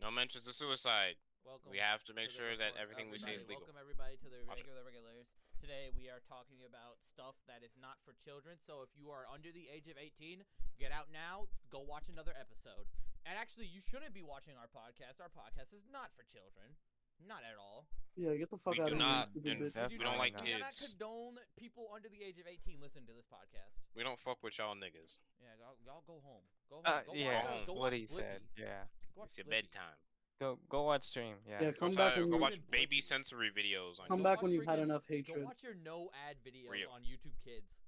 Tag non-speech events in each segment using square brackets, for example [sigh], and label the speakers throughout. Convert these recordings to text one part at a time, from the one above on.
Speaker 1: No mentions of suicide.
Speaker 2: Welcome.
Speaker 1: We have to make
Speaker 2: to the
Speaker 1: sure that
Speaker 2: regular-
Speaker 1: everything we say is
Speaker 2: everybody.
Speaker 1: legal.
Speaker 2: Welcome everybody to the
Speaker 1: Watch it.
Speaker 2: regular regulars. Today we are talking about stuff that is not for children. So if you are under the age of 18, get out now. Go watch another episode. And actually, you shouldn't be watching our podcast. Our podcast is not for children. Not at all.
Speaker 3: Yeah, get the fuck
Speaker 1: We
Speaker 3: out
Speaker 1: do
Speaker 3: of
Speaker 1: not,
Speaker 3: here. you
Speaker 1: and
Speaker 3: stupid bitch.
Speaker 1: we
Speaker 2: do
Speaker 1: don't
Speaker 2: not-
Speaker 1: like
Speaker 2: We do not
Speaker 1: kids.
Speaker 2: condone people under the age of 18 listening to this podcast.
Speaker 1: We don't fuck with y'all niggas.
Speaker 2: Yeah, y'all, y'all go home. Go home.
Speaker 4: Uh,
Speaker 2: go
Speaker 4: yeah,
Speaker 2: watch, uh, go
Speaker 4: what
Speaker 2: watch
Speaker 4: he
Speaker 2: Blippi.
Speaker 4: said. Yeah,
Speaker 2: Go watch
Speaker 1: It's your
Speaker 2: Blippi.
Speaker 1: bedtime.
Speaker 4: go go watch stream. Yeah,
Speaker 3: Yeah,
Speaker 1: Go,
Speaker 3: come back
Speaker 1: ti-
Speaker 3: when
Speaker 1: go
Speaker 3: you-
Speaker 1: watch baby sensory videos on
Speaker 3: Come
Speaker 1: YouTube.
Speaker 3: back when
Speaker 2: watch
Speaker 3: you've had
Speaker 2: freaking-
Speaker 3: enough
Speaker 2: Go
Speaker 3: hatred.
Speaker 2: watch your no ad videos
Speaker 1: Real.
Speaker 2: on YouTube Kids.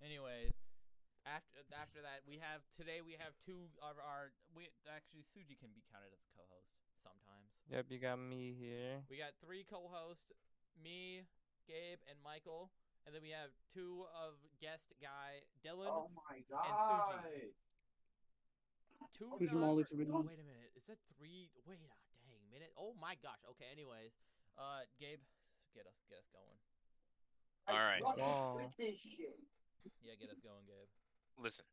Speaker 2: Anyways, after after that, we have today we have two of our we actually Suji can be counted as a co-host sometimes.
Speaker 4: Yep, you got me here.
Speaker 2: We got three co-hosts, me, Gabe, and Michael, and then we have two of guest guy Dylan.
Speaker 5: Oh.
Speaker 3: my
Speaker 2: Suji. Two
Speaker 3: There's an only
Speaker 2: non-
Speaker 3: three
Speaker 2: no,
Speaker 3: ones.
Speaker 2: wait a minute. Is that three? Wait a dang minute. Oh my gosh. Okay. Anyways, uh, Gabe, get us get us going.
Speaker 1: All right.
Speaker 4: Wow.
Speaker 2: Yeah, get us going, Gabe.
Speaker 1: Listen,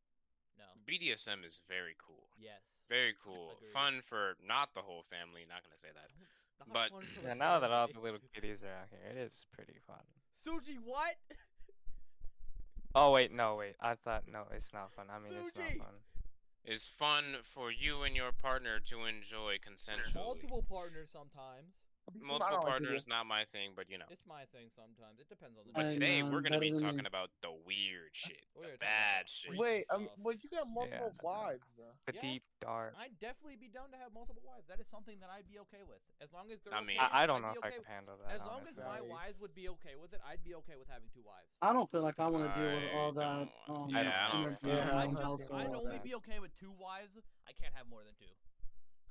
Speaker 2: No.
Speaker 1: BDSM is very cool.
Speaker 2: Yes.
Speaker 1: Very cool.
Speaker 2: Agreed.
Speaker 1: Fun for not the whole family. Not gonna say that.
Speaker 2: Don't stop
Speaker 1: But-
Speaker 2: one for
Speaker 4: Yeah,
Speaker 2: the
Speaker 4: now that all the
Speaker 2: family.
Speaker 4: little kitties are out here, it is pretty fun.
Speaker 2: Suji, what?
Speaker 4: Oh wait, no wait. I thought no, it's not fun. I mean, it's
Speaker 2: Suji!
Speaker 4: not fun.
Speaker 1: It's fun for you and your partner to enjoy consensually.
Speaker 2: Multiple partners sometimes.
Speaker 1: Multiple partners, not my thing, but you know.
Speaker 2: It's my thing sometimes. It depends on the.
Speaker 1: But
Speaker 3: I
Speaker 2: day.
Speaker 1: today
Speaker 3: know,
Speaker 1: we're gonna be
Speaker 3: better than
Speaker 1: talking
Speaker 3: me.
Speaker 1: about the weird shit,
Speaker 2: We are
Speaker 1: the
Speaker 2: talking about
Speaker 1: bad
Speaker 2: freak
Speaker 1: shit.
Speaker 5: Wait,
Speaker 2: and
Speaker 5: um,
Speaker 2: stuff.
Speaker 5: but you got multiple
Speaker 4: that's right.
Speaker 5: wives. Uh,
Speaker 4: The
Speaker 2: Yeah.
Speaker 4: deep dark.
Speaker 2: I'd definitely be down to have multiple wives. That is something that I'd be okay with, as long as they're.
Speaker 1: I
Speaker 2: okay
Speaker 1: mean-
Speaker 2: with it,
Speaker 4: I, I don't know
Speaker 2: I'd be
Speaker 4: if I
Speaker 2: okay
Speaker 4: can
Speaker 2: with-
Speaker 4: handle that.
Speaker 2: As long as
Speaker 4: honestly.
Speaker 2: my
Speaker 5: Nice.
Speaker 2: wives would be okay with it, I'd be okay with having two wives.
Speaker 3: I don't feel like I want to deal with all
Speaker 1: I
Speaker 3: that.
Speaker 1: don't
Speaker 3: Um,
Speaker 1: want- yeah, I don't-
Speaker 3: energy
Speaker 5: yeah,
Speaker 2: I'd, just,
Speaker 3: around the
Speaker 5: I don't know
Speaker 3: house
Speaker 5: what's
Speaker 3: all
Speaker 5: going
Speaker 2: I'd
Speaker 5: on
Speaker 3: that.
Speaker 5: with
Speaker 2: only be okay with two wives. I can't have more than two,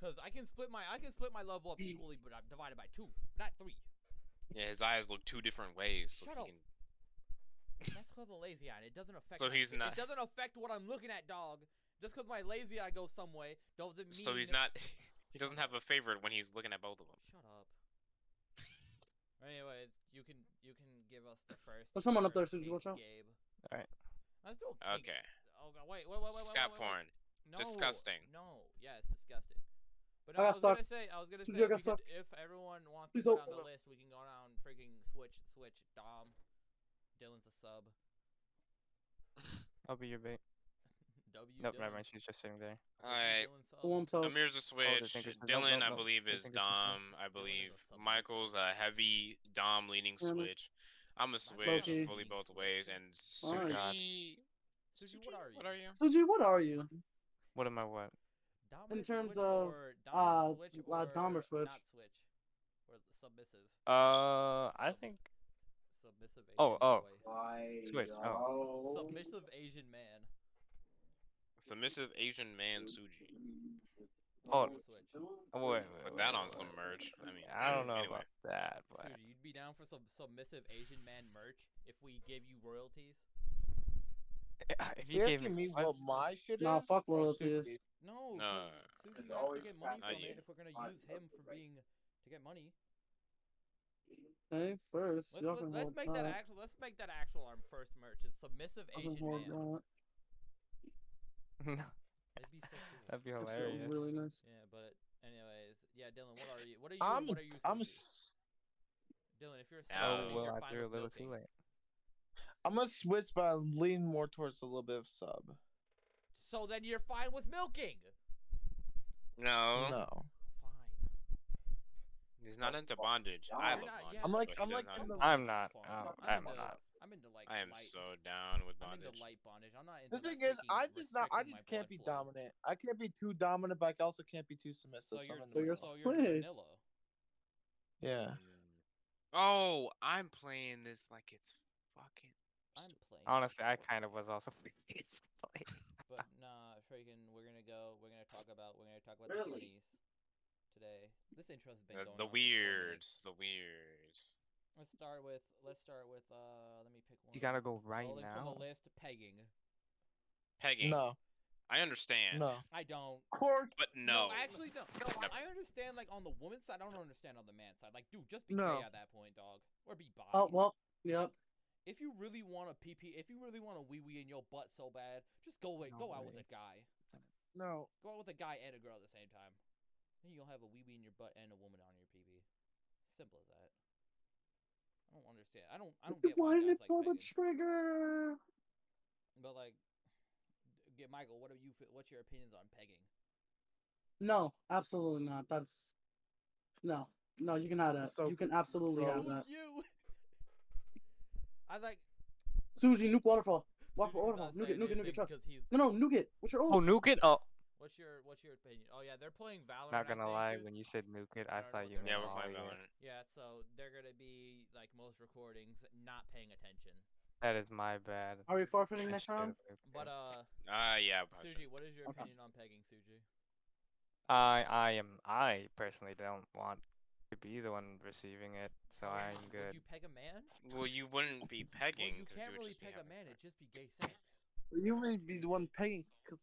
Speaker 2: cause I can split my I can split my love up equally, but I'm divided by two, but not three.
Speaker 1: Yeah, his eyes look two different ways. So
Speaker 2: Shut
Speaker 1: he
Speaker 2: up.
Speaker 1: can-
Speaker 2: That's called the lazy eye. and It doesn't affect.
Speaker 1: So
Speaker 2: my
Speaker 1: he's
Speaker 2: shit.
Speaker 1: not-
Speaker 2: It doesn't affect what I'm looking at, dog. Just because my lazy eye goes some way doesn't mean.
Speaker 1: So he's not. He doesn't have a favorite when he's looking at both of them.
Speaker 2: Shut up. Anyways, you can you can give us the first.
Speaker 3: There's someone up there,
Speaker 2: first
Speaker 3: Suji,
Speaker 2: kink,
Speaker 3: watch out.
Speaker 2: Gabe.
Speaker 4: Alright.
Speaker 2: Let's do a kink.
Speaker 1: Okay.
Speaker 2: Oh god, wait, wait, wait, wait, wait, wait,
Speaker 1: Scat
Speaker 2: wait, wait.
Speaker 1: porn.
Speaker 2: No,
Speaker 1: Disgusting.
Speaker 2: No, yeah, it's disgusting. But
Speaker 3: I
Speaker 2: no, I,
Speaker 3: got
Speaker 2: was gonna
Speaker 3: stuck.
Speaker 2: say, I was gonna say,
Speaker 3: Suji, I got
Speaker 2: we could,
Speaker 3: stuck.
Speaker 2: if everyone wants
Speaker 3: Please
Speaker 2: to put
Speaker 3: help.
Speaker 2: on the list, we can go down freaking switch, switch, Dom. Dylan's a sub.
Speaker 4: I'll be your bait.
Speaker 2: W.
Speaker 4: Nope, never
Speaker 2: Dylan.
Speaker 4: mind. She's just sitting there.
Speaker 1: All right.
Speaker 2: Dylan's sub.
Speaker 3: Who I'm telling-
Speaker 1: Amir's a switch.
Speaker 4: think it's- no,
Speaker 1: Dylan,
Speaker 4: no,
Speaker 1: I
Speaker 4: no.
Speaker 1: believe,
Speaker 4: I
Speaker 1: is
Speaker 4: think it's just
Speaker 1: Dom. I believe
Speaker 2: sub, he's
Speaker 1: Michael's
Speaker 2: sub.
Speaker 1: a heavy Dom leaning
Speaker 3: Damn it.
Speaker 1: switch. I'm a switch,
Speaker 2: Michael's
Speaker 3: Okay.
Speaker 1: fully
Speaker 2: leaning
Speaker 1: both
Speaker 2: switch.
Speaker 1: ways, and
Speaker 3: Alright.
Speaker 1: Suji.
Speaker 2: Suji, what are
Speaker 1: What
Speaker 2: you?
Speaker 1: are you?
Speaker 3: Suji, what are you?
Speaker 4: What am I? What?
Speaker 2: Dominant
Speaker 3: terms
Speaker 2: switch
Speaker 3: of,
Speaker 2: or dominant
Speaker 3: uh,
Speaker 2: switch
Speaker 3: uh,
Speaker 2: or
Speaker 3: dom or switch.
Speaker 2: not switch, or submissive,
Speaker 4: Uh, I
Speaker 2: Sub-
Speaker 4: think
Speaker 2: submissive. Asian
Speaker 4: Oh, oh.
Speaker 2: boy.
Speaker 4: switch. Oh,
Speaker 2: submissive
Speaker 3: Oh.
Speaker 2: Asian man.
Speaker 1: Submissive Asian man Suji.
Speaker 4: oh,
Speaker 2: Switch.
Speaker 4: oh, wait, wait,
Speaker 1: Put
Speaker 4: wait,
Speaker 1: that
Speaker 4: wait,
Speaker 1: on
Speaker 4: wait,
Speaker 1: some
Speaker 4: wait.
Speaker 1: merch. I mean,
Speaker 4: I don't know
Speaker 1: anyway.
Speaker 4: about that, but
Speaker 2: Suji, you'd be down for some submissive Asian man merch if we give you royalties?
Speaker 4: [laughs] if you
Speaker 5: If
Speaker 4: gave me
Speaker 5: you
Speaker 4: Oh,
Speaker 5: mean
Speaker 4: one-
Speaker 5: what my shit
Speaker 3: Nah,
Speaker 5: is,
Speaker 3: fuck
Speaker 5: or
Speaker 3: royalties.
Speaker 5: Suki?
Speaker 2: No,
Speaker 1: Nah.
Speaker 2: 'cause
Speaker 5: It's
Speaker 2: Suji has to
Speaker 5: always
Speaker 2: get money
Speaker 1: not
Speaker 2: from
Speaker 1: you.
Speaker 2: it if we're gonna
Speaker 5: Not
Speaker 2: use him for
Speaker 5: right.
Speaker 2: being to get money.
Speaker 3: Okay, first.
Speaker 2: Let's
Speaker 3: y'all
Speaker 2: let,
Speaker 3: can
Speaker 2: let's
Speaker 3: hold
Speaker 2: make that
Speaker 3: that.
Speaker 2: actual. Let's make that actual our first merch. It's submissive
Speaker 3: Y'all can
Speaker 2: Asian
Speaker 3: hold
Speaker 2: man.
Speaker 3: that.
Speaker 4: [laughs] No,
Speaker 2: That'd be so cool.
Speaker 3: That shit
Speaker 4: that'd be
Speaker 3: was
Speaker 4: hilarious.
Speaker 3: Really nice.
Speaker 2: Yeah, but anyways, yeah, Dylan, what are you? What are you?
Speaker 5: I'm,
Speaker 2: what are you?
Speaker 5: I'm,
Speaker 2: Suji?
Speaker 5: s-
Speaker 2: Dylan, if you're
Speaker 1: Oh,
Speaker 2: a
Speaker 4: Oh
Speaker 2: sub,
Speaker 4: well,
Speaker 2: you're
Speaker 4: I
Speaker 2: fine
Speaker 4: threw a
Speaker 2: with
Speaker 4: little
Speaker 2: milking.
Speaker 4: too late.
Speaker 5: I'm gonna switch, but I lean more towards a little bit of sub.
Speaker 2: So then you're fine with milking.
Speaker 1: No,
Speaker 5: No,
Speaker 2: Fine.
Speaker 1: he's not into bondage. I
Speaker 2: You're
Speaker 1: love
Speaker 2: not-
Speaker 1: bondage.
Speaker 2: yeah,
Speaker 5: I'm like,
Speaker 1: but he
Speaker 5: I'm like,
Speaker 1: does
Speaker 5: some
Speaker 1: not.
Speaker 5: of the-
Speaker 4: I'm not.
Speaker 2: Fine.
Speaker 4: Um,
Speaker 2: I'm
Speaker 4: I'm
Speaker 2: into-
Speaker 4: not.
Speaker 2: I'm into like.
Speaker 1: I am
Speaker 2: light,
Speaker 1: so down with
Speaker 2: I'm into
Speaker 1: bondage.
Speaker 2: light bondage. I'm not into.
Speaker 5: the
Speaker 2: like,
Speaker 5: thing is, I
Speaker 2: freaking
Speaker 5: just not,
Speaker 2: restricting
Speaker 5: I
Speaker 2: my
Speaker 5: just can't
Speaker 2: blood
Speaker 5: be
Speaker 2: flow.
Speaker 5: dominant. I can't be too dominant, but I also can't be too submissive.
Speaker 2: So
Speaker 5: so I'm
Speaker 2: you're,
Speaker 5: in the
Speaker 3: So you're
Speaker 5: middle.
Speaker 2: so you're
Speaker 3: split.
Speaker 2: vanilla.
Speaker 5: yeah,
Speaker 1: Mm. Oh, I'm playing this like it's fucking.
Speaker 2: I'm playing.
Speaker 4: Honestly, I kind of was also. [laughs] It's funny. [laughs]
Speaker 2: But nah, freaking. We're gonna go. We're gonna talk about. We're gonna talk about the
Speaker 3: Really?
Speaker 2: twenties today. This intro's been
Speaker 1: The,
Speaker 2: going.
Speaker 1: the
Speaker 2: on for so many-
Speaker 1: weirds, the weirds.
Speaker 2: Let's start with. Let's start with. Uh, let me pick one.
Speaker 4: You gotta go right
Speaker 2: Rolling from the
Speaker 4: now.
Speaker 2: list. Pegging.
Speaker 1: Pegging.
Speaker 5: no,
Speaker 1: I understand.
Speaker 5: no.
Speaker 2: I don't.
Speaker 5: Cork.
Speaker 1: But no.
Speaker 2: actually, no.
Speaker 1: Never.
Speaker 2: I understand, like, on the woman's side. I don't understand on the man's side. Like, dude, just be
Speaker 5: No.
Speaker 2: gay at that point, dog. Or be bi.
Speaker 3: Oh, well, yep.
Speaker 2: if you really want a PP, if you really want a wee wee in your butt so bad, just go away.
Speaker 4: No
Speaker 2: go out with a
Speaker 4: way.
Speaker 2: guy.
Speaker 5: No.
Speaker 2: Go out with a guy and a girl at the same time. Then you'll have a wee wee in your butt and a woman on your PB. Simple as that. I don't understand. I don't. I don't get why
Speaker 3: Why did
Speaker 2: guys
Speaker 3: it pull
Speaker 2: like
Speaker 3: the
Speaker 2: pegging.
Speaker 3: trigger?
Speaker 2: But like, d- get Michael. What are you? fe- What's your opinions on pegging?
Speaker 3: No, absolutely not. That's no, no. You can have that.
Speaker 5: So
Speaker 3: you can absolutely have
Speaker 5: gross.
Speaker 3: that.
Speaker 2: you. [laughs] I like.
Speaker 3: Suji, nuke waterfall.
Speaker 2: Walk
Speaker 3: Walk for Orville. Nuke it, nuke it, nuke it, trust.
Speaker 2: Because he's.
Speaker 3: No, no, nuke it. What's your
Speaker 4: Oh,
Speaker 3: old?
Speaker 4: nuke it! Oh,
Speaker 2: What's your What's your opinion? Oh yeah, they're playing Valorant.
Speaker 4: not
Speaker 2: I
Speaker 4: gonna
Speaker 2: think,
Speaker 4: lie,
Speaker 2: dude.
Speaker 4: when you said nuke it,
Speaker 2: I
Speaker 4: I
Speaker 2: don't know
Speaker 4: thought
Speaker 2: what they're
Speaker 4: you meant
Speaker 1: Yeah,
Speaker 2: doing.
Speaker 1: we're playing
Speaker 4: Molly.
Speaker 1: Valorant.
Speaker 2: Yeah, so they're gonna be like most recordings, not paying attention.
Speaker 4: That is my bad.
Speaker 3: Are we
Speaker 4: [laughs] I
Speaker 3: forfeiting next round?
Speaker 4: should've nuked
Speaker 2: But
Speaker 4: it.
Speaker 2: uh,
Speaker 1: Ah, yeah. probably.
Speaker 2: Suji, what is your
Speaker 3: Okay.
Speaker 2: opinion on pegging, Suji?
Speaker 4: I I am I personally don't want to be the one receiving it, so
Speaker 2: Oh, would
Speaker 4: I'm
Speaker 2: you- Would
Speaker 4: good.
Speaker 2: you peg a man?
Speaker 1: Well, you wouldn't be pegging.
Speaker 2: [laughs] well, you
Speaker 1: 'cause
Speaker 2: can't
Speaker 1: would
Speaker 2: really
Speaker 1: just be
Speaker 2: peg a
Speaker 1: having
Speaker 2: man.
Speaker 1: sex.
Speaker 2: It'd just be gay sex.
Speaker 5: You may be the one pegging because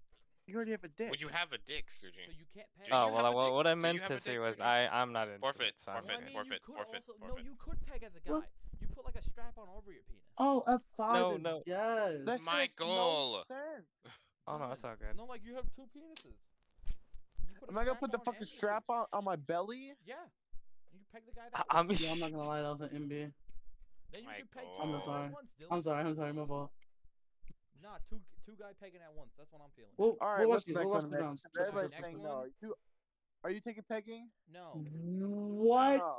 Speaker 5: you already have a dick.
Speaker 1: Well, you have a dick, Suji.
Speaker 2: So you [laughs] can't peg.
Speaker 1: Do
Speaker 4: Oh
Speaker 1: you
Speaker 4: well,
Speaker 1: have
Speaker 4: I-
Speaker 1: a
Speaker 4: well,
Speaker 1: dick?
Speaker 4: what I
Speaker 1: Do you
Speaker 4: meant
Speaker 1: have
Speaker 4: to
Speaker 1: a
Speaker 4: say
Speaker 1: dick,
Speaker 4: was
Speaker 1: Suji?
Speaker 4: I I'm not into
Speaker 1: Forfeit,
Speaker 4: it, so I'm
Speaker 2: Well,
Speaker 1: forfeit,
Speaker 2: I
Speaker 4: good.
Speaker 2: mean, you
Speaker 1: forfeit,
Speaker 2: could
Speaker 1: forfeit,
Speaker 2: also no,
Speaker 1: forfeit.
Speaker 2: you could peg as a guy.
Speaker 3: Well-
Speaker 2: You put like a strap on over your penis.
Speaker 3: Oh, F five
Speaker 4: No,
Speaker 3: is
Speaker 4: no.
Speaker 3: yes.
Speaker 5: That
Speaker 1: My
Speaker 5: makes no
Speaker 1: goal.
Speaker 5: sense.
Speaker 4: Oh no, it's all
Speaker 2: Done.
Speaker 4: good.
Speaker 2: No, like you have two penises. You put a
Speaker 5: Am I gonna
Speaker 2: strap
Speaker 5: put the
Speaker 2: on
Speaker 5: fucking
Speaker 2: and your
Speaker 5: strap
Speaker 2: penis.
Speaker 5: on on my belly?
Speaker 2: Yeah. You can peg the guy
Speaker 4: I-
Speaker 2: that way.
Speaker 4: [laughs] [laughs] I'm
Speaker 3: Yeah, I'm not gonna lie, that was an MB.
Speaker 2: Then you
Speaker 1: My
Speaker 2: can peg two
Speaker 1: God.
Speaker 3: I'm
Speaker 2: guys
Speaker 3: sorry.
Speaker 2: at once, Dylan.
Speaker 3: I'm sorry, I'm sorry, my fault.
Speaker 2: Nah, two two guy pegging at once. That's what I'm feeling.
Speaker 3: Well,
Speaker 5: All right,
Speaker 3: we'll watch
Speaker 5: what's the
Speaker 3: these.
Speaker 5: next
Speaker 3: We'll watch
Speaker 5: one?
Speaker 3: these rounds.
Speaker 5: Next- Everybody's
Speaker 2: Next
Speaker 5: saying
Speaker 2: one.
Speaker 5: no. Are you, are you taking pegging?
Speaker 2: no.
Speaker 3: What?
Speaker 5: No.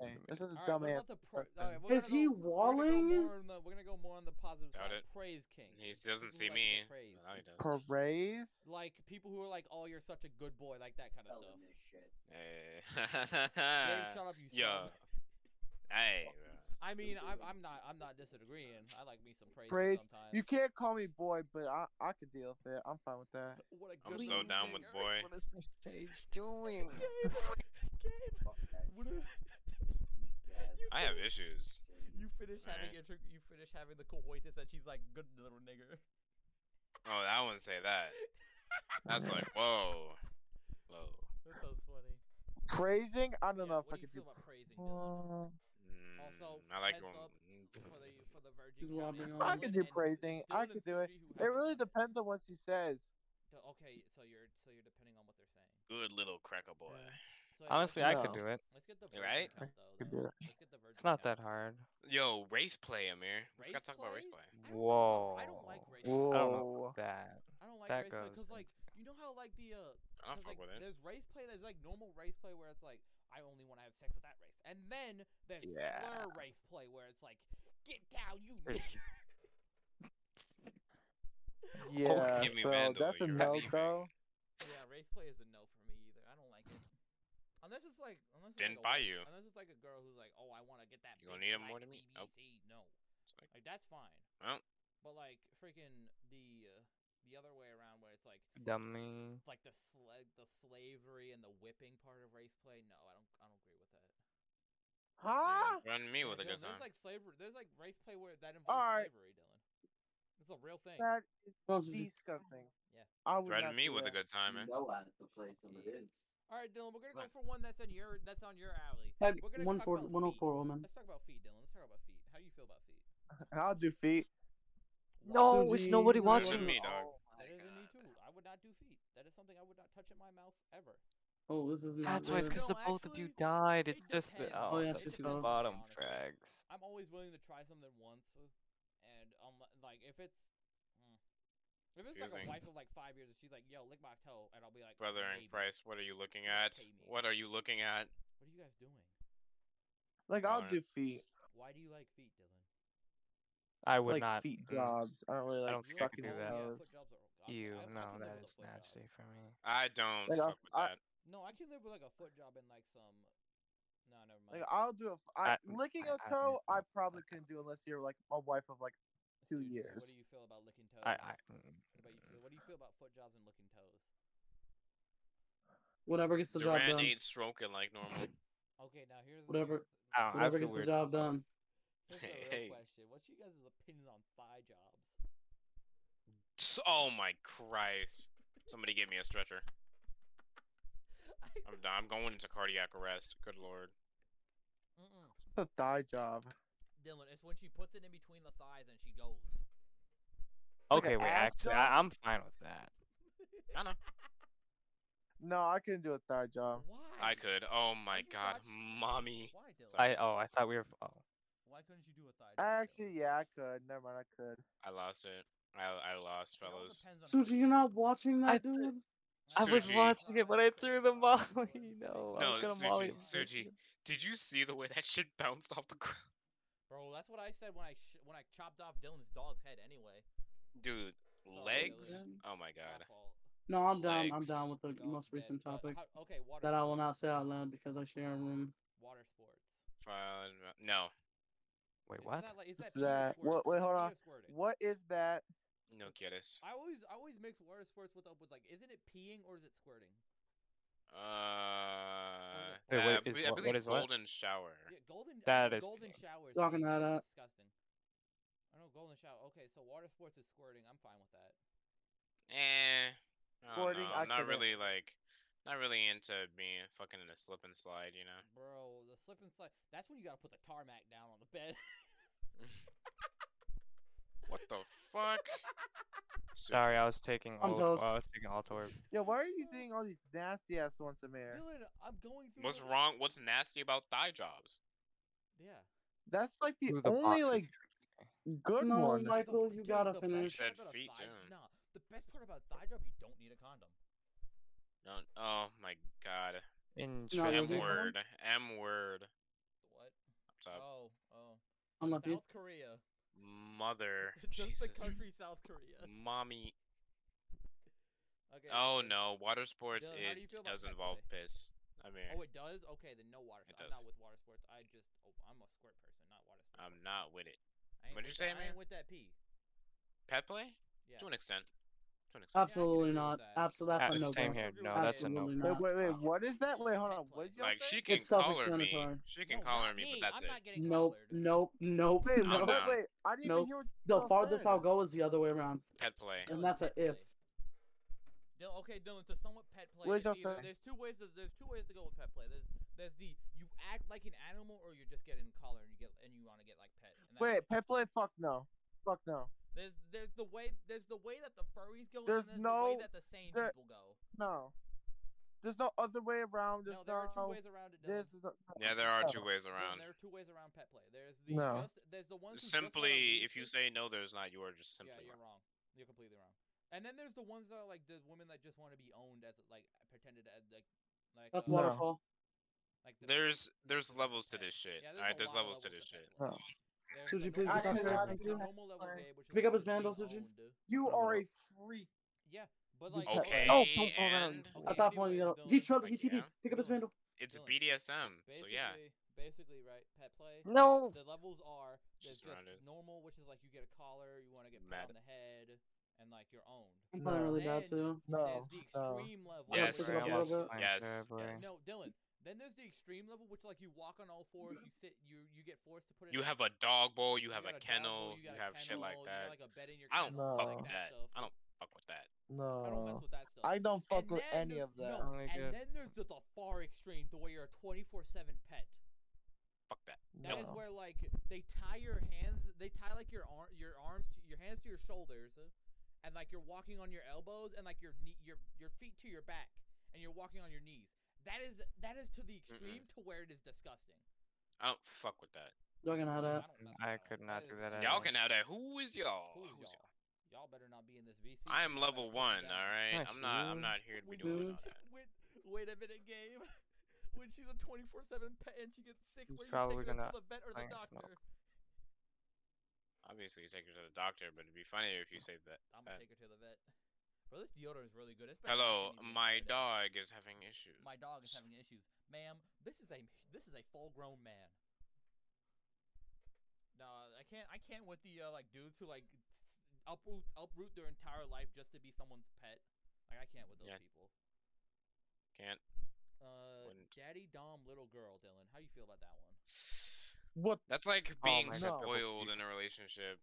Speaker 5: Okay, This is a
Speaker 2: All right,
Speaker 5: dumb
Speaker 2: what about
Speaker 5: ass.
Speaker 2: the pro- all right, we're
Speaker 3: Is
Speaker 2: gonna
Speaker 3: he
Speaker 2: go- we're gonna go
Speaker 3: walling?
Speaker 2: more on the- We're gonna go more on the positive
Speaker 1: Doubt
Speaker 2: side.
Speaker 1: it.
Speaker 2: Praise King.
Speaker 1: He doesn't
Speaker 2: People
Speaker 1: see
Speaker 2: like to
Speaker 1: me.
Speaker 2: get praised.
Speaker 1: No, he doesn't.
Speaker 5: Parade?
Speaker 2: Like people who are like, "Oh, you're such a good boy," like that kind of stuff.
Speaker 1: Hey. [laughs] Ah,
Speaker 2: Gabe, shut up, you
Speaker 1: Yo.
Speaker 2: [laughs] sub.
Speaker 1: Hey, bro.
Speaker 2: I mean, I'm, I'm not I'm not disagreeing. I like me some praise,
Speaker 5: Praise.
Speaker 2: sometimes.
Speaker 5: You can't call me boy, but I I could deal with it. I'm fine with that.
Speaker 2: What a
Speaker 1: I'm
Speaker 2: good
Speaker 1: so
Speaker 2: little
Speaker 1: down with
Speaker 2: nigger.
Speaker 1: boy.
Speaker 4: is this stage
Speaker 2: uh,
Speaker 4: doing?
Speaker 2: [laughs] Gabe, [laughs] Gabe, what a- [laughs] You
Speaker 1: I have
Speaker 2: finish-
Speaker 1: issues.
Speaker 2: You finish having
Speaker 1: Alright.
Speaker 2: inter- you finish having the cojones, and she's like, "Good little nigger."
Speaker 1: Oh, I wouldn't say that. That's
Speaker 5: [laughs]
Speaker 1: like, whoa. Whoa.
Speaker 2: That sounds funny.
Speaker 5: Praising? I don't
Speaker 2: Yeah,
Speaker 5: know if
Speaker 2: what do
Speaker 5: I
Speaker 2: you
Speaker 5: could
Speaker 2: feel
Speaker 5: do.
Speaker 2: about praising? Dylan?
Speaker 1: Mm,
Speaker 2: Also,
Speaker 1: I like
Speaker 2: heads
Speaker 1: when-
Speaker 2: up For
Speaker 1: [laughs]
Speaker 2: the for the Virgin
Speaker 3: He's
Speaker 2: Counties,
Speaker 3: wobbling I
Speaker 2: Dylan
Speaker 3: could
Speaker 5: do
Speaker 2: and-
Speaker 5: praising. I
Speaker 2: Dylan
Speaker 5: could
Speaker 2: and
Speaker 5: do
Speaker 2: Suji who
Speaker 5: It
Speaker 2: haven't
Speaker 5: really
Speaker 2: done
Speaker 5: depends on what she says.
Speaker 2: D- Okay, so you're so you're depending on what they're saying.
Speaker 1: Good little cracker boy.
Speaker 2: So yeah,
Speaker 4: Honestly, I
Speaker 2: let's,
Speaker 4: could
Speaker 5: No.
Speaker 4: do it.
Speaker 2: let's get the
Speaker 1: You're
Speaker 2: virgin
Speaker 1: right.
Speaker 2: count
Speaker 5: Could
Speaker 2: though.
Speaker 5: do
Speaker 2: though.
Speaker 5: it.
Speaker 2: Let's get the virgin
Speaker 4: It's not
Speaker 2: count.
Speaker 4: that hard.
Speaker 1: Yo, race play, Amir. We
Speaker 2: Race
Speaker 1: gotta talk about race
Speaker 2: play?
Speaker 1: play.
Speaker 2: I don't
Speaker 4: Whoa.
Speaker 2: love- I don't like race play.
Speaker 4: I don't know about
Speaker 5: Whoa.
Speaker 4: that.
Speaker 2: I don't like
Speaker 4: That
Speaker 2: race play
Speaker 4: goes
Speaker 2: because like you know how like the
Speaker 1: I
Speaker 2: uh
Speaker 1: don't
Speaker 2: 'cause,
Speaker 1: fuck
Speaker 2: like,
Speaker 1: with it.
Speaker 2: there's race play that's like normal race play where it's like I only want to have sex with that race, and then there's
Speaker 4: Yeah.
Speaker 2: slur race play where it's like get down you
Speaker 4: Hey.
Speaker 2: nigger.
Speaker 5: Yeah,
Speaker 1: give me
Speaker 5: so
Speaker 1: Vandal,
Speaker 5: that's a
Speaker 1: you're
Speaker 5: no
Speaker 1: leaving.
Speaker 5: go.
Speaker 2: Yeah, race play is a no for me either. I don't like it. Unless it's like unless it's
Speaker 1: Didn't buy
Speaker 2: like a white-
Speaker 1: you.
Speaker 2: Unless it's like a girl who's like, oh, I want to get that.
Speaker 1: You gonna need
Speaker 2: big
Speaker 1: 'em
Speaker 2: black
Speaker 1: more than me? Nope.
Speaker 2: BBC." No,
Speaker 1: It's like,
Speaker 2: like that's fine.
Speaker 1: Well.
Speaker 2: But like freaking the uh, the other way around where it's like
Speaker 4: Dummy.
Speaker 2: like the sla- the slavery and the whipping part of race play. No, I don't I don't agree with that.
Speaker 5: Huh?
Speaker 1: "Mm, Run me
Speaker 2: Ah! Yeah,
Speaker 1: with a
Speaker 2: Dylan,
Speaker 1: good time.
Speaker 2: There's like slavery. There's like race play where that involves
Speaker 5: Alright.
Speaker 2: slavery, Dylan. It's a real thing.
Speaker 5: That is
Speaker 3: Go, Suji.
Speaker 5: disgusting.
Speaker 2: Yeah.
Speaker 5: I would
Speaker 1: Threaten
Speaker 5: not
Speaker 1: me
Speaker 5: do
Speaker 1: with a
Speaker 5: that.
Speaker 1: good time, man.
Speaker 6: know out of the place some of
Speaker 2: Yeah.
Speaker 6: this.
Speaker 2: All right, Dylan, we're gonna go
Speaker 1: Right.
Speaker 2: for one that's on your that's on your alley.
Speaker 3: Head
Speaker 2: We're gonna
Speaker 3: 140
Speaker 2: talk about feet.
Speaker 3: 104 woman.
Speaker 2: Let's talk about feet, Dylan. Let's talk about feet. How do you feel about feet?
Speaker 5: I'll do feet.
Speaker 3: No, it's nobody
Speaker 1: Better than me, dog.
Speaker 2: Oh, That is in me too. I would not do feet. That is something I would not touch in my mouth ever.
Speaker 3: Oh, this is not
Speaker 4: That's why it's
Speaker 3: good.
Speaker 4: because the both of you
Speaker 2: actually,
Speaker 4: died.
Speaker 2: it
Speaker 4: It's just the
Speaker 2: depends.
Speaker 4: oh,
Speaker 3: Oh, yeah,
Speaker 4: the
Speaker 3: it's just
Speaker 4: the
Speaker 3: those-
Speaker 4: bottom
Speaker 2: honestly.
Speaker 4: frags.
Speaker 2: I'm always willing to try something once, uh, and um, like if it's, mm, if it's like
Speaker 1: Confusing.
Speaker 2: a wife of like five years, and she's like, "Yo, lick my toe," and I'll be like,
Speaker 1: Brother in
Speaker 2: "Maybe."
Speaker 1: Christ, what are you looking
Speaker 2: Should
Speaker 1: at?
Speaker 2: pay me.
Speaker 1: What are you looking at?
Speaker 2: What are you guys doing?
Speaker 5: Like I'll
Speaker 1: Alright.
Speaker 5: do feet.
Speaker 2: Why do you like feet, Dylan?
Speaker 4: I would
Speaker 5: like
Speaker 4: not.
Speaker 5: feet
Speaker 4: mm.
Speaker 5: jobs. I don't really like
Speaker 4: don't think I could
Speaker 5: sucking
Speaker 4: do
Speaker 2: Oh,
Speaker 4: that.
Speaker 2: yeah,
Speaker 5: toes.
Speaker 2: foot jobs are okay. I can-
Speaker 4: Ew,
Speaker 2: I- I can
Speaker 4: no,
Speaker 2: live
Speaker 4: that
Speaker 2: with a
Speaker 4: is
Speaker 2: foot job.
Speaker 4: nasty for me.
Speaker 1: I don't
Speaker 5: Like, I-
Speaker 1: fuck with
Speaker 5: I-
Speaker 1: that.
Speaker 2: No, I can live with like a foot job and like some. No, never mind.
Speaker 5: Like I'll do a f- I,
Speaker 4: I-
Speaker 5: licking
Speaker 4: I-
Speaker 5: a
Speaker 4: I-
Speaker 5: toe. I,
Speaker 4: I-
Speaker 5: probably
Speaker 4: okay.
Speaker 5: couldn't do unless you're like a wife of like two
Speaker 2: Suji,
Speaker 5: years.
Speaker 2: What do you feel about licking toes?
Speaker 4: I, I,
Speaker 2: What
Speaker 4: Mm.
Speaker 2: about you feel? What do you feel about foot jobs and licking toes?
Speaker 3: Whatever gets the job
Speaker 1: Durant
Speaker 3: done.
Speaker 1: ain't stroking like normal.
Speaker 2: Okay, now here's
Speaker 3: Whatever-
Speaker 4: I don't know, I
Speaker 3: Whatever
Speaker 4: feel
Speaker 3: gets the
Speaker 4: weird.
Speaker 3: job done.
Speaker 2: Here's, here's the
Speaker 1: Hey.
Speaker 2: real question. What's you guys' opinions on thigh jobs? [laughs]
Speaker 1: S- Oh my Christ! Somebody give me a stretcher. I'm done. I'm going into cardiac arrest. Good lord.
Speaker 2: Mm-mm.
Speaker 5: It's a thigh job.
Speaker 2: Dylan, it's when she puts it in between the thighs and she
Speaker 4: [laughs]
Speaker 2: goes.
Speaker 5: like an
Speaker 4: Okay, wait,
Speaker 5: ass
Speaker 4: actually,
Speaker 5: job?
Speaker 4: I, I'm fine with that.
Speaker 1: I know.
Speaker 5: No, I couldn't do a thigh
Speaker 4: Um,
Speaker 5: job.
Speaker 2: Why? [laughs]
Speaker 1: I could. Oh my
Speaker 2: you
Speaker 1: god,
Speaker 2: watched-
Speaker 1: mommy.
Speaker 2: Why, Dylan?
Speaker 4: I oh, I thought we were. Oh.
Speaker 2: Why couldn't you do a thigh? job, Dylan?
Speaker 5: Actually, yeah, I could. Never mind, I could.
Speaker 1: I lost it. I I lost,
Speaker 2: It all
Speaker 1: fellas.
Speaker 2: depends on
Speaker 3: Suji,
Speaker 2: who-
Speaker 3: you're not watching that,
Speaker 4: I th-
Speaker 3: dude.
Speaker 4: I was
Speaker 1: Suji.
Speaker 4: watching it when I threw the molly. [laughs] No, I
Speaker 1: No,
Speaker 4: was gonna
Speaker 1: Suji,
Speaker 4: molly.
Speaker 1: Suji, did you see the way that shit bounced off the ground?
Speaker 2: Bro, that's what I said when I sh- when I chopped off Dylan's dog's head. Anyway,
Speaker 1: [laughs] Dude,
Speaker 2: Sorry,
Speaker 1: legs?
Speaker 3: Dylan.
Speaker 1: Oh my
Speaker 2: my
Speaker 1: god.
Speaker 2: fault.
Speaker 3: No, I'm down. I'm
Speaker 1: Legs.
Speaker 3: down with the
Speaker 2: Dog's
Speaker 3: most
Speaker 2: dead,
Speaker 3: recent
Speaker 2: Oh, but
Speaker 3: topic
Speaker 2: how- okay, water.
Speaker 3: that I will
Speaker 2: sports.
Speaker 3: not say out loud because I share a room.
Speaker 2: Water sports.
Speaker 1: Uh, no,
Speaker 4: Wait,
Speaker 2: Isn't
Speaker 4: what?
Speaker 2: That, like, is
Speaker 5: What's
Speaker 2: that, penis
Speaker 5: that?
Speaker 2: squirting?
Speaker 5: What- wait,
Speaker 2: Is
Speaker 5: hold
Speaker 2: that
Speaker 5: on.
Speaker 2: penis squirting?
Speaker 5: What is that?
Speaker 1: no kiddos.
Speaker 2: I always I always mix water sports with up with like, isn't it peeing or is it squirting?
Speaker 1: Uh, uh, I belie-
Speaker 2: Wait,
Speaker 4: what is
Speaker 1: I
Speaker 4: what- what
Speaker 1: believe
Speaker 4: is what?
Speaker 1: golden shower.
Speaker 2: Yeah, golden. I
Speaker 4: That
Speaker 2: know
Speaker 4: is
Speaker 2: golden
Speaker 4: peeing.
Speaker 2: showers.
Speaker 3: Talking that up.
Speaker 2: Disgusting. I know golden shower. Okay, so water sports is squirting. I'm fine with that.
Speaker 1: Eh, I don't
Speaker 5: Squirting,
Speaker 1: know.
Speaker 5: I
Speaker 1: I'm not
Speaker 5: couldn't.
Speaker 1: really like, not really into being fucking in a slip and slide, you know.
Speaker 2: Bro, the slip and slide. That's when you gotta put the tarmac down on the bed. [laughs]
Speaker 1: What the
Speaker 2: [laughs]
Speaker 1: fuck?
Speaker 4: Sorry, I was taking.
Speaker 3: I'm
Speaker 4: Alt-
Speaker 3: toast.
Speaker 4: I was taking Altorb.
Speaker 5: Yo, why are you doing all these nasty ass ones, Amir?
Speaker 2: Dylan, I'm going through.
Speaker 1: What's
Speaker 2: the-
Speaker 1: wrong? What's nasty about thigh jobs?
Speaker 2: Yeah.
Speaker 5: That's like the
Speaker 4: Through the
Speaker 5: only
Speaker 4: boxes.
Speaker 5: like good
Speaker 3: No,
Speaker 5: one.
Speaker 3: my- Michael,
Speaker 2: The-
Speaker 3: you
Speaker 2: Dylan,
Speaker 3: gotta
Speaker 2: the best
Speaker 3: finish.
Speaker 2: part
Speaker 1: Said
Speaker 2: about a
Speaker 1: feet,
Speaker 2: thigh-
Speaker 1: yeah.
Speaker 2: Nah, the best part about thigh job, you don't need a condom.
Speaker 1: No. Oh my god.
Speaker 3: Does
Speaker 1: M
Speaker 3: he
Speaker 4: Interesting.
Speaker 3: have one?
Speaker 1: word. M word.
Speaker 2: What?
Speaker 1: What's up?
Speaker 2: oh, oh.
Speaker 3: I'm not
Speaker 2: South Korea.
Speaker 1: Mother.
Speaker 2: [laughs] Just
Speaker 1: Jesus.
Speaker 2: the country South Korea.
Speaker 1: Mommy.
Speaker 2: Okay.
Speaker 1: Oh
Speaker 2: okay.
Speaker 1: no, water sports
Speaker 2: Dylan, how do you feel
Speaker 1: it
Speaker 2: about
Speaker 1: does
Speaker 2: Chick-fil-A?
Speaker 1: involve piss. I mean,
Speaker 2: Oh, it does. Okay, then no water.
Speaker 1: It
Speaker 2: sports. I'm
Speaker 1: does.
Speaker 2: not with water sports. I just, oh, I'm a squirt person, not water sports.
Speaker 1: I'm not with it.
Speaker 2: I ain't
Speaker 1: What'd you
Speaker 2: with
Speaker 1: say,
Speaker 2: that, I
Speaker 1: man?
Speaker 2: ain't with that pee.
Speaker 1: Pet play?
Speaker 2: Yeah.
Speaker 1: To an extent. To an extent.
Speaker 3: Absolutely
Speaker 2: agree
Speaker 3: not.
Speaker 2: with that.
Speaker 3: Absolutely, that's a
Speaker 4: Uh,
Speaker 3: no
Speaker 4: same
Speaker 3: go.
Speaker 4: here.
Speaker 2: Absolutely
Speaker 4: No, that's a no.
Speaker 3: Absolutely
Speaker 4: go.
Speaker 3: not.
Speaker 5: Wait, wait, wait. What is that? Wait, hold
Speaker 2: Pet
Speaker 5: on.
Speaker 2: play.
Speaker 5: What did you
Speaker 1: Like she
Speaker 5: say?
Speaker 1: can
Speaker 3: It's
Speaker 1: collar me.
Speaker 3: self-explanatory.
Speaker 1: She can
Speaker 2: No,
Speaker 1: collar
Speaker 2: not
Speaker 1: me,
Speaker 2: me.
Speaker 1: but that's
Speaker 2: I'm
Speaker 1: it.
Speaker 2: not getting
Speaker 3: Nope,
Speaker 2: collared.
Speaker 3: nope, nope.
Speaker 5: Wait,
Speaker 1: I'm
Speaker 5: no, wait,
Speaker 1: down.
Speaker 5: wait. I didn't even
Speaker 3: Nope.
Speaker 5: hear what
Speaker 3: The
Speaker 5: y'all
Speaker 3: farthest
Speaker 5: said.
Speaker 3: I'll go is the other way around,
Speaker 1: Pet play.
Speaker 2: [laughs] That
Speaker 3: and
Speaker 2: was
Speaker 3: that's a
Speaker 2: pet play.
Speaker 3: if.
Speaker 2: Dylan, okay, Dylan, to somewhat pet play. it's
Speaker 5: What did y'all
Speaker 2: either-
Speaker 5: say?
Speaker 2: There's two ways. To, there's two ways to go with pet play. There's there's the you act like an animal, or you're just getting collar and you get and you want to get like pet. And that's
Speaker 5: Wait,
Speaker 2: it.
Speaker 5: Pepe, fuck no. Fuck no.
Speaker 2: There's there's the way there's the way that the furries go.
Speaker 5: There's
Speaker 2: and there's the way
Speaker 5: no-
Speaker 2: that the sane
Speaker 5: there-
Speaker 2: people go.
Speaker 5: No. There's no other way around. There's
Speaker 2: no, there are two
Speaker 5: no-
Speaker 2: ways around it. Dylan.
Speaker 5: This is the-
Speaker 1: Yeah, there are
Speaker 5: no.
Speaker 1: two ways
Speaker 2: Dylan,
Speaker 1: around.
Speaker 2: There are two ways around pet play. There's the
Speaker 5: No.
Speaker 2: just, there's the ones who just wanna
Speaker 1: Simply,
Speaker 2: leash
Speaker 1: if you
Speaker 2: it.
Speaker 1: say no, there's not. You are just simply
Speaker 2: yeah, you're
Speaker 1: wrong.
Speaker 2: wrong. You're completely wrong. And then there's the ones that are like the women that just want to be owned as like pretended as like like
Speaker 3: That's
Speaker 5: No.
Speaker 3: waterfall.
Speaker 2: like the-
Speaker 1: There's there's levels to
Speaker 2: Yeah.
Speaker 1: this shit.
Speaker 2: Yeah,
Speaker 1: Alright,
Speaker 2: a
Speaker 1: there's
Speaker 2: lot
Speaker 1: levels
Speaker 2: of
Speaker 1: to this shit.
Speaker 2: pet play.
Speaker 5: Oh.
Speaker 2: There's
Speaker 3: Suji,
Speaker 2: the
Speaker 3: please
Speaker 2: normal level
Speaker 5: get off your
Speaker 2: of
Speaker 5: ass.
Speaker 2: the normal level
Speaker 5: Alright.
Speaker 2: gay, which is
Speaker 3: Pick up
Speaker 2: like
Speaker 3: his vandal,
Speaker 2: being
Speaker 3: Suji.
Speaker 2: owned.
Speaker 5: You
Speaker 4: No,
Speaker 5: are
Speaker 4: no.
Speaker 5: a freak.
Speaker 2: Yeah, but
Speaker 5: You
Speaker 2: like
Speaker 5: pet play.
Speaker 1: Okay,
Speaker 4: Oh, don't- oh, no, no,
Speaker 1: and
Speaker 4: no.
Speaker 2: Okay,
Speaker 3: At that point,
Speaker 2: anyway,
Speaker 3: you know,
Speaker 2: Dylan,
Speaker 3: he tripped. He
Speaker 1: Like,
Speaker 3: TP.
Speaker 1: yeah.
Speaker 3: Pick up his
Speaker 2: Dylan.
Speaker 3: vandal.
Speaker 1: it's
Speaker 2: Dylan.
Speaker 1: BDSM. So
Speaker 2: basically,
Speaker 1: yeah,
Speaker 2: basically, right? Pet play.
Speaker 4: No.
Speaker 2: The levels are there's
Speaker 1: She's
Speaker 2: just
Speaker 1: surrounded.
Speaker 2: normal, which is like you get a collar, you want to get
Speaker 1: Mad.
Speaker 2: pat on the head, and like you're owned.
Speaker 3: I'm playing
Speaker 5: No.
Speaker 3: really bad
Speaker 2: Then
Speaker 3: too.
Speaker 5: No,
Speaker 2: There's the
Speaker 5: no.
Speaker 2: extreme level.
Speaker 3: I'm gonna
Speaker 1: Yes,
Speaker 3: pick it up a little
Speaker 1: yes,
Speaker 3: bit.
Speaker 1: yes,
Speaker 4: Terribly.
Speaker 1: yes.
Speaker 2: No, Dylan. Then there's the extreme level, which like you walk on all fours, you sit, you you get forced to put it.
Speaker 1: you
Speaker 2: in-
Speaker 1: have a dog bowl, you have
Speaker 2: got
Speaker 1: a
Speaker 2: dog bowl,
Speaker 1: kennel, you
Speaker 2: got a
Speaker 1: have shit like
Speaker 2: kennel,
Speaker 1: that.
Speaker 2: You got, like a bed in your
Speaker 1: I don't
Speaker 2: kennel,
Speaker 5: fuck
Speaker 2: like
Speaker 5: with
Speaker 1: that.
Speaker 2: that. Stuff.
Speaker 1: I don't fuck with that.
Speaker 2: I don't mess
Speaker 5: No.
Speaker 2: with that stuff.
Speaker 5: I don't fuck
Speaker 2: And
Speaker 5: with
Speaker 2: then
Speaker 5: any
Speaker 2: there-
Speaker 5: of that.
Speaker 2: No,
Speaker 4: Only
Speaker 2: and
Speaker 4: good.
Speaker 2: then there's the, the far extreme, the way you're a 24 seven pet.
Speaker 1: Fuck that.
Speaker 2: That is
Speaker 5: No.
Speaker 2: where like they tie your hands, they tie like your arm, your arms, to, your hands to your shoulders, uh, and like you're walking on your elbows and like your knee, your your feet to your back, and you're walking on your knees. That is that is to the extreme to where it is disgusting.
Speaker 1: I don't fuck with that.
Speaker 3: Y'all gonna have
Speaker 2: I
Speaker 3: that.
Speaker 2: don't mess with
Speaker 4: I
Speaker 2: that.
Speaker 4: could not
Speaker 2: That
Speaker 4: do
Speaker 2: is-
Speaker 4: that at
Speaker 1: Y'all
Speaker 4: all.
Speaker 1: can have that. Who is y'all?
Speaker 2: Who's
Speaker 1: Who's
Speaker 2: y'all? Y'all better not be in this VC.
Speaker 1: y'all? I am level one. All right,
Speaker 4: Nice,
Speaker 1: I'm not. I'm
Speaker 4: dude.
Speaker 1: not here to be
Speaker 2: When
Speaker 1: doing
Speaker 2: she,
Speaker 1: all that.
Speaker 2: when, wait [laughs] a minute, Gabe. [laughs] When she's a 24 7 pet and she gets sick,
Speaker 4: He's
Speaker 2: where you
Speaker 4: probably
Speaker 2: take her
Speaker 4: gonna
Speaker 2: to the vet or the
Speaker 4: think it's
Speaker 2: doctor?
Speaker 1: Obviously, you take her to the doctor, but it'd be funnier if you say that.
Speaker 2: I'm gonna
Speaker 1: Uh,
Speaker 2: take her to the vet. Bro, this deodorant is really good. It's been
Speaker 1: Hello,
Speaker 2: actually being
Speaker 1: my
Speaker 2: good.
Speaker 1: dog is having issues.
Speaker 2: My dog is having issues, ma'am. This is a this is a full grown man. No, I can't. I can't with the uh, like dudes who like s- uproot uproot their entire life just to be someone's pet. Like I can't with those
Speaker 1: Yeah.
Speaker 2: people.
Speaker 1: Can't.
Speaker 2: Uh,
Speaker 1: Wouldn't.
Speaker 2: daddy dom little girl, Dylan. How you feel about that one?
Speaker 5: What?
Speaker 1: That's like
Speaker 4: Oh my
Speaker 1: being
Speaker 4: God.
Speaker 5: No.
Speaker 1: spoiled in a relationship.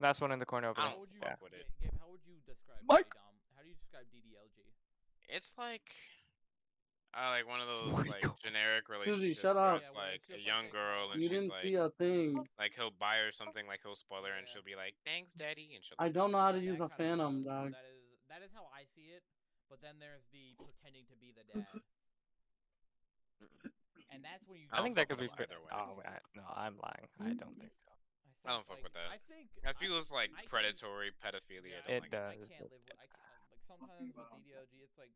Speaker 4: That's one in the corner over
Speaker 1: I
Speaker 4: there.
Speaker 1: don't
Speaker 2: how would you
Speaker 1: fuck with
Speaker 2: Ga-
Speaker 1: it.
Speaker 2: Gabe, how would you describe
Speaker 4: Mike!
Speaker 2: daddy dom? How do you describe DDLG?
Speaker 1: It's like, uh, like
Speaker 4: [laughs]
Speaker 1: one of those like
Speaker 4: Michael.
Speaker 1: generic relationships
Speaker 3: shut
Speaker 1: where
Speaker 3: up.
Speaker 1: it's
Speaker 2: Yeah, where
Speaker 1: like
Speaker 2: it's
Speaker 1: a
Speaker 2: just
Speaker 1: young
Speaker 2: like a-
Speaker 1: girl and
Speaker 3: You
Speaker 1: she's
Speaker 3: didn't
Speaker 1: like,
Speaker 3: see a thing.
Speaker 1: like he'll buy
Speaker 2: [laughs]
Speaker 1: her something, like he'll spoil her, and
Speaker 2: Yeah.
Speaker 1: she'll be like, "Thanks, daddy," and she'll.
Speaker 3: I don't know how to
Speaker 2: Yeah,
Speaker 3: use
Speaker 2: that
Speaker 3: a
Speaker 2: kinda
Speaker 3: phantom,
Speaker 2: stuff.
Speaker 3: dog.
Speaker 2: That is that is how I see it. But then there's the pretending to be the dad. And that's when you.
Speaker 1: I think
Speaker 2: get
Speaker 1: that could be
Speaker 2: to the
Speaker 1: good either way.
Speaker 2: incest part.
Speaker 4: Oh, I, no, I'm lying. I don't think so.
Speaker 2: think,
Speaker 1: I don't fuck
Speaker 2: like,
Speaker 1: with that.
Speaker 2: I think.
Speaker 1: That feels like
Speaker 2: I can-
Speaker 1: predatory pedophilia. I
Speaker 2: I
Speaker 4: It
Speaker 1: don't like
Speaker 2: can't- I
Speaker 4: does.
Speaker 2: can't live with. I can't, like sometimes with DDLG, it's like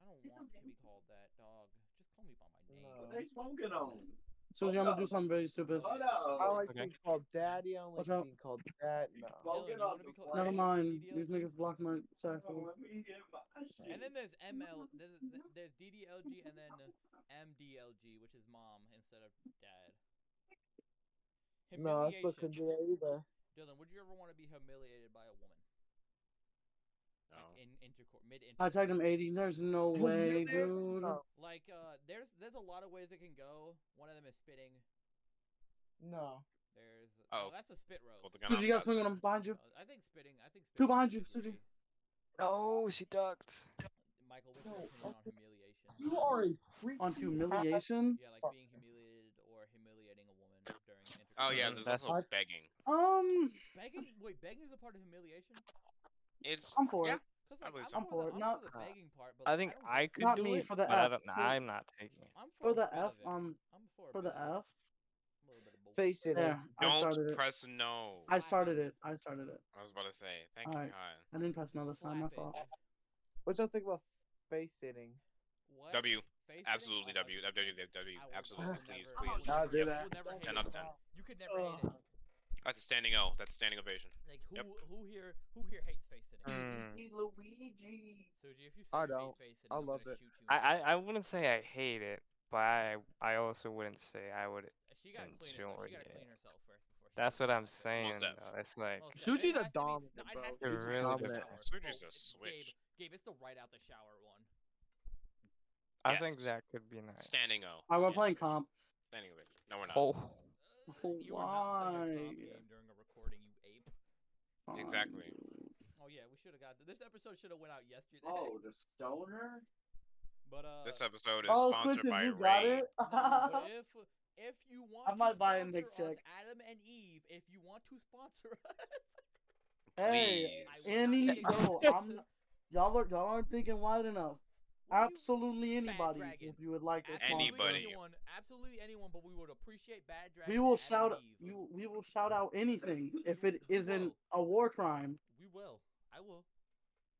Speaker 2: I don't want to be called that, dog. Just call me by my name.
Speaker 5: No.
Speaker 6: smoking on?
Speaker 3: So you're gonna do something very stupid.
Speaker 6: Hold
Speaker 5: I
Speaker 6: on.
Speaker 5: like
Speaker 4: Okay.
Speaker 5: being called daddy. I don't
Speaker 3: Watch
Speaker 5: like
Speaker 3: out.
Speaker 5: being called that. No.
Speaker 6: Well,
Speaker 2: Dylan,
Speaker 6: get
Speaker 2: you wanna
Speaker 6: off
Speaker 2: be
Speaker 6: the
Speaker 2: called
Speaker 3: Never
Speaker 2: Daddy?
Speaker 6: plane.
Speaker 3: mind.
Speaker 2: DDLG?
Speaker 3: These niggas block my. Sorry. fool.
Speaker 6: Let me get my shit.
Speaker 2: And then there's ML. There's, there's DDLG and then uh,
Speaker 6: [laughs]
Speaker 2: MDLG, which is mom instead of dad.
Speaker 5: No, that's what could
Speaker 2: Humiliation.
Speaker 5: do that either.
Speaker 2: Dylan, would you ever want to be humiliated by a woman?
Speaker 1: No.
Speaker 2: Like in intercourse, mid
Speaker 3: I tagged him 80. There's no way, dude.
Speaker 2: Like uh, there's there's a lot of ways it can go. One of them is spitting.
Speaker 5: No.
Speaker 2: There's
Speaker 1: Oh.
Speaker 2: oh, that's a spit roast.
Speaker 1: Pull the gun
Speaker 3: Dude,
Speaker 1: out.
Speaker 3: you got something on behind you.
Speaker 2: Uh, I think spitting. I think spitting
Speaker 3: Two
Speaker 2: is
Speaker 3: behind you,
Speaker 2: pretty
Speaker 3: Suji.
Speaker 2: goofy.
Speaker 4: No, she ducked.
Speaker 2: Michael, what's
Speaker 5: No,
Speaker 2: your opinion
Speaker 5: I
Speaker 2: on humiliation?
Speaker 5: You are a freak.
Speaker 3: On humiliation.
Speaker 2: Yeah, like being humiliated or humiliating a woman during intercourse.
Speaker 1: Oh yeah,
Speaker 4: Mm,
Speaker 1: there's
Speaker 4: that's-
Speaker 1: also begging.
Speaker 3: Um,
Speaker 2: begging. Wait, begging is a part of humiliation.
Speaker 1: It's
Speaker 3: I'm for
Speaker 1: yeah,
Speaker 3: it.
Speaker 2: Cause
Speaker 1: I
Speaker 2: like,
Speaker 1: believe
Speaker 2: I'm,
Speaker 1: so.
Speaker 2: for the, I'm
Speaker 3: I'm for it, not-
Speaker 2: for the begging part, but
Speaker 4: I
Speaker 2: like,
Speaker 4: think
Speaker 2: don't
Speaker 4: I
Speaker 2: think
Speaker 4: could
Speaker 3: Not
Speaker 4: do
Speaker 3: me,
Speaker 4: it,
Speaker 3: for the
Speaker 4: but I
Speaker 3: F,
Speaker 4: don't,
Speaker 3: for-
Speaker 4: I'm not taking it.
Speaker 2: I'm for,
Speaker 3: for
Speaker 2: a
Speaker 3: the
Speaker 2: bit
Speaker 3: F,
Speaker 2: of it.
Speaker 3: um,
Speaker 2: I'm for, a
Speaker 3: for
Speaker 2: bit
Speaker 3: the
Speaker 2: of it.
Speaker 3: F.
Speaker 2: I'm a little bit of both.
Speaker 5: Face it.
Speaker 3: Yeah, I started
Speaker 1: don't
Speaker 3: it.
Speaker 1: press no.
Speaker 3: I started it. I started it.
Speaker 1: I was about to say, thank you
Speaker 3: Alright.
Speaker 1: God.
Speaker 3: I didn't press no this time. My
Speaker 2: Slap it.
Speaker 3: fault.
Speaker 5: What y'all think about face sitting?
Speaker 2: What?
Speaker 1: W,
Speaker 2: Face hitting?
Speaker 1: absolutely
Speaker 2: Oh,
Speaker 1: W, W, W, W,
Speaker 2: 100%. I will- I
Speaker 1: absolutely,
Speaker 2: will
Speaker 1: please,
Speaker 2: never-
Speaker 1: please.
Speaker 6: I'll do
Speaker 1: Yep.
Speaker 6: that.
Speaker 2: We'll never hate
Speaker 1: Ten out of
Speaker 2: it.
Speaker 1: ten.
Speaker 2: You could never hate it.
Speaker 1: That's a standing O. That's standing ovation.
Speaker 2: Like who
Speaker 1: Yep.
Speaker 2: who here who here hates face sitting?
Speaker 4: Mm.
Speaker 6: Luigi.
Speaker 2: Suji, if you say
Speaker 5: I
Speaker 2: you hate
Speaker 5: don't.
Speaker 2: face sitting,
Speaker 5: I
Speaker 2: I'm
Speaker 5: love
Speaker 2: gonna
Speaker 5: it.
Speaker 2: shoot you in
Speaker 4: I,
Speaker 2: the
Speaker 4: I,
Speaker 2: face.
Speaker 4: I wouldn't say I hate it, but I I also wouldn't say I would.
Speaker 2: She gotta clean
Speaker 4: Mm, she
Speaker 2: it. though.
Speaker 4: won't
Speaker 2: She gotta
Speaker 4: really-
Speaker 2: clean herself first before. she
Speaker 4: That's
Speaker 2: can
Speaker 4: what I'm
Speaker 2: say
Speaker 4: saying.
Speaker 1: def.
Speaker 4: though. It's like
Speaker 2: Most
Speaker 5: Suji's
Speaker 2: definitely. It
Speaker 5: a
Speaker 2: has to be-
Speaker 5: dominant,
Speaker 2: no, it
Speaker 5: bro.
Speaker 2: has to
Speaker 4: They're
Speaker 2: be right
Speaker 4: really
Speaker 2: out the
Speaker 4: dominant.
Speaker 2: shower.
Speaker 1: Suji's a
Speaker 2: It's-
Speaker 1: switch.
Speaker 2: Gabe, Gabe, it's the right out the shower one.
Speaker 4: I think
Speaker 1: Yes.
Speaker 4: that could be nice.
Speaker 1: Standing O.
Speaker 3: Alright, we're
Speaker 1: Stand-
Speaker 3: playing comp.
Speaker 1: Standing ovation. No, we're not.
Speaker 4: Oh,
Speaker 2: Uh, you were not playing a top
Speaker 3: Why?
Speaker 2: game during a recording, you ape.
Speaker 3: Fine.
Speaker 1: Exactly.
Speaker 2: Oh yeah, we should have got this episode should have went out yesterday.
Speaker 6: Oh, the stoner?
Speaker 2: [laughs] But uh,
Speaker 1: This episode is
Speaker 3: Oh,
Speaker 1: sponsored
Speaker 3: Quentin,
Speaker 1: by
Speaker 3: you got
Speaker 1: Raid.
Speaker 3: it.
Speaker 2: no,
Speaker 3: [laughs]
Speaker 2: but if if you want,
Speaker 3: I might
Speaker 2: to
Speaker 3: buy a
Speaker 2: sponsor
Speaker 3: mix
Speaker 2: us,
Speaker 3: check.
Speaker 2: Adam and Eve. If you want to sponsor [laughs] us,
Speaker 3: Hey,
Speaker 2: I
Speaker 1: Please.
Speaker 2: will not
Speaker 3: Any
Speaker 2: be against
Speaker 3: girl,
Speaker 2: [laughs] it.
Speaker 3: I'm- y'all are y'all aren't thinking wide
Speaker 2: Will
Speaker 3: enough.
Speaker 2: you-
Speaker 3: Absolutely anybody,
Speaker 2: dragon.
Speaker 3: if you would like to
Speaker 2: Absolutely
Speaker 3: sponsor.
Speaker 1: Anybody.
Speaker 2: anyone, absolutely anyone, but we would appreciate Bad Dragon.
Speaker 3: We will
Speaker 2: and Adam
Speaker 3: shout
Speaker 2: and Eve.
Speaker 3: you. We will shout out anything if it isn't a war crime.
Speaker 2: We will. I will.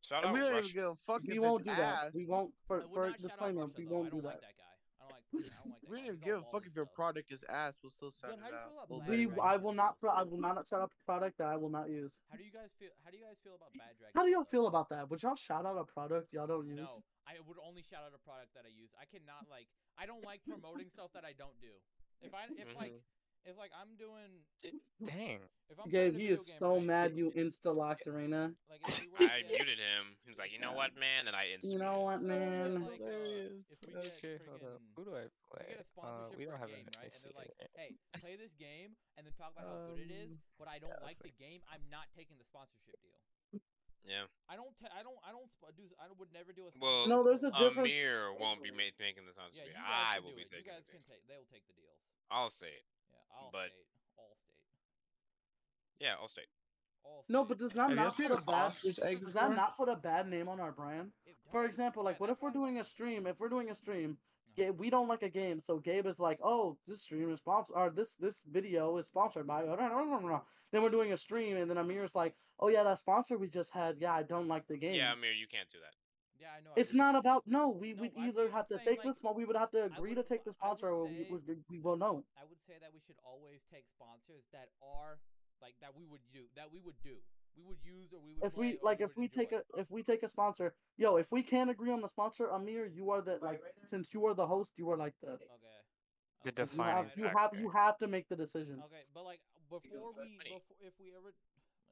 Speaker 1: Shout
Speaker 5: And
Speaker 1: out
Speaker 5: we don't
Speaker 1: Rush.
Speaker 5: even give a fuck if
Speaker 3: Oh, We won't
Speaker 5: it's
Speaker 3: do that.
Speaker 5: ass.
Speaker 3: We won't. For,
Speaker 2: I would
Speaker 3: for
Speaker 2: not shout out
Speaker 3: disclaimer,
Speaker 2: Russia,
Speaker 3: we
Speaker 2: though.
Speaker 3: won't
Speaker 2: I don't
Speaker 3: do
Speaker 2: like
Speaker 3: that.
Speaker 2: that guy. I don't like. I don't like that guy.
Speaker 5: We didn't even
Speaker 2: He's
Speaker 5: give
Speaker 2: all
Speaker 5: a
Speaker 2: wall
Speaker 5: fuck
Speaker 2: and
Speaker 5: if your
Speaker 2: stuff.
Speaker 5: product is ass. We'll still
Speaker 2: Dylan,
Speaker 5: send it
Speaker 2: how do you feel
Speaker 5: out.
Speaker 2: about
Speaker 5: We'll
Speaker 2: Bad
Speaker 5: do
Speaker 3: We.
Speaker 5: it.
Speaker 2: Dragon?
Speaker 3: I will not. pro- I will not shout out a product that I will not use.
Speaker 2: How do you guys feel? How do you guys feel about Bad Dragon?
Speaker 3: How do y'all
Speaker 2: episodes?
Speaker 3: feel about that? Would y'all shout out a product y'all don't use?
Speaker 2: No, I would only shout out a product that I use. I cannot like. I don't like promoting stuff that I don't do. If I if
Speaker 5: Mm-hmm.
Speaker 2: like if like I'm doing
Speaker 3: [laughs]
Speaker 4: dang.
Speaker 2: if I'm
Speaker 3: Gabe,
Speaker 2: playing a video
Speaker 3: he is
Speaker 2: game,
Speaker 3: so
Speaker 2: right,
Speaker 3: mad you insta locked Arena.
Speaker 2: Like if
Speaker 5: [laughs]
Speaker 2: we were to
Speaker 1: I
Speaker 2: get- Um,
Speaker 1: muted him. He was like, you know what, man? And I instantly.
Speaker 3: You know what, man?
Speaker 2: like, uh, if we get
Speaker 4: okay, hold
Speaker 2: friggin-
Speaker 4: up. Who do
Speaker 2: if
Speaker 4: I play?
Speaker 2: you get a
Speaker 4: uh,
Speaker 2: sponsorship
Speaker 4: we
Speaker 2: for
Speaker 4: don't
Speaker 2: a
Speaker 4: have
Speaker 2: game,
Speaker 4: an
Speaker 2: right? And they're like,
Speaker 4: initiative.
Speaker 3: Eh,
Speaker 2: "Hey, play this game," and then talk about how good it is.
Speaker 4: Um,
Speaker 2: But I don't
Speaker 4: yeah,
Speaker 2: like
Speaker 4: let's
Speaker 2: the game. I'm not taking the sponsorship deal.
Speaker 1: Yeah.
Speaker 2: I don't. T- I don't. I don't sp- do. I would never do a.
Speaker 1: Well,
Speaker 2: Sponsorship
Speaker 3: No, there's a
Speaker 2: deal.
Speaker 3: difference.
Speaker 1: Amir won't be ma- making the sounds.
Speaker 2: Yeah, you guys
Speaker 1: I
Speaker 2: can
Speaker 1: will
Speaker 2: do
Speaker 1: be
Speaker 2: it.
Speaker 1: taking
Speaker 2: You guys
Speaker 1: the
Speaker 2: can
Speaker 1: deals.
Speaker 2: take. They will take the deals.
Speaker 1: I'll say it.
Speaker 2: Yeah, all
Speaker 1: But-
Speaker 2: state, all state,
Speaker 1: Yeah, I'll state.
Speaker 2: all state.
Speaker 3: No, but does that
Speaker 5: Have y'all
Speaker 3: not
Speaker 5: seen
Speaker 3: put
Speaker 5: a
Speaker 3: a bad?
Speaker 5: ostrich egg
Speaker 3: Does that
Speaker 5: before?
Speaker 3: not put a bad name on our brand?
Speaker 2: It
Speaker 3: For
Speaker 2: does.
Speaker 3: example, like
Speaker 2: Yeah,
Speaker 3: what if
Speaker 2: that's
Speaker 3: we're
Speaker 2: why-
Speaker 3: doing a stream? If we're doing a stream,
Speaker 2: Uh-huh.
Speaker 3: Gabe, we don't like a game, so Gabe is like, "Oh, this stream is sponsored, or this this video is sponsored by." Then we're doing a stream, and then Amir's like, "Oh yeah, that sponsor we just had, yeah, I don't like the game."
Speaker 1: Yeah, Amir, you can't do that.
Speaker 2: Oh, Yeah, I know. I
Speaker 3: It's
Speaker 2: agree.
Speaker 3: not about no. We
Speaker 2: No,
Speaker 3: would
Speaker 2: I-
Speaker 3: either
Speaker 2: I'm
Speaker 3: have to
Speaker 2: saying,
Speaker 3: take
Speaker 2: like,
Speaker 3: this one. We would have to agree to
Speaker 2: would-
Speaker 3: take the
Speaker 2: I would
Speaker 3: sponsor, or we,
Speaker 2: say-
Speaker 3: we, we will know.
Speaker 2: I would say that we should always take sponsors that are like that we would do that we would do we would use or we would.
Speaker 3: If
Speaker 2: play,
Speaker 3: we
Speaker 2: or
Speaker 3: like,
Speaker 2: we
Speaker 3: if
Speaker 2: would
Speaker 3: we take
Speaker 2: enjoy.
Speaker 3: a if we take a sponsor, yo, if we can't agree on the sponsor, Amir, you are the like since you are the host, you are like
Speaker 6: Oh
Speaker 3: the
Speaker 2: Okay.
Speaker 4: The
Speaker 2: Okay.
Speaker 3: you have
Speaker 4: defining
Speaker 3: you have you
Speaker 4: factor.
Speaker 3: have to make the decision.
Speaker 2: Okay, but like before
Speaker 6: put
Speaker 2: we
Speaker 1: money.
Speaker 2: before if we ever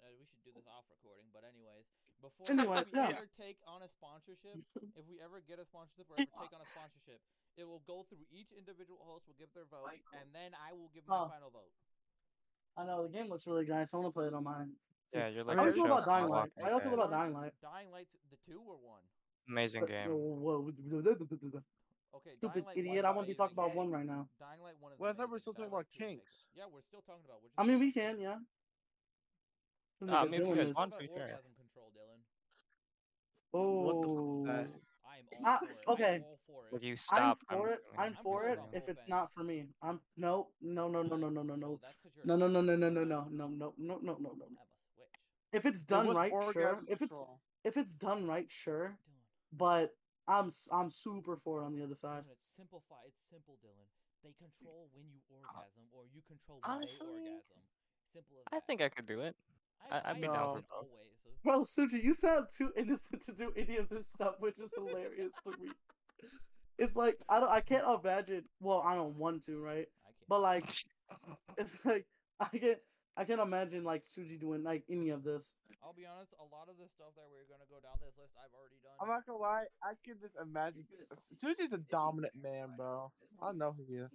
Speaker 2: uh, we should do this off recording, but anyways, before
Speaker 3: Anyway,
Speaker 2: we
Speaker 3: yeah.
Speaker 2: ever take on a
Speaker 3: [laughs]
Speaker 2: sponsorship, if we ever get a sponsorship or ever take on a sponsorship, it will go through each individual host will give their vote,
Speaker 6: Michael.
Speaker 2: and then I will give my
Speaker 3: Huh.
Speaker 2: final vote.
Speaker 3: I know the game looks really nice. I want to play it on mine.
Speaker 4: Yeah, you're
Speaker 5: I
Speaker 4: like.
Speaker 3: How do you
Speaker 5: mean,
Speaker 4: a
Speaker 3: feel about
Speaker 4: shot
Speaker 3: Dying
Speaker 4: clock
Speaker 3: Light?
Speaker 4: and
Speaker 3: How do you feel
Speaker 4: a
Speaker 3: about Dying Light?
Speaker 2: Dying Light's the two or one?
Speaker 4: Amazing
Speaker 3: But-
Speaker 4: game.
Speaker 3: Whoa,
Speaker 2: Okay,
Speaker 3: stupid
Speaker 2: Dying Light
Speaker 3: idiot! I
Speaker 2: One's
Speaker 3: want to be talking
Speaker 2: amazing.
Speaker 3: about one right now.
Speaker 2: Dying Light one is.
Speaker 5: Well, I thought we were
Speaker 2: amazing.
Speaker 5: still talking
Speaker 2: Dying Light
Speaker 5: about
Speaker 2: two is
Speaker 5: kinks.
Speaker 2: excellent. Yeah, we're still talking about. What
Speaker 3: I mean, we can, yeah. This
Speaker 4: Nah,
Speaker 3: nigga
Speaker 4: maybe
Speaker 3: Dylan
Speaker 4: Ah, you guys
Speaker 3: is-
Speaker 2: What
Speaker 4: want
Speaker 2: about
Speaker 4: to, sure.
Speaker 2: orgasm control, Dylan?
Speaker 5: What the fuck
Speaker 3: Oh.
Speaker 5: is that?
Speaker 2: I am all
Speaker 3: Ah,
Speaker 2: for it.
Speaker 3: okay.
Speaker 2: I'm all for
Speaker 4: Would
Speaker 2: it.
Speaker 4: you
Speaker 3: I'm
Speaker 4: stop?
Speaker 3: for it.
Speaker 4: doing
Speaker 3: I'm
Speaker 2: I'm
Speaker 3: for
Speaker 2: for
Speaker 3: it
Speaker 2: the whole
Speaker 3: if it's
Speaker 2: thing.
Speaker 3: not for me. I'm no, no, no, no, no, no, no, no,
Speaker 2: So that's 'cause you're a
Speaker 3: no, no, no, no, no, no,
Speaker 2: fucking
Speaker 3: no,
Speaker 2: slut.
Speaker 3: no, no, no, no, no, no.
Speaker 2: I'm a switch.
Speaker 3: If it's
Speaker 5: It
Speaker 3: done
Speaker 5: was
Speaker 3: right, sure.
Speaker 5: orgasm
Speaker 3: If it's
Speaker 5: control.
Speaker 3: if it's done right, sure.
Speaker 2: Dylan,
Speaker 3: But I'm s- I'm super for it on the other side.
Speaker 2: Dylan, it's simplify. It's simple, Dylan. They control when you orgasm, or you control when
Speaker 4: Uh, honestly,
Speaker 2: they orgasm. Simple as
Speaker 4: I
Speaker 2: that.
Speaker 4: think I could do it. I- I'd
Speaker 5: be
Speaker 2: agree
Speaker 5: down
Speaker 4: for
Speaker 2: with Always.
Speaker 3: Bro, Suji, you sound too innocent to do any of this stuff, which is hilarious to me. It's like I don't I can't imagine well, I don't want to, right?
Speaker 2: I can't.
Speaker 3: But like it's like I can't I can't imagine like Suji doing like any of this.
Speaker 2: I'll be honest. A lot of the stuff that we're gonna go down this list, I've already done.
Speaker 5: I'm not gonna lie, I can just imagine. Susie's a dominant man, bro. I know he is.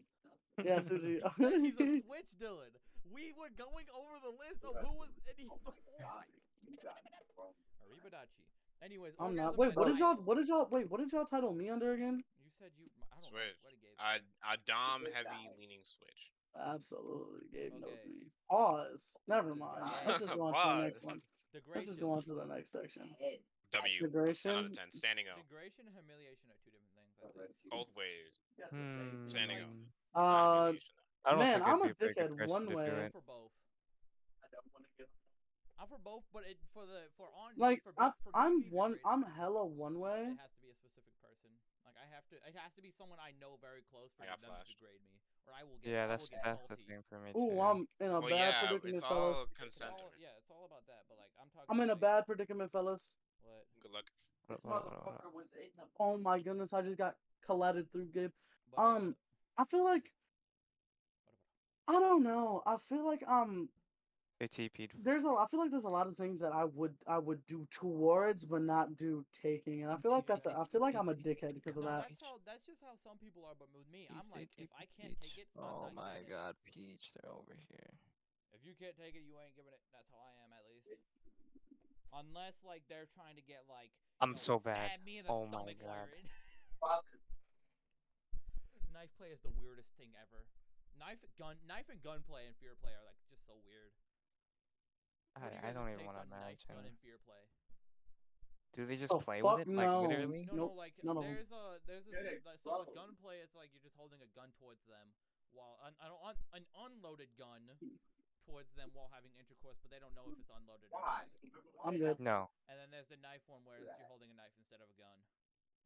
Speaker 3: Yeah,
Speaker 5: [laughs]
Speaker 3: Suji.
Speaker 2: He said
Speaker 3: [laughs]
Speaker 2: he's a switch, Dylan. We were going over the list of who was in
Speaker 3: Oh
Speaker 2: each [laughs]
Speaker 6: God,
Speaker 2: one.
Speaker 6: you got it, bro.
Speaker 2: Arrivederci. Anyways,
Speaker 3: I'm
Speaker 2: orgasm
Speaker 3: not wait, what
Speaker 2: by
Speaker 3: did y'all
Speaker 2: night.
Speaker 3: what did y'all wait, what did y'all title me under again?
Speaker 2: You said you. I don't
Speaker 1: Switch.
Speaker 2: know what it gave.
Speaker 1: A, a dom
Speaker 6: Good
Speaker 1: heavy
Speaker 6: guy.
Speaker 1: leaning switch.
Speaker 3: Absolutely Gabe knows
Speaker 2: Okay.
Speaker 3: me. Pause. Never mind.
Speaker 1: [laughs]
Speaker 3: Let's just go on to the next
Speaker 1: Pause.
Speaker 3: one. Let's
Speaker 2: Degradation.
Speaker 3: just go on to the next section.
Speaker 6: Head.
Speaker 1: W. Ten out
Speaker 3: Migration.
Speaker 1: of ten. Standing O.
Speaker 2: Degradation and humiliation are two different things. I
Speaker 6: Got
Speaker 2: think.
Speaker 6: the
Speaker 1: Both ways.
Speaker 6: same
Speaker 4: Hmm.
Speaker 1: Standing
Speaker 6: thing.
Speaker 1: up. Not
Speaker 3: Uh
Speaker 1: humiliation, though.
Speaker 4: I don't
Speaker 3: Man,
Speaker 4: think I'd
Speaker 3: I'm a
Speaker 4: be very good
Speaker 3: dickhead
Speaker 4: person
Speaker 3: one
Speaker 4: to do
Speaker 3: way.
Speaker 2: I'm
Speaker 4: it.
Speaker 2: for both.
Speaker 6: I don't want to get
Speaker 2: I'm for both, but it, for the for on me,
Speaker 3: like
Speaker 2: for, bo-
Speaker 3: I,
Speaker 2: for me
Speaker 3: I'm
Speaker 2: being
Speaker 1: e
Speaker 3: one.
Speaker 2: degraded,
Speaker 3: I'm hella one way.
Speaker 2: It has to be a specific person. Like I have to. It has to be someone I know very close for
Speaker 1: I
Speaker 2: them
Speaker 1: got
Speaker 2: to
Speaker 1: flashed.
Speaker 2: degrade me, or I will get.
Speaker 4: Yeah,
Speaker 2: I
Speaker 4: that's
Speaker 2: will get
Speaker 4: that's the
Speaker 2: salty.
Speaker 4: thing for me too.
Speaker 3: Ooh, I'm in a
Speaker 1: Well,
Speaker 3: bad
Speaker 1: yeah,
Speaker 3: predicament,
Speaker 1: it's
Speaker 3: fellas.
Speaker 1: all
Speaker 2: It's
Speaker 1: consent.
Speaker 2: all, yeah, it's all about that. But like I'm talking.
Speaker 3: I'm in a
Speaker 2: like,
Speaker 3: bad predicament, fellas.
Speaker 2: What?
Speaker 1: Good luck.
Speaker 4: Wha-
Speaker 6: This
Speaker 4: wha- wha- wha-
Speaker 6: motherfucker was in the
Speaker 3: Oh my goodness, I just got collated through Gabe.
Speaker 2: But, uh,
Speaker 3: Um, I feel like I don't know. I feel like um,
Speaker 4: They TP'd.
Speaker 3: there's a. I feel like there's a lot of things that I would I would do towards, but not do taking. And I feel like that's. A, I feel like I'm a dickhead because of
Speaker 2: no,
Speaker 3: that.
Speaker 2: that's how. That's just how some people are. But with me, I'm like, if I can't
Speaker 4: Peach.
Speaker 2: take it, I'm
Speaker 4: Oh
Speaker 2: not
Speaker 4: my
Speaker 2: giving it.
Speaker 4: god, Peach, they're over here.
Speaker 2: If you can't take it, you ain't giving it. That's how I am, at least. Unless like they're trying to get like. you
Speaker 4: I'm
Speaker 2: know,
Speaker 4: so bad.
Speaker 2: Stab me in the
Speaker 4: Oh my
Speaker 2: stomach.
Speaker 4: God.
Speaker 2: Or...
Speaker 6: fuck.
Speaker 2: knife play is the weirdest thing ever. Knife gun, knife and gunplay and fear play are like just so weird. What are your
Speaker 4: I, I
Speaker 2: guys'
Speaker 4: don't even
Speaker 2: takes
Speaker 4: want to
Speaker 2: on knife, gun,
Speaker 4: imagine.
Speaker 2: and fear play.
Speaker 4: Do they just
Speaker 3: Oh,
Speaker 4: play
Speaker 3: fuck
Speaker 4: with it?
Speaker 3: no.
Speaker 4: Like literally?
Speaker 2: No,
Speaker 3: Nope,
Speaker 2: no, like
Speaker 3: none of 'em.
Speaker 2: there's a there's this
Speaker 6: Get it,
Speaker 2: like, so with
Speaker 6: bro.
Speaker 2: gunplay, it's like you're just holding a gun towards them while an an, un, an unloaded gun towards them while having intercourse, but they don't know if it's unloaded. Or
Speaker 6: Why?
Speaker 2: not.
Speaker 3: I'm good.
Speaker 4: No,
Speaker 2: And then there's the knife one where it's you're holding a knife instead of a gun,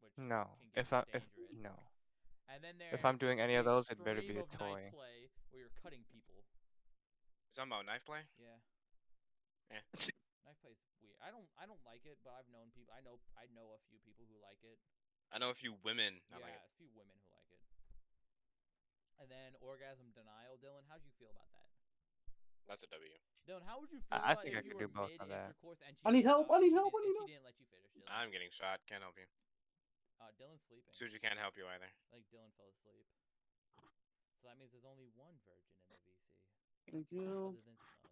Speaker 2: which
Speaker 4: no.
Speaker 2: can get
Speaker 4: If I if
Speaker 2: dangerous.
Speaker 4: no,
Speaker 2: And then there's
Speaker 4: if I'm doing any of
Speaker 2: the
Speaker 4: those, it better be
Speaker 2: extreme
Speaker 4: a
Speaker 2: of knife
Speaker 4: toy.
Speaker 2: play where you're cutting people.
Speaker 1: Something about knife play.
Speaker 2: Yeah.
Speaker 1: Yeah.
Speaker 4: [laughs]
Speaker 2: Knife play is weird. I don't I don't like it, but I've known people. I know I know a few people who like it.
Speaker 1: I know a few women. that
Speaker 2: yeah,
Speaker 1: like it.
Speaker 2: a few women who like it. And then orgasm denial, Dylan. How'd you feel about that?
Speaker 1: That's a W.
Speaker 2: Dylan, how would you feel
Speaker 4: I- I
Speaker 2: about
Speaker 4: think
Speaker 2: if
Speaker 4: I
Speaker 2: you
Speaker 4: could
Speaker 2: were
Speaker 4: do both
Speaker 2: mid
Speaker 4: on that.
Speaker 2: intercourse and she
Speaker 3: I need
Speaker 2: didn't
Speaker 3: help,
Speaker 2: stop
Speaker 3: I need
Speaker 2: you,
Speaker 3: help, I
Speaker 2: and
Speaker 3: need
Speaker 2: she
Speaker 3: help.
Speaker 2: didn't let you finish. Dylan.
Speaker 1: I'm getting shot. Can't help you.
Speaker 2: Uh, Dylan's sleeping.
Speaker 1: Suji can't help you either.
Speaker 2: Like Dylan fell asleep. So that means there's only one virgin in the VC.
Speaker 3: Thank you.
Speaker 2: Other than Snug.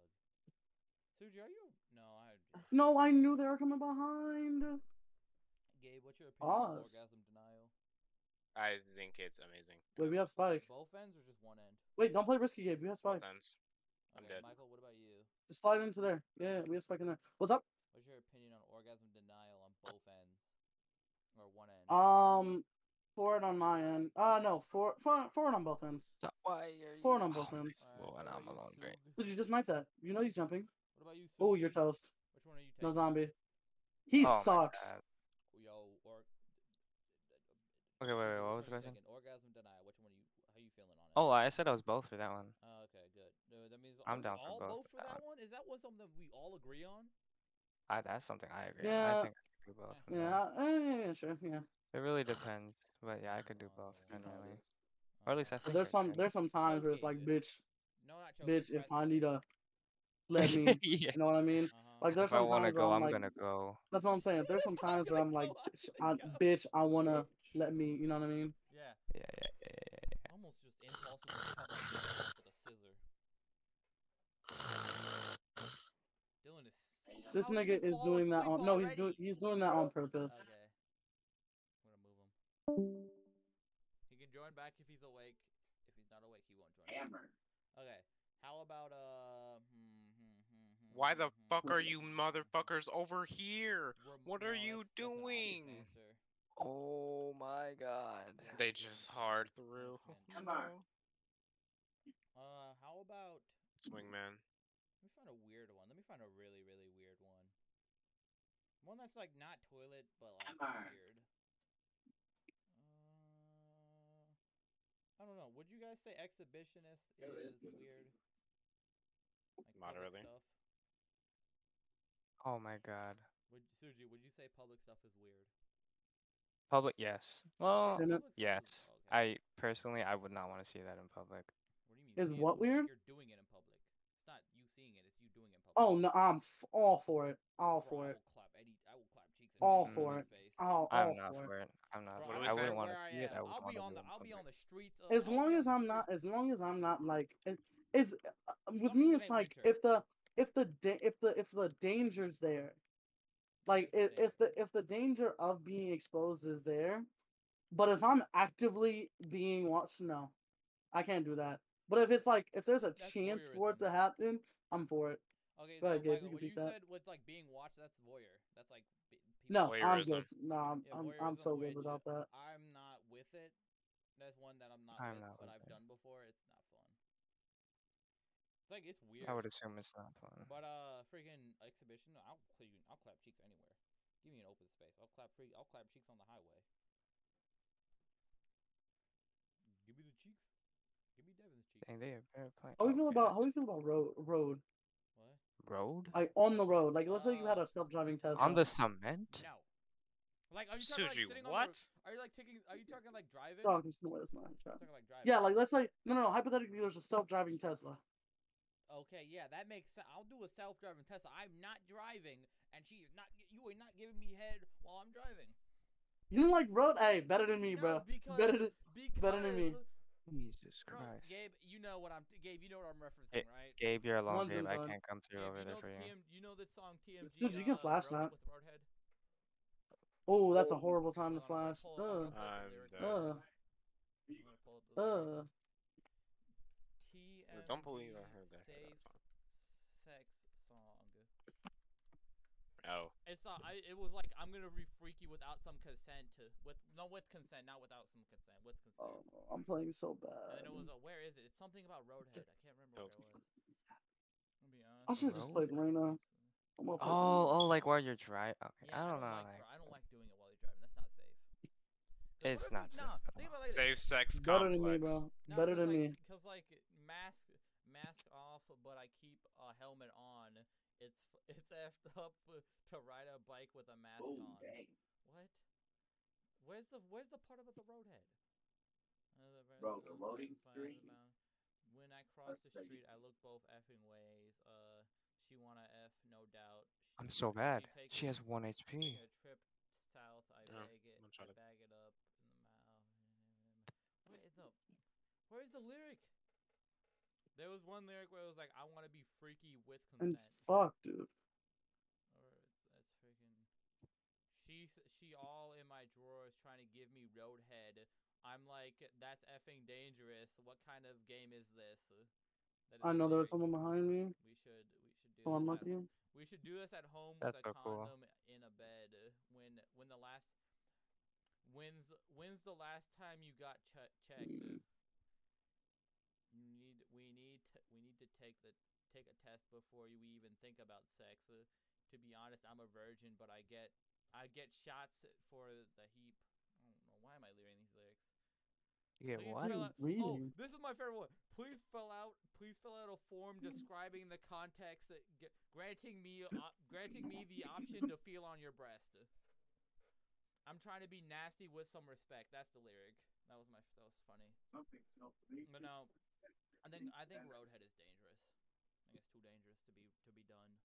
Speaker 2: Suji, are you? No, I.
Speaker 3: No, I knew they were coming behind.
Speaker 2: Gabe, what's your opinion on
Speaker 3: Pause.
Speaker 2: orgasm denial?
Speaker 1: I think it's amazing.
Speaker 3: Wait, we have Spike.
Speaker 2: Both ends or just one end?
Speaker 3: Wait, don't play risky, Gabe. We have Spike.
Speaker 1: Sometimes. I'm
Speaker 2: Okay,
Speaker 1: dead.
Speaker 2: Michael, what about you?
Speaker 3: Just slide into there. Yeah, we have Spike in there. What's up?
Speaker 2: What's your opinion on orgasm denial on both ends? Or one end?
Speaker 3: Um, four it on my end. Uh, no, four, four, four it on both ends.
Speaker 4: Why are Oh
Speaker 3: Four it on both ends.
Speaker 2: Alright,
Speaker 4: Well,
Speaker 2: what
Speaker 4: and
Speaker 2: about
Speaker 4: I'm
Speaker 2: you,
Speaker 4: alone. Great.
Speaker 2: Sug?
Speaker 3: Did you just knife that? You know he's jumping.
Speaker 2: What about you,
Speaker 3: Oh, you're
Speaker 2: Suji?
Speaker 3: toast.
Speaker 2: Which one are you taking?
Speaker 3: No zombie.
Speaker 4: Oh
Speaker 3: He sucks.
Speaker 2: Yo, or...
Speaker 4: Okay, wait,
Speaker 2: Suji,
Speaker 4: wait, what
Speaker 2: which
Speaker 4: was the
Speaker 2: one you [laughs]
Speaker 4: question?
Speaker 2: taking? Orgasm denial. Which one are you... How you feeling on it?
Speaker 4: Oh, I said I was both for that one.
Speaker 2: Oh, okay, good. No, that means
Speaker 4: I'm
Speaker 2: oh, it's
Speaker 4: down for
Speaker 2: all
Speaker 4: both
Speaker 2: both
Speaker 4: for
Speaker 2: for that
Speaker 4: that
Speaker 2: one. Is that one something we all agree on?
Speaker 4: I, that's something I agree. on.
Speaker 3: Yeah.
Speaker 4: I think I could do both. on that.
Speaker 3: Yeah, eh, yeah, yeah, sure, yeah.
Speaker 4: It really depends, but yeah, I could do
Speaker 2: Oh,
Speaker 4: both
Speaker 2: okay.
Speaker 4: generally, or at least I
Speaker 3: But
Speaker 4: think.
Speaker 3: there's
Speaker 4: I
Speaker 3: some,
Speaker 4: could.
Speaker 3: there's some times where it's like,
Speaker 2: Choking.
Speaker 3: bitch,
Speaker 2: No, not choking.
Speaker 3: bitch, if I
Speaker 2: breath.
Speaker 3: need a,
Speaker 2: [laughs]
Speaker 3: let me.
Speaker 4: [laughs] yeah.
Speaker 3: You know what I mean?
Speaker 2: Uh-huh.
Speaker 3: Like there's
Speaker 4: If I
Speaker 3: some
Speaker 4: want to
Speaker 3: times where
Speaker 4: go,
Speaker 3: I'm
Speaker 4: I'm
Speaker 3: like,
Speaker 4: gonna go.
Speaker 3: that's what I'm saying.
Speaker 2: [laughs]
Speaker 3: There's some times where I'm like,
Speaker 2: Go, I'm gonna
Speaker 3: bitch, I,
Speaker 2: go.
Speaker 3: bitch, I wanna let me. You know what I mean?
Speaker 2: Yeah.
Speaker 4: Yeah, yeah, yeah, yeah, yeah.
Speaker 2: Almost just impulsively cut my dick off with a scissor. Dylan is. s-
Speaker 3: This
Speaker 2: How did
Speaker 3: nigga
Speaker 2: you
Speaker 3: is
Speaker 2: fall
Speaker 3: doing that
Speaker 2: asleep
Speaker 3: on. No, he's
Speaker 2: already?
Speaker 3: doing, he's doing that on purpose.
Speaker 2: Okay. I'm gonna move him. He can join back if he's awake. If he's not awake, he won't join. back.
Speaker 6: hammered.
Speaker 2: Okay. How about uh? Hmm, hmm, hmm, hmm.
Speaker 1: Why the fuck are you motherfuckers over here? What are you
Speaker 2: Remorse, that's an
Speaker 1: doing?
Speaker 2: obvious answer.
Speaker 4: Oh my god.
Speaker 1: They just hard through.
Speaker 6: Come on.
Speaker 2: Uh, how about?
Speaker 1: Swingman.
Speaker 2: Let me find a weird one. Let me find a really, really weird one. One that's like not toilet, but like
Speaker 6: Hammer.
Speaker 2: weird. Uh, I don't know. Would you guys say exhibitionist
Speaker 6: Yeah, it
Speaker 2: is
Speaker 6: is good.
Speaker 2: weird? Like public
Speaker 1: Moderately.
Speaker 2: Stuff?
Speaker 4: Oh my god.
Speaker 2: Would Suji? Would you say public stuff is weird?
Speaker 4: Public, yes. Well,
Speaker 3: Then it-
Speaker 2: Public stuff is-
Speaker 4: yes.
Speaker 2: okay.
Speaker 4: I personally, I would not want to see that in public.
Speaker 2: What do you mean?
Speaker 3: Is
Speaker 2: see it
Speaker 3: what
Speaker 2: public?
Speaker 3: weird?
Speaker 2: You're doing it in public. It's not you seeing it. It's you doing it in public.
Speaker 3: Oh no, I'm f- all for it. All
Speaker 2: Bro,
Speaker 3: for it.
Speaker 2: I will clap any. I will clap cheeks. in
Speaker 3: All
Speaker 2: any
Speaker 4: for
Speaker 2: man's face.
Speaker 3: All, all
Speaker 4: I'm not
Speaker 3: for it.
Speaker 4: for it. I'm not.
Speaker 2: Bro,
Speaker 1: What
Speaker 4: for
Speaker 1: do
Speaker 4: it.
Speaker 1: we
Speaker 4: I
Speaker 1: say?
Speaker 4: wouldn't want
Speaker 2: where
Speaker 4: to
Speaker 2: I
Speaker 4: see
Speaker 2: am.
Speaker 4: it. I would
Speaker 2: I'll
Speaker 4: want
Speaker 2: be
Speaker 4: to
Speaker 2: on
Speaker 4: be
Speaker 2: the.
Speaker 4: in
Speaker 2: I'll be
Speaker 4: public.
Speaker 2: on the streets. Of, I'll
Speaker 3: As
Speaker 2: be on
Speaker 3: long as
Speaker 2: the
Speaker 3: I'm not,
Speaker 2: street.
Speaker 3: as long as I'm not like, it, it's uh, with
Speaker 2: long as
Speaker 3: me.
Speaker 2: it
Speaker 3: It's
Speaker 2: ain't
Speaker 3: like
Speaker 2: winter.
Speaker 3: if the if the da- if the if the danger's there, like if,
Speaker 2: If the
Speaker 3: if the if the danger of being exposed is there, but if I'm actively being watched, no, I can't do that. But if it's like if there's a
Speaker 2: That's
Speaker 3: chance for
Speaker 2: voyeurism.
Speaker 3: it to happen, I'm for it.
Speaker 2: Okay,
Speaker 3: Go
Speaker 2: so
Speaker 3: ahead, Gabe,
Speaker 2: Michael,
Speaker 3: you can
Speaker 2: what you
Speaker 3: beat that.
Speaker 2: said with like being watched, that's voyeur. That's like b- people
Speaker 3: No, I'm
Speaker 1: Voyeurism.
Speaker 3: good. No, I'm
Speaker 2: Yeah,
Speaker 3: I'm, I'm
Speaker 2: voyeurism,
Speaker 3: so good
Speaker 2: which-
Speaker 3: without that.
Speaker 2: I'm not with it. That's one that I'm not
Speaker 4: I'm
Speaker 2: with,
Speaker 4: not
Speaker 2: but
Speaker 4: with
Speaker 2: I've
Speaker 4: it.
Speaker 2: done before. It's not fun. It's like it's weird.
Speaker 4: I would assume it's not fun.
Speaker 2: But uh, freaking exhibition, I'll cl- I'll clap cheeks anywhere. Give me an open space. I'll clap free. I'll clap cheeks on the highway. Give me the cheeks. Give me Devin's cheeks.
Speaker 4: Dang, they are very plain.
Speaker 3: How we feel
Speaker 4: okay,
Speaker 3: about how
Speaker 4: that's-
Speaker 3: we feel about road road
Speaker 2: What?
Speaker 4: road?
Speaker 3: like on the road? Like let's say you had
Speaker 2: Uh,
Speaker 3: a self driving Tesla.
Speaker 4: On the cement?
Speaker 2: No. Like, are you talking
Speaker 1: Suji,
Speaker 2: like sitting on the?
Speaker 1: what?
Speaker 2: Are you like taking? Are you talking like driving?
Speaker 3: Oh, just no, that's not
Speaker 2: You're talking like driving.
Speaker 3: Yeah, like let's say no, no, no. Hypothetically, there's a self-driving Tesla.
Speaker 2: Okay, yeah, that makes sense. I'll do a self-driving Tesla. I'm not driving, and she is not. gi- You are not giving me head while I'm driving.
Speaker 3: You don't like road? Hey, better than me,
Speaker 2: no,
Speaker 3: bro.
Speaker 2: Because,
Speaker 3: Better than
Speaker 2: because,
Speaker 3: better than me.
Speaker 4: Jesus
Speaker 2: Bro,
Speaker 4: Christ. Gabe,
Speaker 2: Gabe, you know what I'm. Gabe, you know what I'm referencing,
Speaker 4: Hey,
Speaker 2: right?
Speaker 4: you're a long
Speaker 3: One's
Speaker 4: Gabe. I
Speaker 3: inside.
Speaker 4: can't come through
Speaker 2: Gabe,
Speaker 4: over
Speaker 2: you
Speaker 4: there
Speaker 2: know
Speaker 4: for
Speaker 2: the
Speaker 4: you.
Speaker 2: TM, you know that song TMG.
Speaker 3: Dude, you can
Speaker 2: uh,
Speaker 3: flash
Speaker 2: Road
Speaker 3: that.
Speaker 2: With Roadhead?
Speaker 3: Oh, that's a
Speaker 6: Oh.
Speaker 3: horrible time to
Speaker 2: Hold on,
Speaker 3: flash. Uh,
Speaker 2: I'm gonna
Speaker 3: Ugh.
Speaker 2: pull
Speaker 1: I'm
Speaker 2: up- I'm gonna
Speaker 1: done.
Speaker 2: pull up the lyrics. I'm gonna pull up the lyrics.
Speaker 3: Ugh. Ugh.
Speaker 2: TMZ
Speaker 1: don't believe I heard that- heard that song.
Speaker 2: Sex song.
Speaker 1: Oh.
Speaker 2: It's uh, I, it was like I'm gonna be freaky without some consent. To, with no, with consent, not without some consent. With consent.
Speaker 3: Oh, I'm playing so
Speaker 2: and
Speaker 3: bad.
Speaker 2: then it was a, where is it? It's something about Roadhead. I can't remember where it was. I'll be honest.
Speaker 3: I
Speaker 2: with
Speaker 3: should've
Speaker 2: you.
Speaker 3: just played Reyna. I'm gonna play
Speaker 4: Oh, oh, like while you're dry. Okay,
Speaker 2: Yeah,
Speaker 4: I don't know.
Speaker 2: Like,
Speaker 4: like-
Speaker 2: dri- I don't like doing it while you're driving. That's not safe. 'Cause what
Speaker 4: It's
Speaker 2: if
Speaker 4: not
Speaker 2: you,
Speaker 4: safe
Speaker 2: Nah,
Speaker 4: at all.
Speaker 2: think about it like
Speaker 1: Safe sex
Speaker 3: better
Speaker 1: complex.
Speaker 3: than me, bro.
Speaker 2: No,
Speaker 3: better
Speaker 2: 'cause,
Speaker 3: than
Speaker 2: like,
Speaker 3: me.
Speaker 2: Cause like mask mask off, but I keep a helmet on. It's f- [laughs] it's effed up to ride a bike with a mask
Speaker 6: Oh,
Speaker 2: on.
Speaker 6: dang.
Speaker 2: What? Where's the where's the part about the roadhead? Uh, the ver-
Speaker 6: Bro, the
Speaker 2: uh,
Speaker 6: loading
Speaker 2: fine,
Speaker 6: screen.
Speaker 2: amount. When I cross the
Speaker 6: crazy.
Speaker 2: street, I look both effing ways. Uh, she wanna f, no doubt. She,
Speaker 4: I'm so bad.
Speaker 2: take
Speaker 4: She
Speaker 2: a-
Speaker 4: has one HP.
Speaker 2: Taking a trip south, I
Speaker 1: Yeah,
Speaker 2: bag it,
Speaker 1: I'm
Speaker 2: I
Speaker 1: trying to-
Speaker 2: bag it up in the mouth. What is the? Where's the lyric? There was one lyric where it was like, "I want to be freaky with
Speaker 3: And
Speaker 2: consent."
Speaker 3: fuck, dude.
Speaker 2: Or it's- that's freaking. She s- she all in my drawers trying to give me roadhead. I'm like, that's effing dangerous. What kind of game is this? That is
Speaker 3: I
Speaker 2: the
Speaker 3: know there was
Speaker 2: lyric.
Speaker 3: someone behind me.
Speaker 2: We should we should do.
Speaker 3: Oh, I'm
Speaker 2: this at
Speaker 3: lucky.
Speaker 2: we should do this at home
Speaker 4: That's
Speaker 2: with a
Speaker 4: so cool.
Speaker 2: condom in a bed. uh, When when the last when's when's the last time you got che- checked?
Speaker 3: Mm.
Speaker 2: You need we need to, we need to take the take a test before you even think about sex. Uh, to be honest, I'm a virgin, but I get I get shots for the heap. I don't know why am I learning these lyrics.
Speaker 4: You get
Speaker 2: Please
Speaker 4: what?
Speaker 2: fill
Speaker 3: You
Speaker 2: out- Oh,
Speaker 3: reading.
Speaker 2: this is my favorite one. Please fill out. Please fill out a form describing the context, that g- granting me op- granting me the option to feel on your breast. I'm trying to be nasty with some respect. That's the lyric. That was my. That was funny.
Speaker 6: Something self-belief
Speaker 2: But
Speaker 6: is-
Speaker 2: no, I think I think Roadhead is dangerous. I think it's too dangerous to be to be done.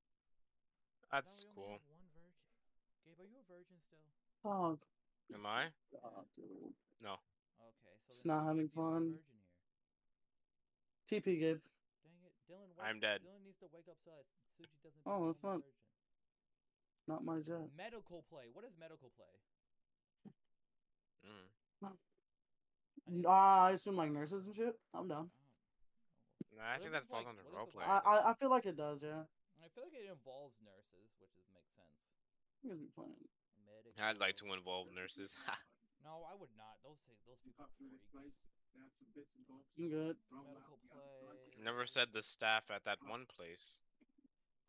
Speaker 1: That's
Speaker 2: no, we
Speaker 1: cool.
Speaker 2: only have one virgin. Gabe, are you a virgin still?
Speaker 3: Fuck,
Speaker 1: Am I?
Speaker 3: Oh, God, dude.
Speaker 2: Okay, so
Speaker 3: Just
Speaker 2: then
Speaker 3: not
Speaker 2: Suji's
Speaker 3: having
Speaker 2: the only
Speaker 3: fun.
Speaker 2: Virgin here.
Speaker 3: TP Gabe.
Speaker 2: Dang it, Dylan. wakes
Speaker 1: I'm
Speaker 2: up-
Speaker 1: dead.
Speaker 2: Dylan needs to wake up so that Suji doesn't.
Speaker 3: Oh,
Speaker 2: become
Speaker 3: that's
Speaker 2: a
Speaker 3: not-
Speaker 2: virgin.
Speaker 3: Not my jet.
Speaker 2: Medical play. What is medical play?
Speaker 1: Mm.
Speaker 3: Ah, I assume like nurses and shit. I'm down.
Speaker 1: Nah, I
Speaker 2: What if
Speaker 1: think that
Speaker 2: it's
Speaker 1: falls
Speaker 2: like-
Speaker 1: under
Speaker 2: what if it's
Speaker 1: roleplay.
Speaker 2: like-
Speaker 3: I, I I feel like it does, yeah.
Speaker 2: I feel like it involves nurses, which is makes sense.
Speaker 3: You guys be playing.
Speaker 2: Medic-
Speaker 1: I'd
Speaker 2: [laughs]
Speaker 1: like to involve nurses. [laughs]
Speaker 2: No, I would not. Those things, those people are freaks.
Speaker 3: I'm good.
Speaker 2: Medical play.
Speaker 1: Never said the staff at that one place.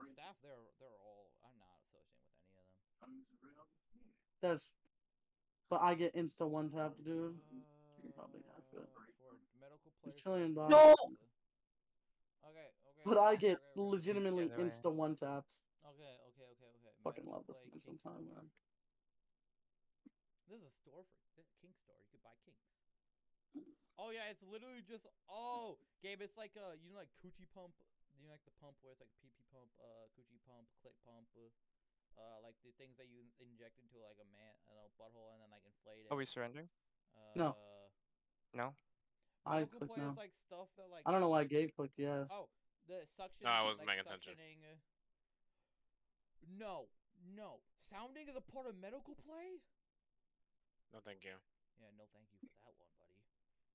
Speaker 2: Staff, they're they're all. I'm not associating with any of them. Uh,
Speaker 3: That's. But I get insta one tap, dude.
Speaker 2: Uh,
Speaker 3: probably not for that.
Speaker 2: for medical play.
Speaker 3: chilling, Bob.
Speaker 2: No. Okay, okay.
Speaker 3: But I
Speaker 2: okay,
Speaker 3: get
Speaker 2: okay, okay.
Speaker 3: legitimately
Speaker 4: Yeah, they're right.
Speaker 3: insta one tapped.
Speaker 2: Okay, okay, okay, okay.
Speaker 3: Fucking
Speaker 2: Medical
Speaker 3: love this
Speaker 2: play,
Speaker 3: game
Speaker 2: King
Speaker 3: sometime,
Speaker 2: store.
Speaker 3: man.
Speaker 2: This is a store for th- King store. You could buy Kings. Oh yeah, it's literally just oh, Gabe. It's like uh, you know, like coochie pump. You know, like the pump where it's like PP pump, uh, coochie pump, clit pump, uh, uh, like the things that you in- inject into like a man, I don't know, butthole, and then like inflate it.
Speaker 4: Are Oh, we surrendering?
Speaker 2: uh,
Speaker 3: No.
Speaker 4: No.
Speaker 3: I
Speaker 2: medical play
Speaker 3: click no.
Speaker 2: is like stuff that like
Speaker 3: I don't know why Gabe clicked yes.
Speaker 2: Oh, the suction.
Speaker 1: No, I wasn't
Speaker 2: like
Speaker 1: paying attention.
Speaker 2: suctioning, uh, No, no. Sounding is a part of medical play.
Speaker 1: No, thank you.
Speaker 2: Yeah, no, thank you for that one, buddy.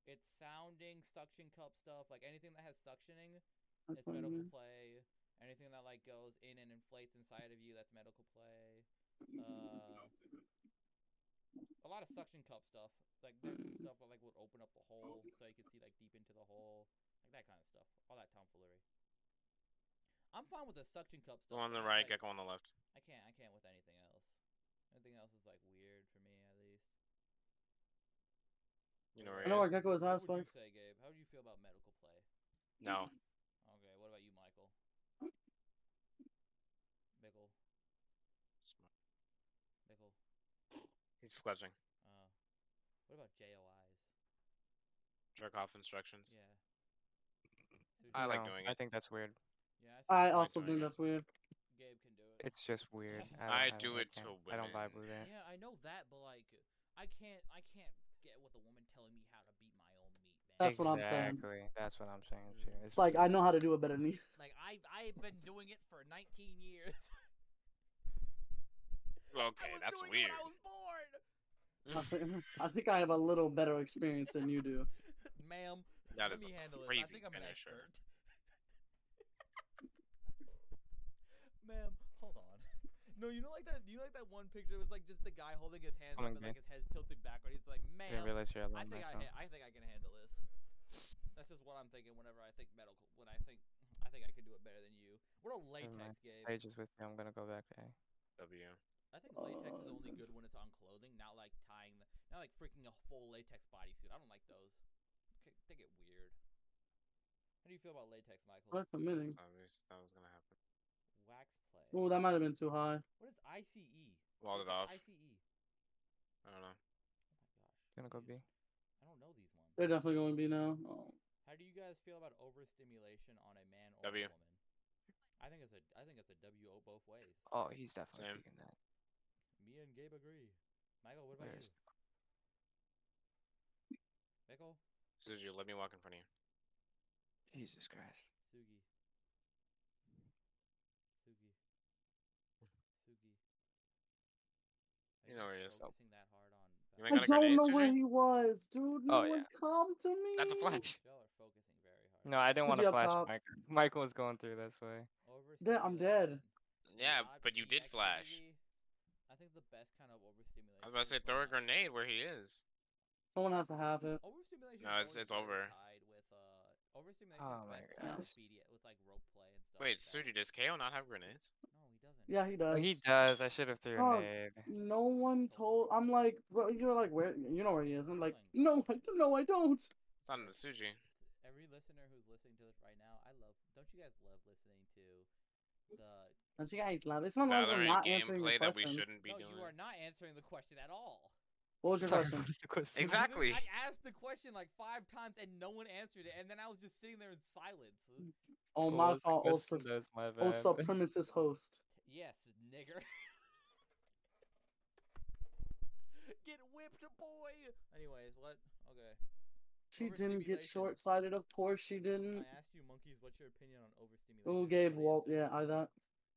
Speaker 2: It's sounding, suction cup stuff, like anything that has suctioning.
Speaker 3: That's
Speaker 2: It's
Speaker 3: what I
Speaker 2: medical
Speaker 3: mean.
Speaker 2: play. Anything that like goes in and inflates inside of you, that's medical play. Uh, a lot of suction cup stuff. Like there's some stuff that like would open up the hole so you can see like deep into the hole, like that kind of stuff. All that tomfoolery. I'm fine with the suction cup
Speaker 1: Go
Speaker 2: stuff.
Speaker 1: on
Speaker 2: but
Speaker 1: the
Speaker 2: not,
Speaker 1: right,
Speaker 2: like,
Speaker 1: Gecko on the left.
Speaker 2: I can't. I can't with anything else. Anything else is like weird for me at least.
Speaker 1: You know where
Speaker 3: I
Speaker 1: he
Speaker 3: know why
Speaker 1: is?
Speaker 3: Gecko was half
Speaker 2: What would you say,
Speaker 3: spike.
Speaker 2: Gabe? How do you feel about medical play?
Speaker 1: No.
Speaker 2: Okay, what about you, Michael? Bickle. Bickle.
Speaker 1: He's fledging.
Speaker 2: Uh, what about JOIs?
Speaker 1: Jerk off instructions.
Speaker 2: Yeah. So
Speaker 1: I like
Speaker 4: No,
Speaker 1: doing
Speaker 4: I
Speaker 1: it.
Speaker 4: think that's weird.
Speaker 2: Yeah,
Speaker 3: I
Speaker 2: suppose
Speaker 3: also
Speaker 1: join
Speaker 3: think
Speaker 1: it.
Speaker 3: that's weird.
Speaker 2: Gabe can do it.
Speaker 4: It's just [laughs] weird. don't-
Speaker 1: I
Speaker 4: don't-
Speaker 1: do it to
Speaker 4: can't- I don't
Speaker 1: women.
Speaker 4: vibe with that.
Speaker 2: Yeah, I know that, but like, I can't. I can't get with a woman telling me how to beat my own meat, man.
Speaker 3: That's what I'm saying.
Speaker 4: Exactly. That's what I'm saying too.
Speaker 1: Mm.
Speaker 3: It's like I know how to do it better than you.
Speaker 2: Like I, I've been doing it for 19 years. [laughs] I
Speaker 1: Okay,
Speaker 2: was
Speaker 1: that's
Speaker 2: doing
Speaker 1: weird.
Speaker 2: It when I was born,
Speaker 3: [laughs] I think- I think I have a little better experience than
Speaker 2: [laughs]
Speaker 3: you do.
Speaker 2: ma'am.
Speaker 1: [laughs] That is
Speaker 2: let
Speaker 1: a
Speaker 2: me handle this. I
Speaker 1: crazy
Speaker 2: think I'm an
Speaker 1: finisher.
Speaker 2: expert. [laughs] Ma'am, hold on. [laughs] No, you know like that. You know like that one picture. It was like just the guy holding his hands
Speaker 4: Come
Speaker 2: up
Speaker 4: on,
Speaker 2: and like his head's tilted backward. He's like,
Speaker 4: I didn't
Speaker 2: "Ma'am,
Speaker 4: realize you're
Speaker 2: I
Speaker 4: alone.
Speaker 2: think
Speaker 4: my
Speaker 2: I,
Speaker 4: phone.
Speaker 2: ha- I think I can handle this." That's just what I'm thinking whenever I think medical. When I think, I think I could do it better than you. What a
Speaker 4: Never mind.
Speaker 2: latex game.
Speaker 4: Sage is with me. I'm gonna go back to A.
Speaker 1: W.
Speaker 2: I think latex is
Speaker 3: Uh,
Speaker 2: only good when it's on clothing, not like tying the, not like freaking a full latex bodysuit. I don't like those. Okay, they get weird. How do you feel about latex, Michael?
Speaker 3: That's committing.
Speaker 2: Mm.
Speaker 1: It's obvious that was gonna happen.
Speaker 2: Wax play.
Speaker 3: Oh, that might have been too high.
Speaker 2: What is E? ICE?
Speaker 1: Walled
Speaker 2: Wait,
Speaker 1: it off.
Speaker 2: what's ICE.
Speaker 1: I
Speaker 2: Oh
Speaker 1: don't know.
Speaker 2: my
Speaker 4: Gonna
Speaker 2: gosh.
Speaker 4: go
Speaker 2: dude,
Speaker 4: B.
Speaker 2: I don't know these ones.
Speaker 3: They're definitely going to be now. Oh.
Speaker 2: How do you guys feel about overstimulation on a man or
Speaker 1: W.
Speaker 2: a woman? I think it's a I think it's a W O both ways.
Speaker 4: Oh, he's definitely
Speaker 1: Same.
Speaker 4: picking that.
Speaker 2: Me and Gabe agree. Michael, what about
Speaker 4: Where's
Speaker 2: you? Michael,
Speaker 1: Suzy, let me walk in front of you.
Speaker 4: Jesus Christ.
Speaker 2: Sugi. Sugi. Sugi. Are
Speaker 1: You know where he
Speaker 2: guys
Speaker 1: is.
Speaker 2: Focusing that hard on.
Speaker 1: You I
Speaker 3: I
Speaker 1: got a
Speaker 3: don't
Speaker 1: grenade,
Speaker 3: know where
Speaker 1: Suji?
Speaker 3: he was, dude. No
Speaker 4: Oh,
Speaker 3: one
Speaker 4: yeah.
Speaker 3: come to me.
Speaker 1: That's a flash.
Speaker 2: Y'all are focusing very hard.
Speaker 4: No, I didn't
Speaker 3: Who's he
Speaker 4: want to
Speaker 3: up
Speaker 4: flash
Speaker 3: top?
Speaker 4: Michael. Michael was going through this way.
Speaker 3: Yeah, I'm dead.
Speaker 2: Overstimulation.
Speaker 1: [laughs] Yeah,
Speaker 2: odd
Speaker 1: but you
Speaker 2: bee
Speaker 1: did flash.
Speaker 2: activity. I think the best kind of overstimulation.
Speaker 1: I was about to say
Speaker 2: is
Speaker 1: throw
Speaker 2: when,
Speaker 1: a
Speaker 2: like-
Speaker 1: grenade where he is.
Speaker 3: Someone has to have it.
Speaker 2: Overstimulation.
Speaker 1: No,
Speaker 2: is
Speaker 1: it's-
Speaker 2: always
Speaker 1: it's over.
Speaker 2: better Tied with uh, overstimulation
Speaker 4: Oh
Speaker 2: is
Speaker 4: my
Speaker 2: best tied with
Speaker 3: gosh.
Speaker 2: BD with like rope play and stuff.
Speaker 1: Wait,
Speaker 2: like
Speaker 1: Suji,
Speaker 2: that.
Speaker 1: does KO not have grenades?
Speaker 2: No, he doesn't.
Speaker 3: Yeah, he
Speaker 4: Oh,
Speaker 3: does.
Speaker 4: he does. I should have threw
Speaker 3: Uh, Oh,
Speaker 4: a nade.
Speaker 3: No one told. I'm like, bro, you're like, where? You know where he is. I'm like,
Speaker 2: Playing.
Speaker 3: no, I, no, I don't.
Speaker 1: It's not in the Suji.
Speaker 2: Every listener who's listening to this right now, I love. Don't you guys love listening to the?
Speaker 3: Don't you guys love? it? It's not like we're
Speaker 1: Valorant
Speaker 3: not answering your
Speaker 1: gameplay that we
Speaker 3: question.
Speaker 1: shouldn't be
Speaker 2: no,
Speaker 1: doing.
Speaker 2: you are not answering the question at all.
Speaker 3: What was your
Speaker 4: Sorry,
Speaker 3: question?
Speaker 4: what was [laughs] the question?
Speaker 1: Exact- Exactly.
Speaker 2: I asked the question like five times and no one answered it, and then I was just sitting there in silence.
Speaker 3: [laughs] Oh,
Speaker 4: What
Speaker 3: my
Speaker 4: was the
Speaker 3: fault. Oh,
Speaker 4: question? That's my
Speaker 3: oh,
Speaker 4: bad. [laughs]
Speaker 3: supremacist host.
Speaker 2: Yes, nigger. [laughs] Get whipped, boy. Anyways, what? Okay.
Speaker 3: She didn't get
Speaker 2: Overstimulation.
Speaker 3: short sighted. Of course, she didn't.
Speaker 2: I asked you, monkeys, what's your opinion on overstimulation?
Speaker 3: Oh,
Speaker 2: Nobody
Speaker 3: Gabe Walt.
Speaker 2: answered.
Speaker 3: Yeah, I that.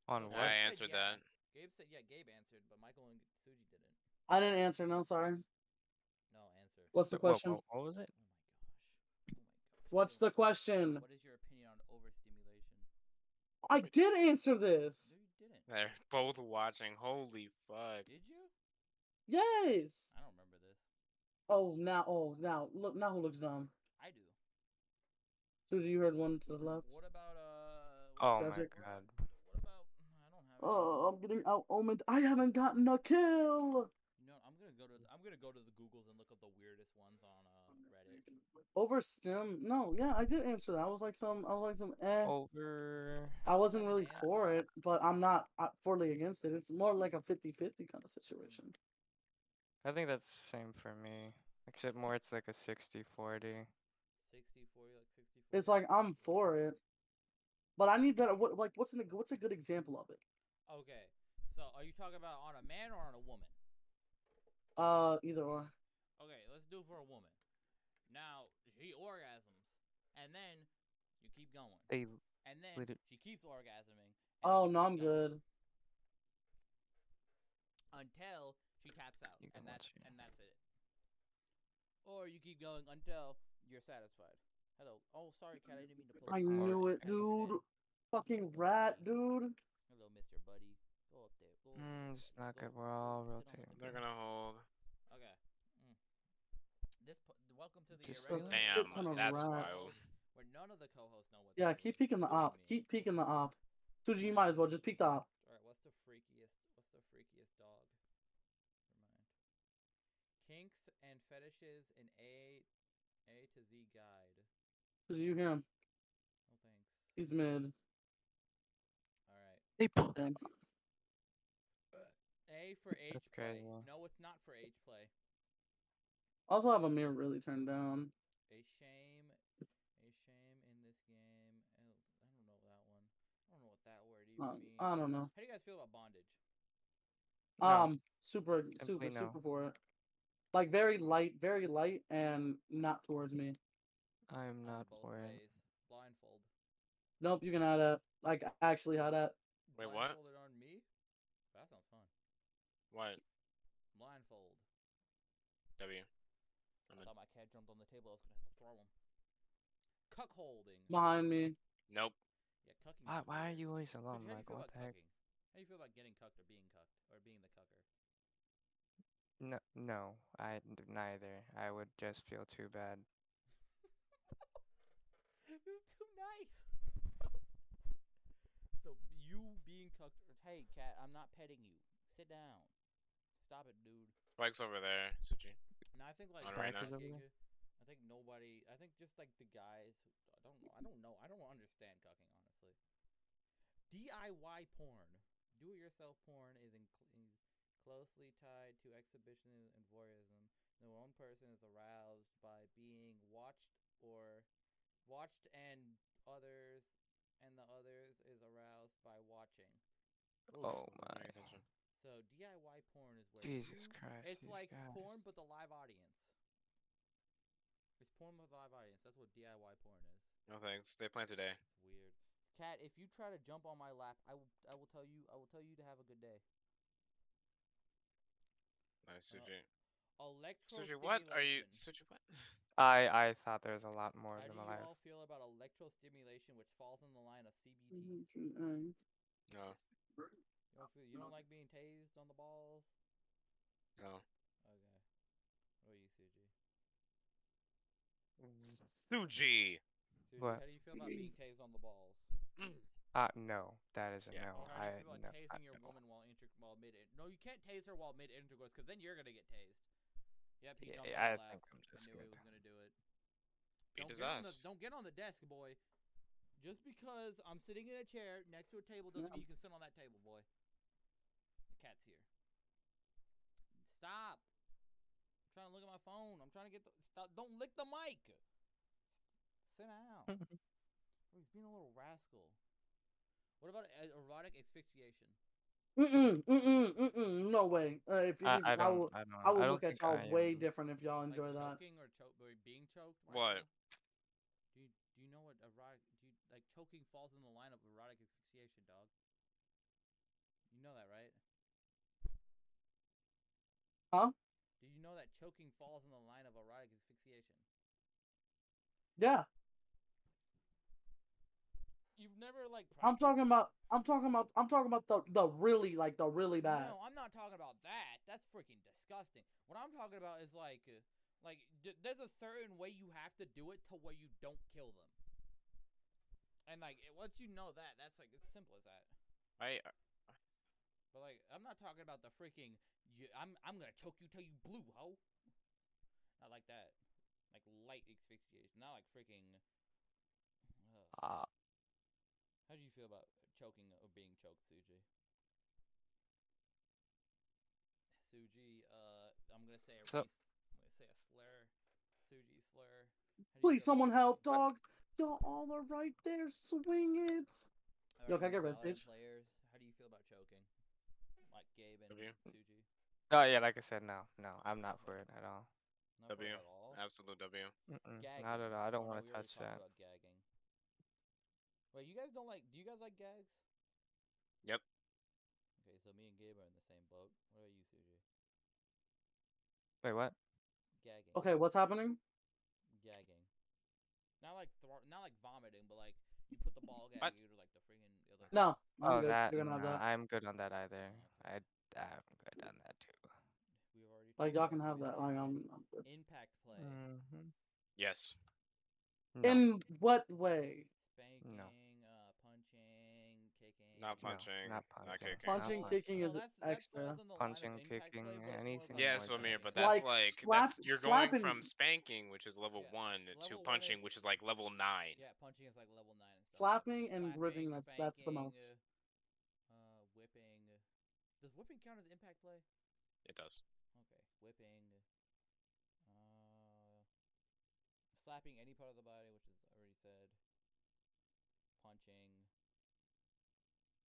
Speaker 4: On
Speaker 2: I
Speaker 4: what?
Speaker 1: I
Speaker 2: said
Speaker 1: answered
Speaker 2: yeah.
Speaker 1: that.
Speaker 2: Gabe said, yeah, Gabe answered, but Michael and Suji didn't.
Speaker 3: I didn't answer. No, sorry.
Speaker 2: No answer.
Speaker 3: What's the
Speaker 4: Wha- wha-
Speaker 3: question?
Speaker 4: What, was it?
Speaker 2: Oh my gosh. Oh my gosh.
Speaker 3: What's the question?
Speaker 2: What is your opinion on overstimulation?
Speaker 3: I did answer this.
Speaker 2: No, you didn't.
Speaker 4: [laughs]
Speaker 1: They're [laughs] both watching. Holy fuck.
Speaker 2: Did you?
Speaker 3: Yes.
Speaker 2: I don't remember this.
Speaker 3: Oh, now, oh, now, look, now who looks dumb?
Speaker 2: I do.
Speaker 3: Susie, you heard one to the left.
Speaker 2: What about uh? what
Speaker 4: Oh
Speaker 2: about-
Speaker 4: my
Speaker 3: Tragic.
Speaker 4: god.
Speaker 2: What about? mm, I don't have. it.
Speaker 3: Oh, I'm getting out omened. I haven't gotten a kill.
Speaker 2: You know, I'm gonna go to I'm gonna go to the Googles and look up the weirdest ones on uh, Reddit.
Speaker 3: Over stem? No, yeah, I did answer that. I was like some, I was like some, eh.
Speaker 1: Oh,
Speaker 4: Over.
Speaker 3: I
Speaker 2: I
Speaker 3: wasn't really
Speaker 2: didn't answer
Speaker 3: for
Speaker 2: that.
Speaker 3: it, but I'm not uh, fully against it. It's more like a 50-50 kind of situation.
Speaker 4: I think that's the same for me. Except more it's like a 60 40.
Speaker 2: 60, 40, like 60. 40.
Speaker 3: It's like uh I'm for it, but I need better. What like what's an, what's a good example of it?
Speaker 2: okay. So are you talking about on a man or on a woman?
Speaker 3: Uh, either or.
Speaker 2: Okay, let's do it for a woman. Now she orgasms, and then you keep going,
Speaker 4: They
Speaker 2: and then
Speaker 4: lit it-
Speaker 2: she keeps orgasming. and then
Speaker 3: Oh
Speaker 2: you
Speaker 3: no, I'm
Speaker 2: keep going
Speaker 3: good.
Speaker 2: Until she taps out,
Speaker 4: You
Speaker 2: and
Speaker 4: can
Speaker 2: that's
Speaker 4: watch it.
Speaker 2: and that's it. Or you keep going until you're satisfied. Hello. Oh, sorry, cat. I didn't mean to. pull
Speaker 3: I
Speaker 2: you.
Speaker 3: knew it,
Speaker 2: I knew
Speaker 3: dude. Fucking rat, dude.
Speaker 2: Hello, Mister Buddy. Go up there. Go up
Speaker 4: Mm,
Speaker 2: there,
Speaker 4: it's
Speaker 2: buddy.
Speaker 4: not
Speaker 2: Go
Speaker 4: good.
Speaker 2: up
Speaker 4: We're
Speaker 2: there.
Speaker 4: all
Speaker 2: Sit on
Speaker 4: rotating.
Speaker 2: the
Speaker 1: They're
Speaker 2: bed.
Speaker 1: gonna hold.
Speaker 2: Okay. Mm. This po- the- welcome to the
Speaker 4: Just a
Speaker 2: irregular
Speaker 3: Shit
Speaker 1: Damn,
Speaker 3: ton of
Speaker 1: that's
Speaker 3: rats.
Speaker 1: wild.
Speaker 2: Where none of the co-hosts know what.
Speaker 3: Yeah,
Speaker 2: they're
Speaker 3: keep
Speaker 2: doing.
Speaker 3: peeking the op. Keep peeking the op. Suji, you might as well just peek the op.
Speaker 2: All right. What's the freakiest? What's the freakiest dog? Never mind. Kinks and fetishes in a A to Z guide.
Speaker 3: Suji, you hear him?
Speaker 2: No thanks.
Speaker 3: He's mid.
Speaker 2: All right.
Speaker 4: They put.
Speaker 3: Damn.
Speaker 2: A for age play.
Speaker 4: Okay, yeah.
Speaker 2: No, it's not for age play.
Speaker 3: Also have a mirror really turned down.
Speaker 2: A shame, a shame in this game. Oh, I don't know that one. I don't know what that word even
Speaker 3: Uh,
Speaker 2: means.
Speaker 3: I don't know.
Speaker 2: How do you guys feel about bondage?
Speaker 4: No.
Speaker 3: Um, super, super,
Speaker 4: Simply no.
Speaker 3: super for it. Like very light, very light, and not towards me.
Speaker 4: I'm
Speaker 2: Um,
Speaker 4: not
Speaker 2: both
Speaker 4: for it.
Speaker 2: ways. Blindfold.
Speaker 3: Nope, you can add that. Like actually add that.
Speaker 1: Wait, what?
Speaker 2: Blindfolded on me? That sounds fun.
Speaker 1: What?
Speaker 2: Blindfold.
Speaker 1: W.
Speaker 2: I
Speaker 1: I'm a-
Speaker 2: thought my cat jumped on the table. I was gonna have to throw him. Cuckolding.
Speaker 3: behind me.
Speaker 1: Nope.
Speaker 2: Yeah, cucking.
Speaker 4: Why,
Speaker 2: is
Speaker 4: why are
Speaker 2: weird.
Speaker 4: you always
Speaker 2: So,
Speaker 4: alone?
Speaker 2: how do you
Speaker 4: Like,
Speaker 2: feel
Speaker 4: what
Speaker 2: about
Speaker 4: the heck?
Speaker 2: cucking? How do you feel about getting cucked or being cucked or being the cucker?
Speaker 4: No, no, I neither. I would just feel too bad.
Speaker 2: [laughs] this is too nice. [laughs] so you being cucked? Or, hey, cat, I'm not petting you. Sit down. Stop it, dude.
Speaker 1: Spike's over there, Suji.
Speaker 2: Now I think like
Speaker 1: Alright,
Speaker 4: Spike
Speaker 2: I
Speaker 4: is over
Speaker 2: think-
Speaker 4: there?
Speaker 2: I think nobody. I think just like the guys. Who, I don't. know- I don't know. I don't understand cucking honestly. DIY porn, do-it-yourself porn, is, in, is closely tied to exhibitionism and voyeurism. No one person is aroused by being watched or watched, and others, and the others is aroused by watching.
Speaker 4: Oh
Speaker 1: Pay
Speaker 4: my.
Speaker 1: attention.
Speaker 2: So DIY porn is where
Speaker 4: Jesus
Speaker 2: you-
Speaker 4: Christ.
Speaker 2: it's
Speaker 4: these
Speaker 2: like
Speaker 4: guys.
Speaker 2: porn, but the live audience. It's porn with live audience. That's what DIY porn is.
Speaker 1: No thanks. They plan today.
Speaker 2: It's weird. Cat, if you try to jump on my lap, I will. I will tell you. I will tell you to have a good day.
Speaker 1: Nice,
Speaker 2: Oh,
Speaker 1: Suji.
Speaker 2: Electro
Speaker 1: Suji, what are you? Suji, what? [laughs]
Speaker 4: I, I thought there was a lot more
Speaker 2: How
Speaker 4: of
Speaker 2: do
Speaker 4: them
Speaker 2: you
Speaker 4: alive.
Speaker 2: all feel about electrostimulation, which falls in the line of CBT?
Speaker 3: Mm-hmm.
Speaker 1: No,
Speaker 2: You don't feel. You don't like being tased on the balls.
Speaker 1: no.
Speaker 2: Okay. What are you, Suji?
Speaker 4: Mm,
Speaker 1: Suji.
Speaker 2: Suji, how
Speaker 4: What?
Speaker 2: do you feel about being tased on the balls?
Speaker 4: Uh, no, that is a
Speaker 1: Yeah.
Speaker 2: Or
Speaker 4: no.
Speaker 2: how
Speaker 4: I,
Speaker 2: do you feel about
Speaker 4: no, I
Speaker 2: tasing your
Speaker 4: no.
Speaker 2: woman while inter- while mid no you can't tase her while mid intercourse because then you're gonna get tased. Yep, he
Speaker 4: Yeah,
Speaker 2: jumped on
Speaker 4: I
Speaker 2: the lap.
Speaker 4: think I'm
Speaker 2: I
Speaker 4: just
Speaker 2: knew he
Speaker 4: good.
Speaker 2: was gonna do it.
Speaker 1: Beat
Speaker 2: don't,
Speaker 1: his
Speaker 2: get on the,
Speaker 1: ass.
Speaker 2: don't get on the desk, boy. Just because I'm sitting in a chair next to a table doesn't
Speaker 3: Yeah.
Speaker 2: mean you can sit on that table, boy. The cat's here. Stop. I'm trying to look at my phone. I'm trying to get the stop. Don't lick the mic. Sit down. Oh, he's being a little rascal. What about e- erotic asphyxiation?
Speaker 3: Mm-mm, mm-mm, mm-mm, no way. Uh, if you,
Speaker 4: I,
Speaker 3: if-
Speaker 4: I
Speaker 3: I
Speaker 4: don't,
Speaker 3: will,
Speaker 4: I don't,
Speaker 3: I
Speaker 4: I
Speaker 3: will
Speaker 4: don't
Speaker 3: look at
Speaker 4: think
Speaker 3: y'all
Speaker 4: I am.
Speaker 3: way different if y'all
Speaker 2: Like
Speaker 3: enjoy that.
Speaker 2: choking or choke or being choked. right
Speaker 1: What?
Speaker 2: now? Do you do you know what erotic? Do you like choking falls in the line of erotic asphyxiation, dog? You know that, right?
Speaker 3: Huh?
Speaker 2: Do you know that choking falls in the line of erotic asphyxiation?
Speaker 3: Yeah,
Speaker 2: You I've never like.
Speaker 3: I'm
Speaker 2: practiced
Speaker 3: talking
Speaker 2: it.
Speaker 3: about. I'm talking about. I'm talking about the the really like the really bad.
Speaker 2: No, I'm not talking about that. That's freaking disgusting. What I'm talking about is like, uh, like d- there's a certain way you have to do it to where you don't kill them. And like it- once you know that, that's like it's simple as that.
Speaker 1: Why?
Speaker 2: But like I'm not talking about the freaking. You, I'm I'm gonna choke you till you blue, ho. Not like that. Like light asphyxiation, not like freaking. Ugh.
Speaker 4: Uh,
Speaker 2: How do you feel about choking or being choked, Suji? Suji, uh, I'm gonna say a
Speaker 4: So-
Speaker 2: race. I'm gonna say a slur. Suji slur. How do you
Speaker 3: Please,
Speaker 2: feel about-
Speaker 3: someone help, dog. Y'all all are right there. Swing it.
Speaker 2: All
Speaker 3: Yo,
Speaker 2: right,
Speaker 3: can I get
Speaker 2: Valorant
Speaker 3: Restage?
Speaker 2: Players, how do you feel about choking? Like Gabe and
Speaker 1: W.
Speaker 2: Suji.
Speaker 4: no, yeah, like I said, no, no, I'm not for it at all.
Speaker 2: Not for it
Speaker 1: W.
Speaker 2: At all.
Speaker 1: Absolute W.
Speaker 4: Mm-mm,
Speaker 2: Gagging.
Speaker 4: Mm, not at all. I
Speaker 2: Oh,
Speaker 4: don't
Speaker 2: no,
Speaker 4: want
Speaker 2: we
Speaker 4: to
Speaker 2: already
Speaker 4: touch
Speaker 2: talked
Speaker 4: that.
Speaker 2: About gagging. Wait, you guys don't like? Do you guys like gags?
Speaker 1: Yep.
Speaker 2: Okay, so me and Gabe are in the same boat. What about you, Suji?
Speaker 4: Wait, what?
Speaker 2: Gagging.
Speaker 3: Okay, what's happening?
Speaker 2: gagging. Not like thro- not like vomiting, but like you put the ball gag
Speaker 1: What?
Speaker 2: you to like the freaking other.
Speaker 3: No, I'm
Speaker 4: oh,
Speaker 3: good.
Speaker 4: that.
Speaker 3: You're gonna have
Speaker 4: no,
Speaker 3: that.
Speaker 4: I'm good on that either. I, I'm good on that too.
Speaker 2: We've already talked
Speaker 3: Like y'all can
Speaker 2: about
Speaker 3: have
Speaker 2: the
Speaker 3: that. Like
Speaker 2: impact
Speaker 3: I'm.
Speaker 2: shit.
Speaker 3: I'm good.
Speaker 2: impact play,
Speaker 5: Mm. Mm-hmm.
Speaker 4: Mhm.
Speaker 1: Yes.
Speaker 4: No.
Speaker 3: In what way?
Speaker 2: spanking, uh, punching, kicking.
Speaker 1: Not
Speaker 4: No,
Speaker 1: punching.
Speaker 4: not
Speaker 1: not
Speaker 4: punching.
Speaker 1: kicking.
Speaker 4: Not
Speaker 3: Punching,
Speaker 4: punch-
Speaker 3: kicking
Speaker 2: No,
Speaker 3: is
Speaker 2: that's,
Speaker 3: extra.
Speaker 2: That falls in the
Speaker 4: Punching,
Speaker 2: line of impact
Speaker 4: kicking,
Speaker 2: play, but it's more
Speaker 4: anything
Speaker 2: like
Speaker 4: Yeah,
Speaker 1: Yes,
Speaker 4: like that.
Speaker 1: Amir, but
Speaker 3: Like
Speaker 1: that's like, that's
Speaker 3: slap-
Speaker 1: you're going
Speaker 3: slapping-
Speaker 1: from spanking, which is level
Speaker 2: Yes,
Speaker 1: one,
Speaker 2: level
Speaker 1: to
Speaker 2: one
Speaker 1: punching,
Speaker 2: is-
Speaker 1: which is like level nine.
Speaker 2: Yeah, punching is like level nine and stuff.
Speaker 3: Slapping and ripping, that's- that's the
Speaker 2: spanking,
Speaker 3: most.
Speaker 2: Uh, uh, whipping. Does whipping count as impact play?
Speaker 1: It does.
Speaker 2: Okay, whipping. Uh, slapping any part of the body, which is already said. Punching.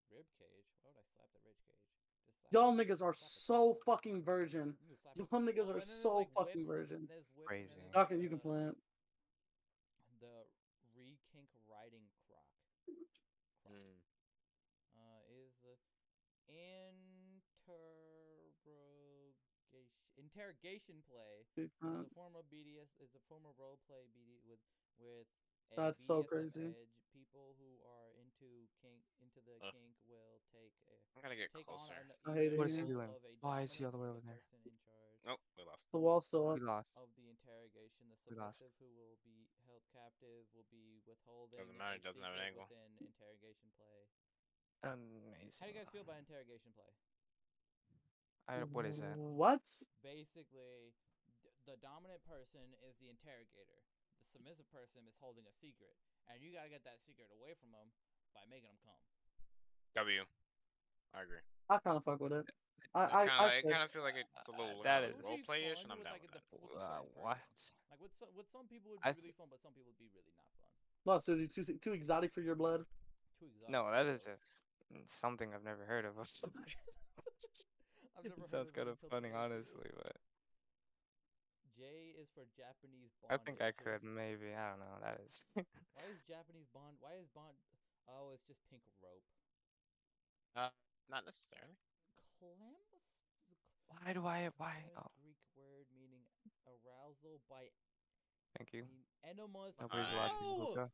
Speaker 2: Rib cage. Why would I slap the rib cage? Just slap it.
Speaker 3: Y'all niggas
Speaker 2: Slap
Speaker 3: are
Speaker 2: it.
Speaker 3: so fucking virgin.
Speaker 2: You just slap it.
Speaker 3: [laughs] Y'all
Speaker 2: Oh,
Speaker 3: niggas
Speaker 2: and
Speaker 3: are
Speaker 2: then there's,
Speaker 3: so
Speaker 2: like,
Speaker 3: fucking
Speaker 2: whips and-
Speaker 3: virgin.
Speaker 2: there's whips and then
Speaker 4: Crazy.
Speaker 2: there's,
Speaker 3: Y'all can, you can
Speaker 2: uh,
Speaker 3: play it.
Speaker 2: The re kink riding croc. croc.
Speaker 1: Mm.
Speaker 2: uh, is uh, interrogation interrogation play
Speaker 3: Dude,
Speaker 2: is
Speaker 3: uh,
Speaker 2: a form of BDS is a form of role play BD with with a
Speaker 3: That's so
Speaker 2: BDSM
Speaker 3: crazy.
Speaker 2: edge. People who are into kink into the
Speaker 1: Ugh.
Speaker 2: kink will take a
Speaker 1: I'm gonna get
Speaker 2: take
Speaker 1: closer.
Speaker 2: on an,
Speaker 3: I hate
Speaker 2: either
Speaker 3: it What is he
Speaker 2: role of
Speaker 4: doing?
Speaker 2: a
Speaker 4: Why is he
Speaker 2: dominant
Speaker 4: all the way
Speaker 2: or
Speaker 4: over there?
Speaker 2: person in charge
Speaker 1: Oh, we lost.
Speaker 3: the wall's still up.
Speaker 4: We lost.
Speaker 2: of the interrogation, the
Speaker 4: We lost.
Speaker 2: submissive who will be held captive will be withholding.
Speaker 1: Doesn't matter,
Speaker 2: a
Speaker 1: it doesn't have an angle.
Speaker 2: secret Within interrogation play,
Speaker 4: Amazing.
Speaker 2: how do you guys
Speaker 1: [sighs]
Speaker 2: feel about interrogation play?
Speaker 4: I, what is that?
Speaker 3: What?
Speaker 2: basically d- the dominant person is the interrogator the submissive person is holding a secret and you got to get that secret away from them by making them come
Speaker 1: W. I agree.
Speaker 3: I kind of fuck with it.
Speaker 1: I,
Speaker 3: I, I,
Speaker 1: kinda,
Speaker 3: I,
Speaker 1: I
Speaker 3: fuck-
Speaker 1: kind of feel like it's a
Speaker 4: Uh,
Speaker 1: little
Speaker 4: that
Speaker 1: uh,
Speaker 4: is-
Speaker 1: role playish, and
Speaker 2: Fun
Speaker 1: I'm
Speaker 2: with,
Speaker 1: down
Speaker 2: like,
Speaker 1: with
Speaker 2: a
Speaker 3: [laughs]
Speaker 1: that.
Speaker 2: def- with a certain
Speaker 4: Uh,
Speaker 2: person.
Speaker 4: what?
Speaker 2: like with some with some people would be
Speaker 4: I
Speaker 2: really fun but some people would be really not fun
Speaker 3: Well, so you too too exotic for your blood.
Speaker 2: too exotic
Speaker 4: No,
Speaker 2: for
Speaker 4: that is
Speaker 2: those.
Speaker 4: just mm, something I've never heard of.
Speaker 2: [laughs]
Speaker 4: [laughs]
Speaker 2: I've
Speaker 4: It
Speaker 2: never heard of
Speaker 4: sounds kind
Speaker 2: it
Speaker 4: of
Speaker 2: until
Speaker 4: funny,
Speaker 2: today, too.
Speaker 4: honestly, but
Speaker 2: J is for Japanese bond.
Speaker 4: I think I could maybe. I don't know. That is. [laughs]
Speaker 2: Why is Japanese bond? Why is bond? Oh, it's just pink rope.
Speaker 1: Not necessarily.
Speaker 2: Clemos?
Speaker 4: Why do I? Why?
Speaker 2: Clemos,
Speaker 4: Oh,
Speaker 2: Greek word meaning arousal by
Speaker 4: thank you.
Speaker 2: mean, enemas.
Speaker 4: Nobody's watching.
Speaker 2: Ow!
Speaker 4: Luca.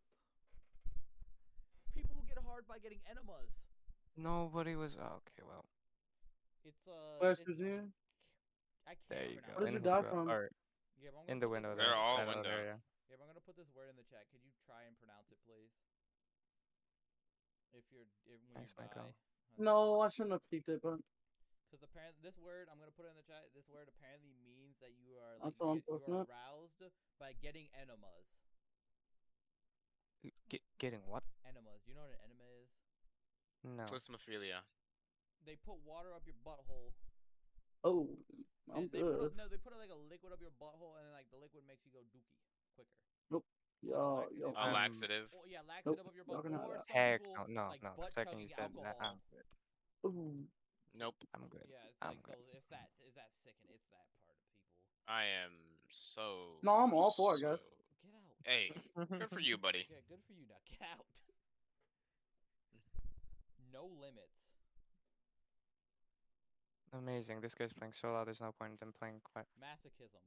Speaker 2: People who get hard by getting enemas.
Speaker 4: Nobody was. Oh, okay, well,
Speaker 2: It's uh.
Speaker 3: Where's
Speaker 2: it's-
Speaker 3: Virginia?
Speaker 2: I can't
Speaker 4: there you
Speaker 2: pronounce
Speaker 4: go.
Speaker 2: it.
Speaker 3: Where did you
Speaker 4: in
Speaker 3: die
Speaker 4: the-
Speaker 3: from?
Speaker 4: or
Speaker 2: Yeah, but I'm gonna
Speaker 4: in the
Speaker 2: put this
Speaker 4: window
Speaker 2: word
Speaker 1: They're
Speaker 4: there.
Speaker 2: in the
Speaker 1: all
Speaker 4: I
Speaker 2: chat.
Speaker 4: don't know,
Speaker 1: window.
Speaker 4: there, yeah.
Speaker 2: Yeah, but I'm gonna put this word in the chat. Can you try and pronounce it, please? If you're if, when
Speaker 4: Thanks,
Speaker 2: you
Speaker 4: Michael.
Speaker 2: die.
Speaker 3: No, I shouldn't have peeked it, but
Speaker 2: Because apparently, this word I'm gonna put it in the chat. This word apparently means that you are like
Speaker 3: That's
Speaker 2: you
Speaker 3: so
Speaker 2: get- you are
Speaker 3: unfortunate.
Speaker 2: aroused by getting enemas.
Speaker 4: Get, getting what?
Speaker 2: Enemas. Do you know what an enema is?
Speaker 4: No.
Speaker 1: Plethysmophilia.
Speaker 2: They put water up your butthole
Speaker 3: oh, I'm
Speaker 2: And they put a,
Speaker 3: good.
Speaker 2: no, they put a, like a liquid up your butthole, and then, like the liquid makes you go dookie quicker.
Speaker 3: Yo,
Speaker 2: laxative.
Speaker 3: yo,
Speaker 1: A
Speaker 4: Um,
Speaker 1: laxative.
Speaker 2: Or yeah, laxative up your
Speaker 3: y'all
Speaker 2: butthole.
Speaker 3: can have
Speaker 2: Or
Speaker 3: that.
Speaker 2: some
Speaker 4: Heck
Speaker 2: people,
Speaker 4: no, no,
Speaker 2: like,
Speaker 4: no. The
Speaker 2: butt
Speaker 4: second you
Speaker 2: chugging
Speaker 4: said that, I'm
Speaker 2: alcohol.
Speaker 4: good.
Speaker 3: ooh,
Speaker 1: Nope.
Speaker 4: I'm good.
Speaker 2: Yeah, it's
Speaker 4: I'm
Speaker 2: like
Speaker 4: good.
Speaker 2: those, it's that is that sickening. It's that part of people.
Speaker 1: I am so.
Speaker 3: No, I'm all for it, guys.
Speaker 1: so-
Speaker 2: Get out.
Speaker 1: Hey, good for you, buddy.
Speaker 2: Yeah, good for you. Now [laughs] get
Speaker 4: [laughs]
Speaker 2: out. no limits.
Speaker 4: Amazing. This guy's playing so loud. There's no point in them playing quiet.
Speaker 2: Masochism.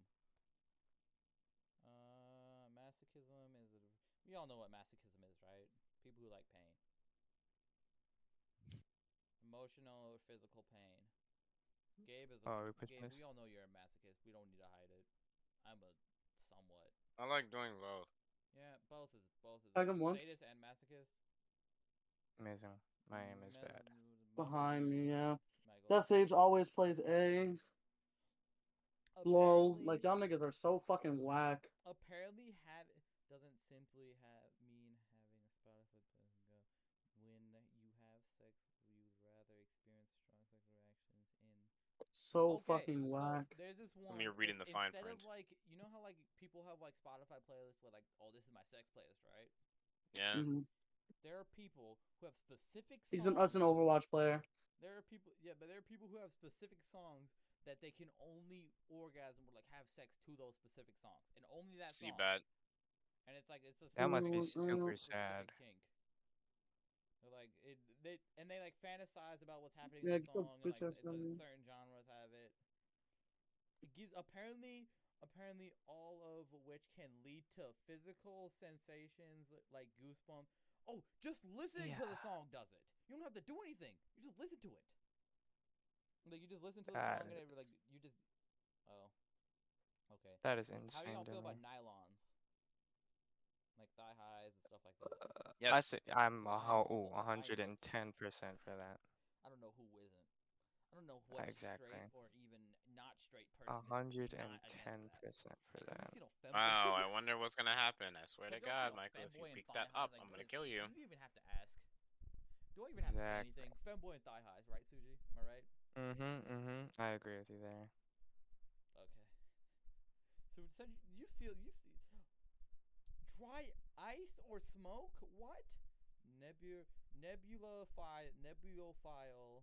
Speaker 2: Uh, masochism is. We all know what masochism is, right? People who like pain. emotional or physical pain. Gabe is. A,
Speaker 4: Oh, are we pushing
Speaker 2: Gabe, we
Speaker 4: this?
Speaker 2: all know you're a masochist. We don't need to hide it. I'm a somewhat.
Speaker 1: [laughs] I like doing both.
Speaker 2: Yeah, both is both of
Speaker 3: Tag
Speaker 2: them.
Speaker 3: him once.
Speaker 2: Sadist and masochist.
Speaker 4: Amazing. My aim is
Speaker 2: Men-
Speaker 4: bad.
Speaker 3: Behind me, yeah.
Speaker 2: Michael.
Speaker 3: That Sage always plays A. Lol. Like,
Speaker 2: Apparently-
Speaker 3: y'all niggas are so fucking whack.
Speaker 2: apparently have doesn't simply have mean having a Spotify go. When you have sex, you would rather experience strong sexual reactions in.
Speaker 3: So
Speaker 2: Okay,
Speaker 3: fucking
Speaker 2: so
Speaker 3: whack.
Speaker 2: there's this one.
Speaker 1: me reading
Speaker 2: it's-
Speaker 1: the fine
Speaker 2: instead
Speaker 1: print.
Speaker 2: of like, you know how like people have like Spotify playlists with like, oh, this is my sex playlist, right?
Speaker 1: Yeah.
Speaker 3: Mhm.
Speaker 2: There are people who have specific. Songs.
Speaker 3: He's an, that's an Overwatch player.
Speaker 2: There are people, yeah, but there are people who have specific songs that they can only orgasm or like have sex to those specific songs, and only that
Speaker 1: See
Speaker 2: song.
Speaker 1: bad.
Speaker 2: And it's like it's a
Speaker 4: That must
Speaker 3: be
Speaker 2: specific-
Speaker 3: super
Speaker 2: specific
Speaker 4: sad.
Speaker 2: Kink. They're like it, they and they like fantasize about what's happening
Speaker 3: Yeah,
Speaker 2: in the
Speaker 3: go
Speaker 2: song. And
Speaker 3: bitch
Speaker 2: like
Speaker 3: ass
Speaker 2: it's a
Speaker 3: down.
Speaker 2: certain genres have it. It gives, apparently, apparently all of which can lead to physical sensations li- like goosebumps. Oh, just listening to the
Speaker 4: Yeah.
Speaker 2: song does it. You don't have to do anything. You just listen to it. Like you just listen to the
Speaker 4: That
Speaker 2: song and it like you just. Oh. Okay.
Speaker 4: That is
Speaker 2: How do
Speaker 4: insane.
Speaker 2: y'all
Speaker 4: to
Speaker 2: feel about
Speaker 4: me.
Speaker 2: nylons? Like thigh highs and stuff like that.
Speaker 4: I
Speaker 1: Yes.
Speaker 4: say, I'm a
Speaker 2: I
Speaker 4: ho-
Speaker 2: am
Speaker 4: ooh,
Speaker 2: so- I am
Speaker 4: 110% for that.
Speaker 2: I don't know who isn't. I don't know what
Speaker 4: exactly.
Speaker 2: straight or even not straight person. is
Speaker 4: 110%
Speaker 2: against that.
Speaker 4: for
Speaker 2: Like,
Speaker 4: that.
Speaker 2: Have you seen a femboy?
Speaker 1: Wow, I wonder what's gonna happen. I swear to
Speaker 2: Have y'all seen
Speaker 1: God,
Speaker 2: a
Speaker 1: Michael, if you
Speaker 2: femboy in
Speaker 1: pick
Speaker 2: thigh
Speaker 1: that
Speaker 2: highs?
Speaker 1: up,
Speaker 2: Like, hmm?"
Speaker 1: I'm
Speaker 2: what
Speaker 1: gonna
Speaker 2: is-
Speaker 1: kill you.
Speaker 2: Do you even have to ask? Do I even have to say
Speaker 4: Exactly.
Speaker 2: anything? Femboy and thigh highs, right, Suji? Am I right?
Speaker 4: Mm-hmm, mm-hmm. I agree with you there.
Speaker 2: Okay. So, so you you feel you see dry ice or smoke? What? Nebu nebulophile nebulophile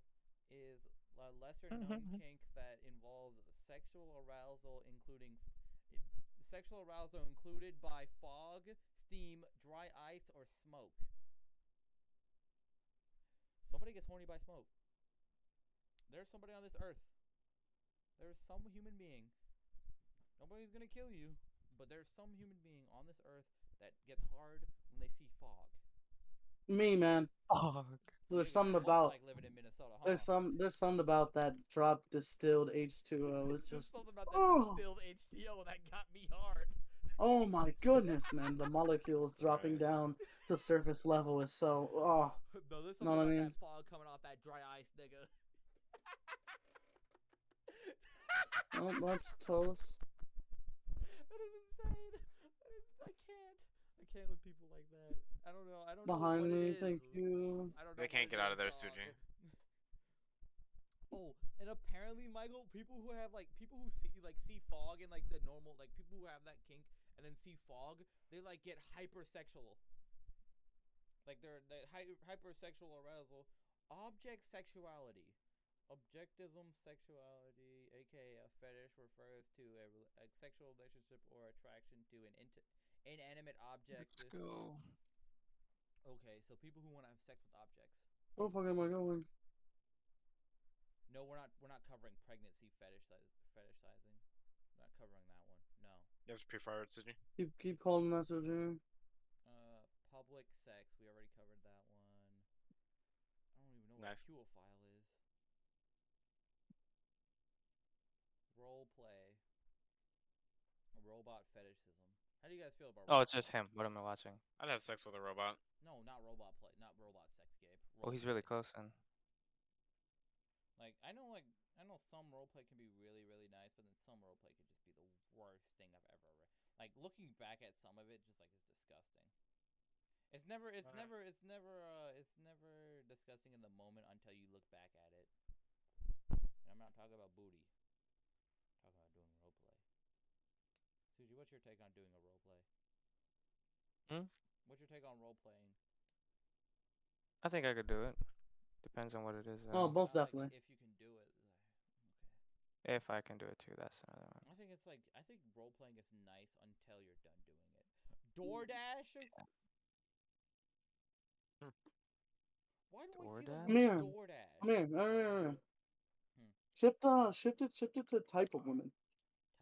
Speaker 2: is a lesser known kink that involves sexual arousal, including f- i- sexual arousal included by fog, steam, dry ice, or smoke. Somebody gets horny by smoke. There's somebody on this earth. There's some human being. Nobody's gonna kill you, but there's some human being on this earth that gets hard when they see fog.
Speaker 3: Me, man.
Speaker 4: Oh,
Speaker 3: There's
Speaker 2: Nigga,
Speaker 3: something
Speaker 2: that's
Speaker 3: about
Speaker 2: like living in Minnesota. Huh?
Speaker 3: there's
Speaker 2: [laughs]
Speaker 3: some there's something about that drop distilled H2O. It's
Speaker 2: There's
Speaker 3: just
Speaker 2: something about that
Speaker 3: oh.
Speaker 2: distilled HTO that got me hard. [laughs]
Speaker 3: oh my goodness, man. The molecules dropping
Speaker 1: Yes.
Speaker 3: down to surface level is so oh
Speaker 2: No, there's something
Speaker 3: Know what I
Speaker 2: about
Speaker 3: mean?
Speaker 2: that fog coming off that dry ice, nigga. [laughs]
Speaker 3: oh that's toast.
Speaker 2: that is insane. That is, I can't. I can't with people like that. I don't know. I don't know
Speaker 3: Behind
Speaker 2: what it
Speaker 3: me,
Speaker 2: is.
Speaker 3: thank you.
Speaker 2: I don't know.
Speaker 1: They
Speaker 2: what
Speaker 1: can't
Speaker 2: it
Speaker 1: get out
Speaker 2: is,
Speaker 1: of there,
Speaker 2: dog.
Speaker 1: Suji.
Speaker 2: [laughs] Oh, and apparently, Michael, people who have like people who see like see fog and like the normal like people who have that kink and then see fog, they like get hypersexual. Like they're they hy- hypersexual arousal, object sexualism, objectivism sexuality, aka a fetish, refers to a, rel- a sexual relationship or attraction to an int- inanimate object.
Speaker 4: let's go.
Speaker 2: Okay, so people who want to have sex with objects.
Speaker 3: Where the fuck am I going?
Speaker 2: No, we're not. We're not covering pregnancy fetish fetishizing. We're not covering that one. No.
Speaker 1: Yes, preferred Suji.
Speaker 3: Keep keep calling eh? messaging.
Speaker 2: Uh, public sex. We already covered that one. I don't even know what
Speaker 1: Knife.
Speaker 2: puophile is. Role play. Robot fetishism. How do you guys feel about?
Speaker 4: Oh,
Speaker 2: robot
Speaker 4: it's just him. What am I watching?
Speaker 1: I'd have sex with a robot.
Speaker 2: No, not robot play. Not robot sex, Gabe.
Speaker 4: Oh,
Speaker 2: Role
Speaker 4: he's
Speaker 2: play.
Speaker 4: really close then.
Speaker 2: Like I know, like I know some roleplay can be really, really nice, but then some roleplay could just be the worst thing I've ever read. Like looking back at some of it, just like is disgusting. It's never, it's
Speaker 1: Alright.
Speaker 2: never, it's never, uh, it's never disgusting in the moment until you look back at it. And I'm not talking about booty. I'm talking about doing roleplay. Suji, what's your take on doing a roleplay?
Speaker 4: Hmm?
Speaker 2: What's your take on roleplaying?
Speaker 4: I think I could do it. Depends on what it is.
Speaker 3: Oh,
Speaker 4: though.
Speaker 3: most
Speaker 2: Not, like,
Speaker 3: definitely.
Speaker 2: if you can do it. Okay.
Speaker 4: If I can do it too, that's another one.
Speaker 2: I think it's like I think role playing is nice until you're done doing it. DoorDash.
Speaker 4: Hmm.
Speaker 2: Why do I see the word
Speaker 3: Come
Speaker 4: DoorDash?
Speaker 3: here.
Speaker 2: DoorDash?
Speaker 3: Come here, no, no, no, no, no.
Speaker 2: Hmm.
Speaker 3: Shift uh shift it shift it to type of woman.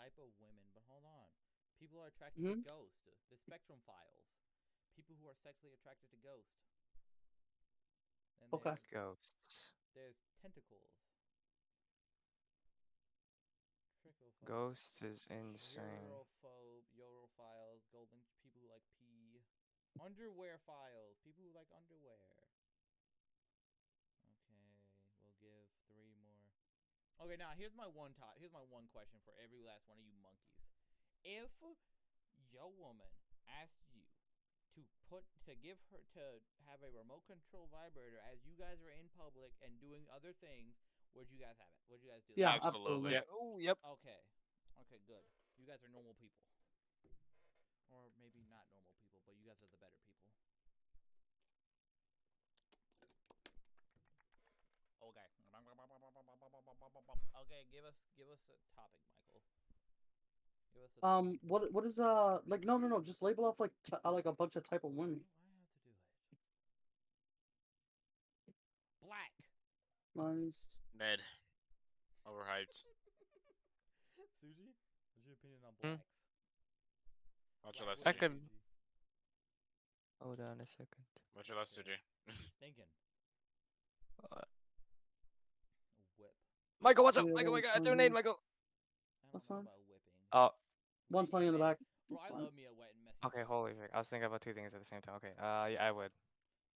Speaker 2: Type of women, but hold on. People are attracted to Ghost. The Spectrum Files. People who are sexually attracted to Ghost. And
Speaker 3: Okay.
Speaker 2: there's-
Speaker 4: Ghosts.
Speaker 2: There's tentacles. Trichophiles.
Speaker 4: Ghost is insane.
Speaker 2: Europhobe, Europhiles, golden people who like pee. Underwear files, people who like underwear. Okay, we'll give three more. Okay, now here's my one top. Here's my one question for every last one of you monkeys. If your woman asked you to put to give her to have a remote control vibrator as you guys are in public and doing other things, would you guys have it? Would you guys do?
Speaker 3: Yeah,
Speaker 2: that?
Speaker 1: Absolutely.
Speaker 3: absolutely.
Speaker 4: Yeah. Oh, yep.
Speaker 2: Okay. Okay, good. You guys are normal people. Or maybe not normal people, but you guys are the better people. Okay. Okay, give us give us a topic, Michael. Give us a
Speaker 3: Um, what what is uh like? No, no, no. Just label off like t- uh, like a bunch of type of women.
Speaker 2: Why do I have to do it? Black.
Speaker 3: Nice.
Speaker 1: Med. Overhyped.
Speaker 2: Suji, what's your opinion on
Speaker 4: Hmm?
Speaker 2: blacks?
Speaker 1: Watch your
Speaker 2: Black
Speaker 1: last Suji.
Speaker 2: women,
Speaker 4: I could- Second.
Speaker 2: Suji.
Speaker 4: Hold on a second.
Speaker 1: Watch your last Suji.
Speaker 2: Stinking.
Speaker 4: Uh,
Speaker 2: Whip.
Speaker 4: Michael, what's up?
Speaker 3: Yeah,
Speaker 4: Michael,
Speaker 3: that was
Speaker 4: Michael, I threw a
Speaker 3: fun,
Speaker 4: nade,
Speaker 3: yeah.
Speaker 2: I
Speaker 4: Michael.
Speaker 3: That's
Speaker 2: don't know about
Speaker 3: fine.
Speaker 2: whipping.
Speaker 4: Oh,
Speaker 3: One playing in the back.
Speaker 2: Bro, I
Speaker 3: Fine.
Speaker 2: love me a wet and messy.
Speaker 4: okay, holy frick. I was thinking about two things at the same time. Okay, uh, yeah, I would.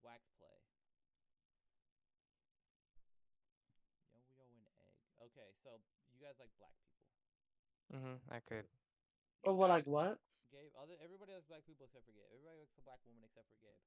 Speaker 2: Wax play. Yo yo and egg. Okay, so you guys like black people.
Speaker 4: Mm-hmm, I could.
Speaker 3: Or Oh, what? Like what?
Speaker 2: Gabe, other everybody likes black people except for Gabe. Everybody likes a black woman except for Gabe.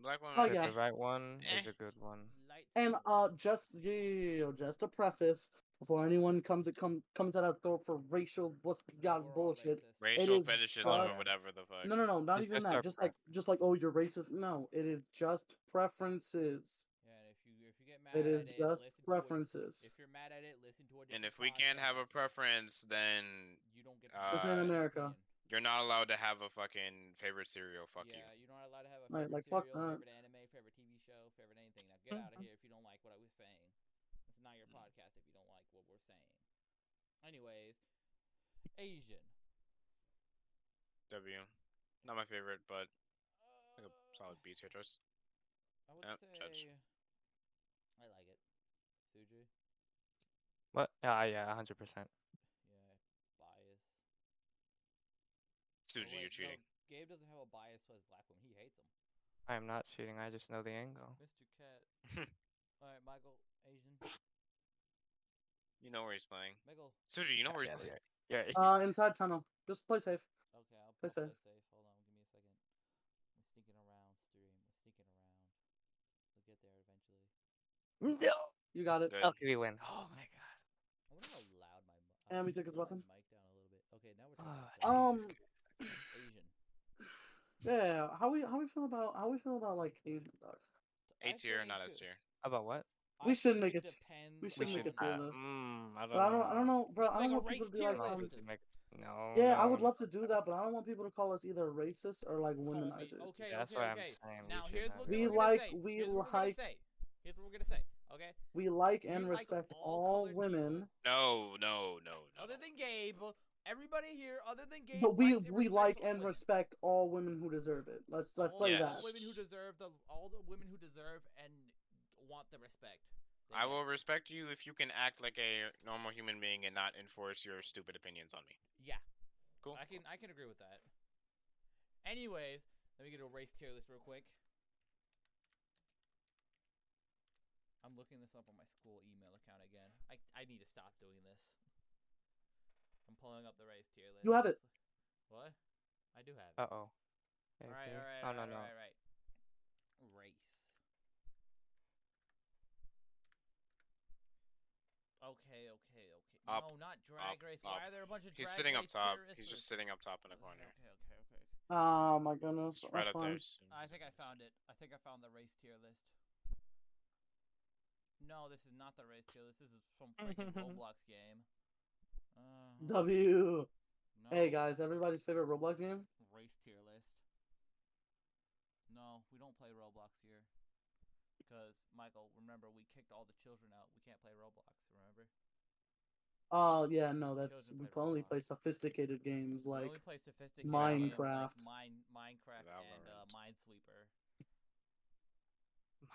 Speaker 1: Black woman.
Speaker 3: Oh,
Speaker 4: But
Speaker 3: yeah.
Speaker 4: The right one is
Speaker 1: Eh.
Speaker 4: a good one.
Speaker 2: Light
Speaker 3: And
Speaker 2: skin
Speaker 3: uh,
Speaker 2: woman.
Speaker 3: just yeah, yeah, yeah, just a preface before anyone comes to come comes at our throat for racial what's
Speaker 2: We're
Speaker 3: got
Speaker 2: all
Speaker 3: bullshit.
Speaker 2: racist.
Speaker 1: Racial
Speaker 3: is
Speaker 1: fetishism
Speaker 3: just-
Speaker 1: or whatever the fuck.
Speaker 3: No, no, no, not
Speaker 4: It's
Speaker 3: even
Speaker 4: just
Speaker 3: that.
Speaker 4: our
Speaker 3: Just
Speaker 4: pre-
Speaker 3: like, just like, oh, you're racist. No, it is just preferences.
Speaker 2: Yeah, and if you if you get mad
Speaker 3: It is
Speaker 2: at it,
Speaker 3: just
Speaker 2: listen to a-
Speaker 3: preferences.
Speaker 2: if you're mad at it, listen to a
Speaker 1: And
Speaker 2: different
Speaker 1: if we can't have a
Speaker 2: podcast.
Speaker 1: preference, uh, then
Speaker 2: you don't get to have
Speaker 1: This
Speaker 2: a
Speaker 1: ain't
Speaker 2: second
Speaker 3: America.
Speaker 2: opinion.
Speaker 1: you're not allowed to have a fucking favorite cereal. Fuck
Speaker 2: yeah,
Speaker 1: you.
Speaker 2: you're not allowed to have a
Speaker 3: Right,
Speaker 2: favorite
Speaker 3: like, fuck
Speaker 2: serial,
Speaker 3: that.
Speaker 2: favorite anime, favorite TV show, favorite anything. Now
Speaker 1: Mm,
Speaker 2: get out of here if you don't like what I was saying. It's not your podcast if you don't like what we're saying. Anyways, Asian.
Speaker 1: W. Not my favorite, but like a
Speaker 2: Uh,
Speaker 1: solid B tier choice.
Speaker 2: I would
Speaker 1: Yep,
Speaker 2: say
Speaker 1: judge.
Speaker 2: I like it. Suji,
Speaker 4: What? Ah, yeah, 100%.
Speaker 2: yeah, bias. Oh,
Speaker 1: Suji,
Speaker 2: wait,
Speaker 1: you're
Speaker 2: no,
Speaker 1: cheating.
Speaker 2: Gabe doesn't have a bias towards black women. He hates them.
Speaker 4: I am not cheating. I just know the angle.
Speaker 2: Mr.
Speaker 1: [laughs]
Speaker 2: Cat. All right, Michael, Asian.
Speaker 1: You know where he's playing.
Speaker 2: Michael.
Speaker 1: Suji, you know where he's
Speaker 4: Yeah,
Speaker 1: playing.
Speaker 4: yeah, yeah. [laughs]
Speaker 3: Uh, inside tunnel. Just play safe.
Speaker 2: Okay, I'll I'll
Speaker 3: Play
Speaker 2: play
Speaker 3: safe.
Speaker 2: safe. Hold on, give me a second. I'm sneaking around stream. I'm sneaking around. We'll get there eventually.
Speaker 4: No.
Speaker 3: You got it.
Speaker 1: Good.
Speaker 4: Okay, we win. Oh my god.
Speaker 2: I wonder how loud my mi-
Speaker 3: And
Speaker 2: I
Speaker 3: we
Speaker 2: should
Speaker 3: took
Speaker 2: turn my
Speaker 3: his weapon.
Speaker 2: Mic down a little bit. Okay, now we're
Speaker 4: Oh,
Speaker 2: talking.
Speaker 4: Jesus
Speaker 2: about
Speaker 3: Um,
Speaker 4: Christ.
Speaker 2: Asian.
Speaker 3: Yeah. How we how we feel about how we feel about like Asian dog?
Speaker 1: A tier, not S tier.
Speaker 4: About what?
Speaker 3: We should make
Speaker 2: it.
Speaker 3: a t-
Speaker 2: Depends
Speaker 3: we
Speaker 4: We
Speaker 3: should
Speaker 2: on
Speaker 4: should.
Speaker 3: make a tier
Speaker 4: uh,
Speaker 3: list.
Speaker 4: mm, I don't
Speaker 3: But I don't
Speaker 4: know.
Speaker 3: I don't know, bro.
Speaker 2: It's
Speaker 3: I don't
Speaker 2: like a
Speaker 3: want people
Speaker 2: race
Speaker 3: to be
Speaker 2: tier
Speaker 3: like,
Speaker 4: I don't know if
Speaker 3: um,
Speaker 4: we
Speaker 2: list.
Speaker 4: should make it-
Speaker 1: Oh,
Speaker 4: No.
Speaker 3: yeah, I would
Speaker 4: no.
Speaker 3: love to do that, but I don't want people to call us either racist or like
Speaker 2: Call me-
Speaker 3: womanizers.
Speaker 2: Okay,
Speaker 4: Yeah, that's
Speaker 2: okay,
Speaker 4: why I'm
Speaker 2: okay.
Speaker 4: saying we
Speaker 2: Now
Speaker 4: should
Speaker 2: here's
Speaker 4: not
Speaker 2: what
Speaker 4: do
Speaker 2: we're
Speaker 3: We
Speaker 2: gonna
Speaker 3: like-
Speaker 2: say.
Speaker 3: we
Speaker 2: here's what we're gonna
Speaker 3: like-
Speaker 2: say. Here's what we're gonna say. Okay.
Speaker 3: We like and
Speaker 2: We like
Speaker 3: respect
Speaker 2: all
Speaker 3: all,
Speaker 2: colored
Speaker 3: women,
Speaker 1: No, no, no, no.
Speaker 2: Other than Gabe, everybody here, other than Gabe,
Speaker 3: but we
Speaker 2: likes and
Speaker 3: we
Speaker 2: respects
Speaker 3: like
Speaker 2: all
Speaker 3: and
Speaker 2: women.
Speaker 3: respect all women who deserve it. Let's let's
Speaker 2: all
Speaker 3: say
Speaker 2: the
Speaker 1: Yes.
Speaker 3: that.
Speaker 2: women who deserve the all the women who deserve and want the respect. they
Speaker 1: I
Speaker 2: get.
Speaker 1: will respect you if you can act like a normal human being and not enforce your stupid opinions on me.
Speaker 2: Yeah,
Speaker 1: Cool.
Speaker 2: I can I can agree with that. Anyways, let me get a race tier list real quick. I'm looking this up on my school email account again. I I need to stop doing this. I'm pulling up the race tier list.
Speaker 3: You have it.
Speaker 2: What? I do have it.
Speaker 4: Uh oh.
Speaker 2: All right, all right,
Speaker 4: Oh
Speaker 2: all
Speaker 4: no
Speaker 2: right,
Speaker 4: no.
Speaker 2: all right, all right. Race. Okay, okay, okay.
Speaker 1: Up,
Speaker 2: no, not drag
Speaker 1: up,
Speaker 2: race.
Speaker 1: up.
Speaker 2: Why are there a bunch of
Speaker 1: He's
Speaker 2: drag
Speaker 1: sitting up
Speaker 2: race
Speaker 1: top.
Speaker 2: terrorists
Speaker 1: He's
Speaker 2: or-
Speaker 1: just sitting up top in the
Speaker 2: okay,
Speaker 1: corner.
Speaker 2: okay, okay, okay.
Speaker 3: Oh my goodness.
Speaker 1: Right up
Speaker 3: that's
Speaker 1: there.
Speaker 3: fine.
Speaker 2: I think I found it. I think I found the race tier list. No, this is not the race tier. This is some [laughs] freaking Roblox game. Uh,
Speaker 3: W.
Speaker 2: no.
Speaker 3: Hey guys, everybody's favorite Roblox game.
Speaker 2: race tier list. No, we don't play Roblox here. Because, Michael, remember, we kicked all the children out. We can't play Roblox, remember?
Speaker 3: Oh yeah, no, that's
Speaker 2: Children
Speaker 3: we
Speaker 2: play
Speaker 3: only
Speaker 2: Roblox.
Speaker 3: play sophisticated games
Speaker 2: we
Speaker 3: like
Speaker 2: only play sophisticated games like
Speaker 3: Minecraft.
Speaker 2: mine, Minecraft and uh,
Speaker 1: Valorant.
Speaker 2: Minesweeper.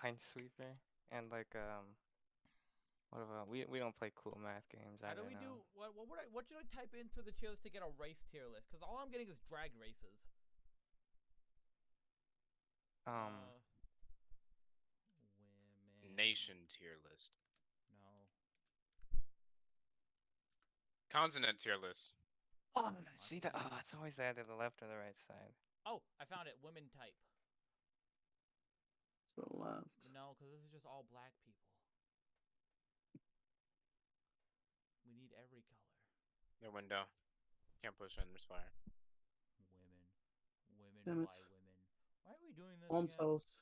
Speaker 4: Minesweeper and like um What about we? We don't play cool math games. I
Speaker 2: How do
Speaker 4: don't
Speaker 2: we do?
Speaker 4: know.
Speaker 2: What what would I, what should I type into the tier list to get a race tier list? Because all I'm getting is drag races.
Speaker 4: Um,
Speaker 2: Uh, women.
Speaker 1: Nation tier list.
Speaker 2: No.
Speaker 1: Continent tier list.
Speaker 2: I
Speaker 4: oh,
Speaker 2: see
Speaker 4: see that?
Speaker 2: it.
Speaker 4: Oh, it's always either the left or the right side.
Speaker 2: Oh, I found it. Women type.
Speaker 3: So left.
Speaker 2: No, because this is just all black people. We need every color.
Speaker 1: Their window. Can't push in. There's fire.
Speaker 2: Women, women
Speaker 3: Damn it.
Speaker 2: by women. Why are we doing this?
Speaker 3: Home
Speaker 2: again?
Speaker 3: toast.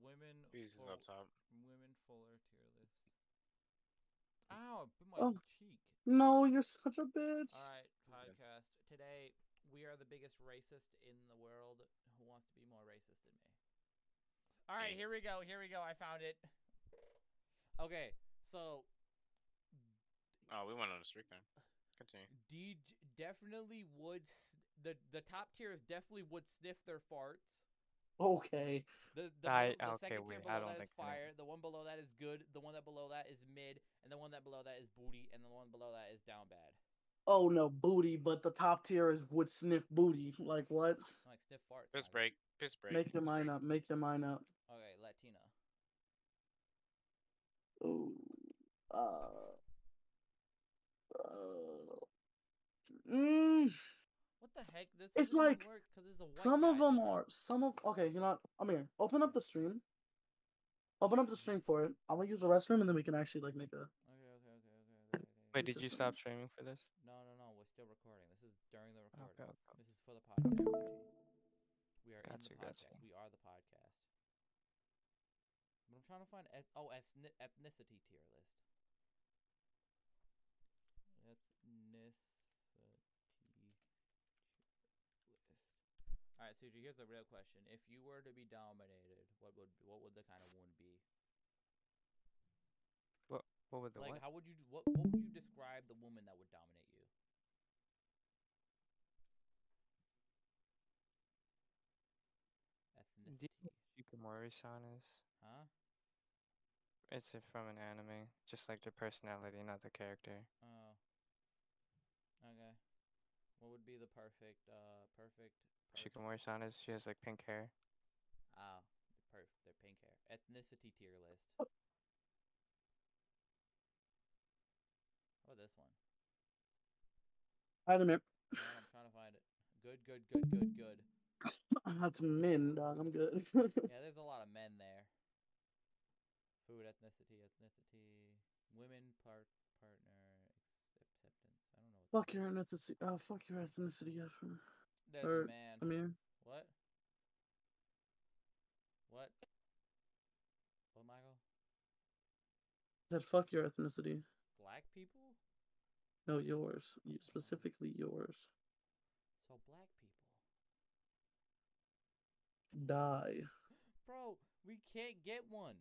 Speaker 2: Women.
Speaker 1: Bees is
Speaker 2: for-
Speaker 1: up top.
Speaker 2: Women Fuller tier list. Ow, bit my
Speaker 3: Oh.
Speaker 2: cheek.
Speaker 3: No, you're such a bitch.
Speaker 2: All right,
Speaker 1: Okay.
Speaker 2: podcast. Today we are the biggest racist in the world. Who wants to be more racist than me? All right,
Speaker 1: Hey.
Speaker 2: here we go. Here we go. I found it. Okay, so
Speaker 1: Oh, we went on a streak there. Continue.
Speaker 2: DJ definitely would s- the the top tier is definitely would sniff their farts.
Speaker 3: Okay.
Speaker 2: The the, bel-
Speaker 4: I-
Speaker 2: the
Speaker 4: okay,
Speaker 2: second tier
Speaker 4: wait, I
Speaker 2: below
Speaker 4: don't
Speaker 2: that is
Speaker 4: think I know.
Speaker 2: fire. The one below that is good. The one that below that is mid, and the one that below that is booty, and the one below that is down bad.
Speaker 3: Oh no, booty, but the top tier is would sniff booty. Like what?
Speaker 2: I like sniff farts.
Speaker 1: Piss
Speaker 2: I-
Speaker 1: break. Piss break.
Speaker 3: Make your
Speaker 1: piss
Speaker 3: mind
Speaker 1: break.
Speaker 3: up. Make your mind up.
Speaker 2: Okay, Latina.
Speaker 3: Ooh. Uh. Uh. Mm,
Speaker 2: What the heck? This
Speaker 3: It's
Speaker 2: doesn't even
Speaker 3: like,
Speaker 2: work 'cause there's a white
Speaker 3: some of
Speaker 2: guy
Speaker 3: them
Speaker 2: there.
Speaker 3: are. Some of. Okay, you know what? Amir, open up the stream. Open up the stream for it. I'm gonna use the restroom and then we can actually like make a.
Speaker 2: Okay, okay, okay, okay, okay. okay, okay.
Speaker 4: Wait, did
Speaker 3: Interesting.
Speaker 4: you stop streaming for this?
Speaker 2: No, no, no. We're still recording. This is during the recording.
Speaker 4: Okay, okay.
Speaker 2: This is for the podcast. CG. We are in
Speaker 4: Gotcha,
Speaker 2: the
Speaker 4: gotcha.
Speaker 2: podcast. We are the podcast. But I'm trying to find eth- oh ethni- ethnicity tier list. Ethnicity list. All right, Suji. Here's the real question: If you were to be dominated, what would what would the kind of wound be?
Speaker 4: What would the
Speaker 2: like,
Speaker 4: what?
Speaker 2: how would you what what would you describe the woman that would dominate you?
Speaker 4: Do
Speaker 2: Ethnicity,
Speaker 4: you know what Shikamori-san is?
Speaker 2: huh?
Speaker 4: It's uh, from an anime, just like the personality, not the character.
Speaker 2: Oh. Okay. What would be the perfect uh perfect perfect
Speaker 4: Shikamori-san is she has like pink hair.
Speaker 2: Oh, perf their pink hair. Ethnicity tier list. Oh, this one.
Speaker 3: Alright, [laughs] Amir.
Speaker 2: Hang on, I'm trying to find it. Good, good, good, good, good.
Speaker 3: That's min, dog. I'm good. [laughs]
Speaker 2: Yeah, there's a lot of men there. Food, ethnicity, ethnicity, women, part, partner, ex- acceptance. I don't know. What
Speaker 3: fuck your ethnicity. Oh, fuck your ethnicity, Efren.
Speaker 2: There's
Speaker 3: or-
Speaker 2: a man.
Speaker 3: Amir.
Speaker 2: What? What? What, Michael?
Speaker 3: That fuck your ethnicity.
Speaker 2: Black people?
Speaker 3: No, yours. You- Specifically yours.
Speaker 2: So black people.
Speaker 3: Die.
Speaker 2: Bro, we can't get one.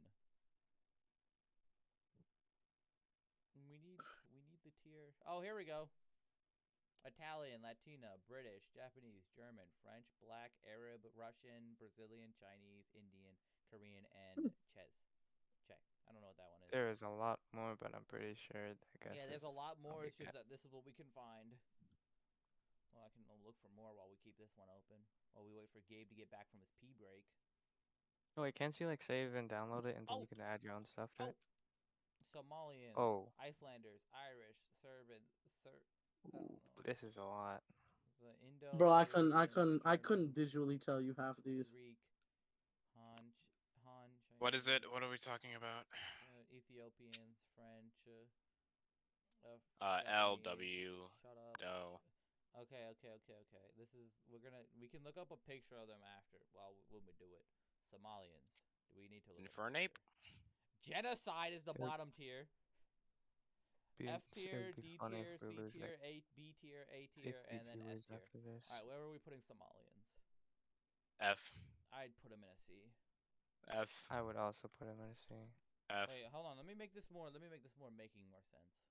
Speaker 2: We need we need the tier. Oh, here we go. Italian, Latina, British, Japanese, German, French, Black, Arab, Russian, Brazilian, Chinese, Indian, Korean, and Chez. Czech. I don't know what that one is.
Speaker 4: There is a lot more, but I'm pretty sure. I guess
Speaker 2: yeah, there's a
Speaker 4: it's-
Speaker 2: lot more.
Speaker 4: we
Speaker 2: It's just
Speaker 4: got-
Speaker 2: that this is what we can find. Well, I can uh, look for more while we keep this one open. While we wait for Gabe to get back from his pee break.
Speaker 4: Oh, Wait, can't you like save and download it, and then
Speaker 2: Oh.
Speaker 4: you can add your own stuff
Speaker 2: Oh.
Speaker 4: to it?
Speaker 2: Somalians,
Speaker 4: Oh.
Speaker 2: Icelanders, Irish, Serbian, Ser. I don't
Speaker 4: Ooh,
Speaker 2: know.
Speaker 4: this is a lot.
Speaker 2: So Indo.
Speaker 3: Bro, I couldn't,
Speaker 2: European,
Speaker 3: I couldn't, I
Speaker 2: German,
Speaker 3: couldn't visually tell you half of these.
Speaker 2: Greek, Han, Ch- Han.
Speaker 1: What is it?
Speaker 2: Chinese,
Speaker 1: What are we talking about? [sighs]
Speaker 2: Uh, Ethiopians, French. Uh, uh,
Speaker 1: Uh,
Speaker 2: Japanese,
Speaker 1: LW,
Speaker 2: Shut up.
Speaker 1: no.
Speaker 2: sh- Okay, okay, okay, okay. This is we're gonna we can look up a picture of them after while when we do it. Somalians. Do we need to look? up a
Speaker 1: Infernape?
Speaker 2: picture? Genocide is the
Speaker 4: Yeah.
Speaker 2: bottom tier.
Speaker 4: Be-
Speaker 2: F
Speaker 4: so
Speaker 2: tier,
Speaker 4: it'd be
Speaker 2: D
Speaker 4: funny
Speaker 2: tier,
Speaker 4: if we
Speaker 2: C
Speaker 4: lose, like,
Speaker 2: tier, A B tier, A tier,
Speaker 4: 50
Speaker 2: and then S
Speaker 4: viewers
Speaker 2: tier.
Speaker 4: after this.
Speaker 2: All right, where were we putting Somalians?
Speaker 1: F.
Speaker 2: I'd put them in a C.
Speaker 1: F.
Speaker 4: I would also put him in a C.
Speaker 1: F.
Speaker 2: Wait, hold on. Let me make this more. Let me make this more making more sense.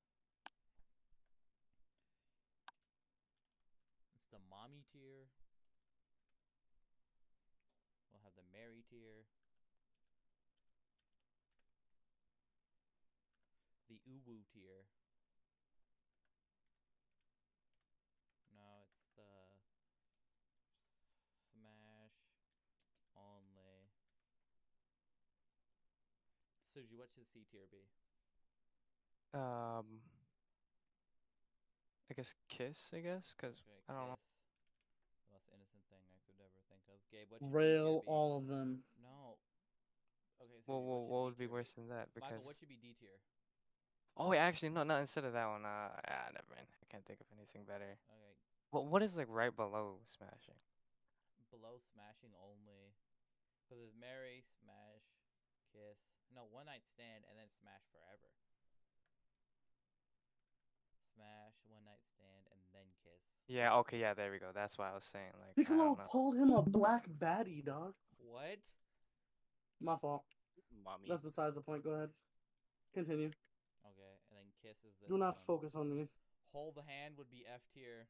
Speaker 2: It's the mommy tier. We'll have the Mary tier. uwu tier. No, it's the smash only. Suji, what should C tier be?
Speaker 4: Um, I guess kiss. I guess because
Speaker 2: Okay,
Speaker 4: I don't know.
Speaker 2: kiss. The most innocent thing I could ever think of. Gabe, what should D tier
Speaker 3: Rail
Speaker 2: be?
Speaker 3: all of them.
Speaker 2: No. Okay. So
Speaker 4: Well, well, what would be
Speaker 2: tier
Speaker 4: worse than that? Because
Speaker 2: Michael, what should be D tier?
Speaker 4: oh, wait, actually, no, no. Instead of that one, uh, ah, never mind. I can't think of anything better.
Speaker 2: Okay,
Speaker 4: What what is like right below smashing?
Speaker 2: below smashing only, because it's marry, smash, kiss. No, one night stand, and then smash forever. Smash, one night stand, and then kiss.
Speaker 4: Yeah. Okay. Yeah. There we go. That's what I was saying. Like I
Speaker 3: Piccolo
Speaker 4: don't know.
Speaker 3: pulled him a black baddie, dog.
Speaker 2: What?
Speaker 3: My fault.
Speaker 4: Mommy.
Speaker 3: That's besides the point. Go ahead. Continue.
Speaker 2: Okay, and then kiss is this
Speaker 3: Do not
Speaker 2: one.
Speaker 3: focus on me.
Speaker 2: Hold the hand would be F tier.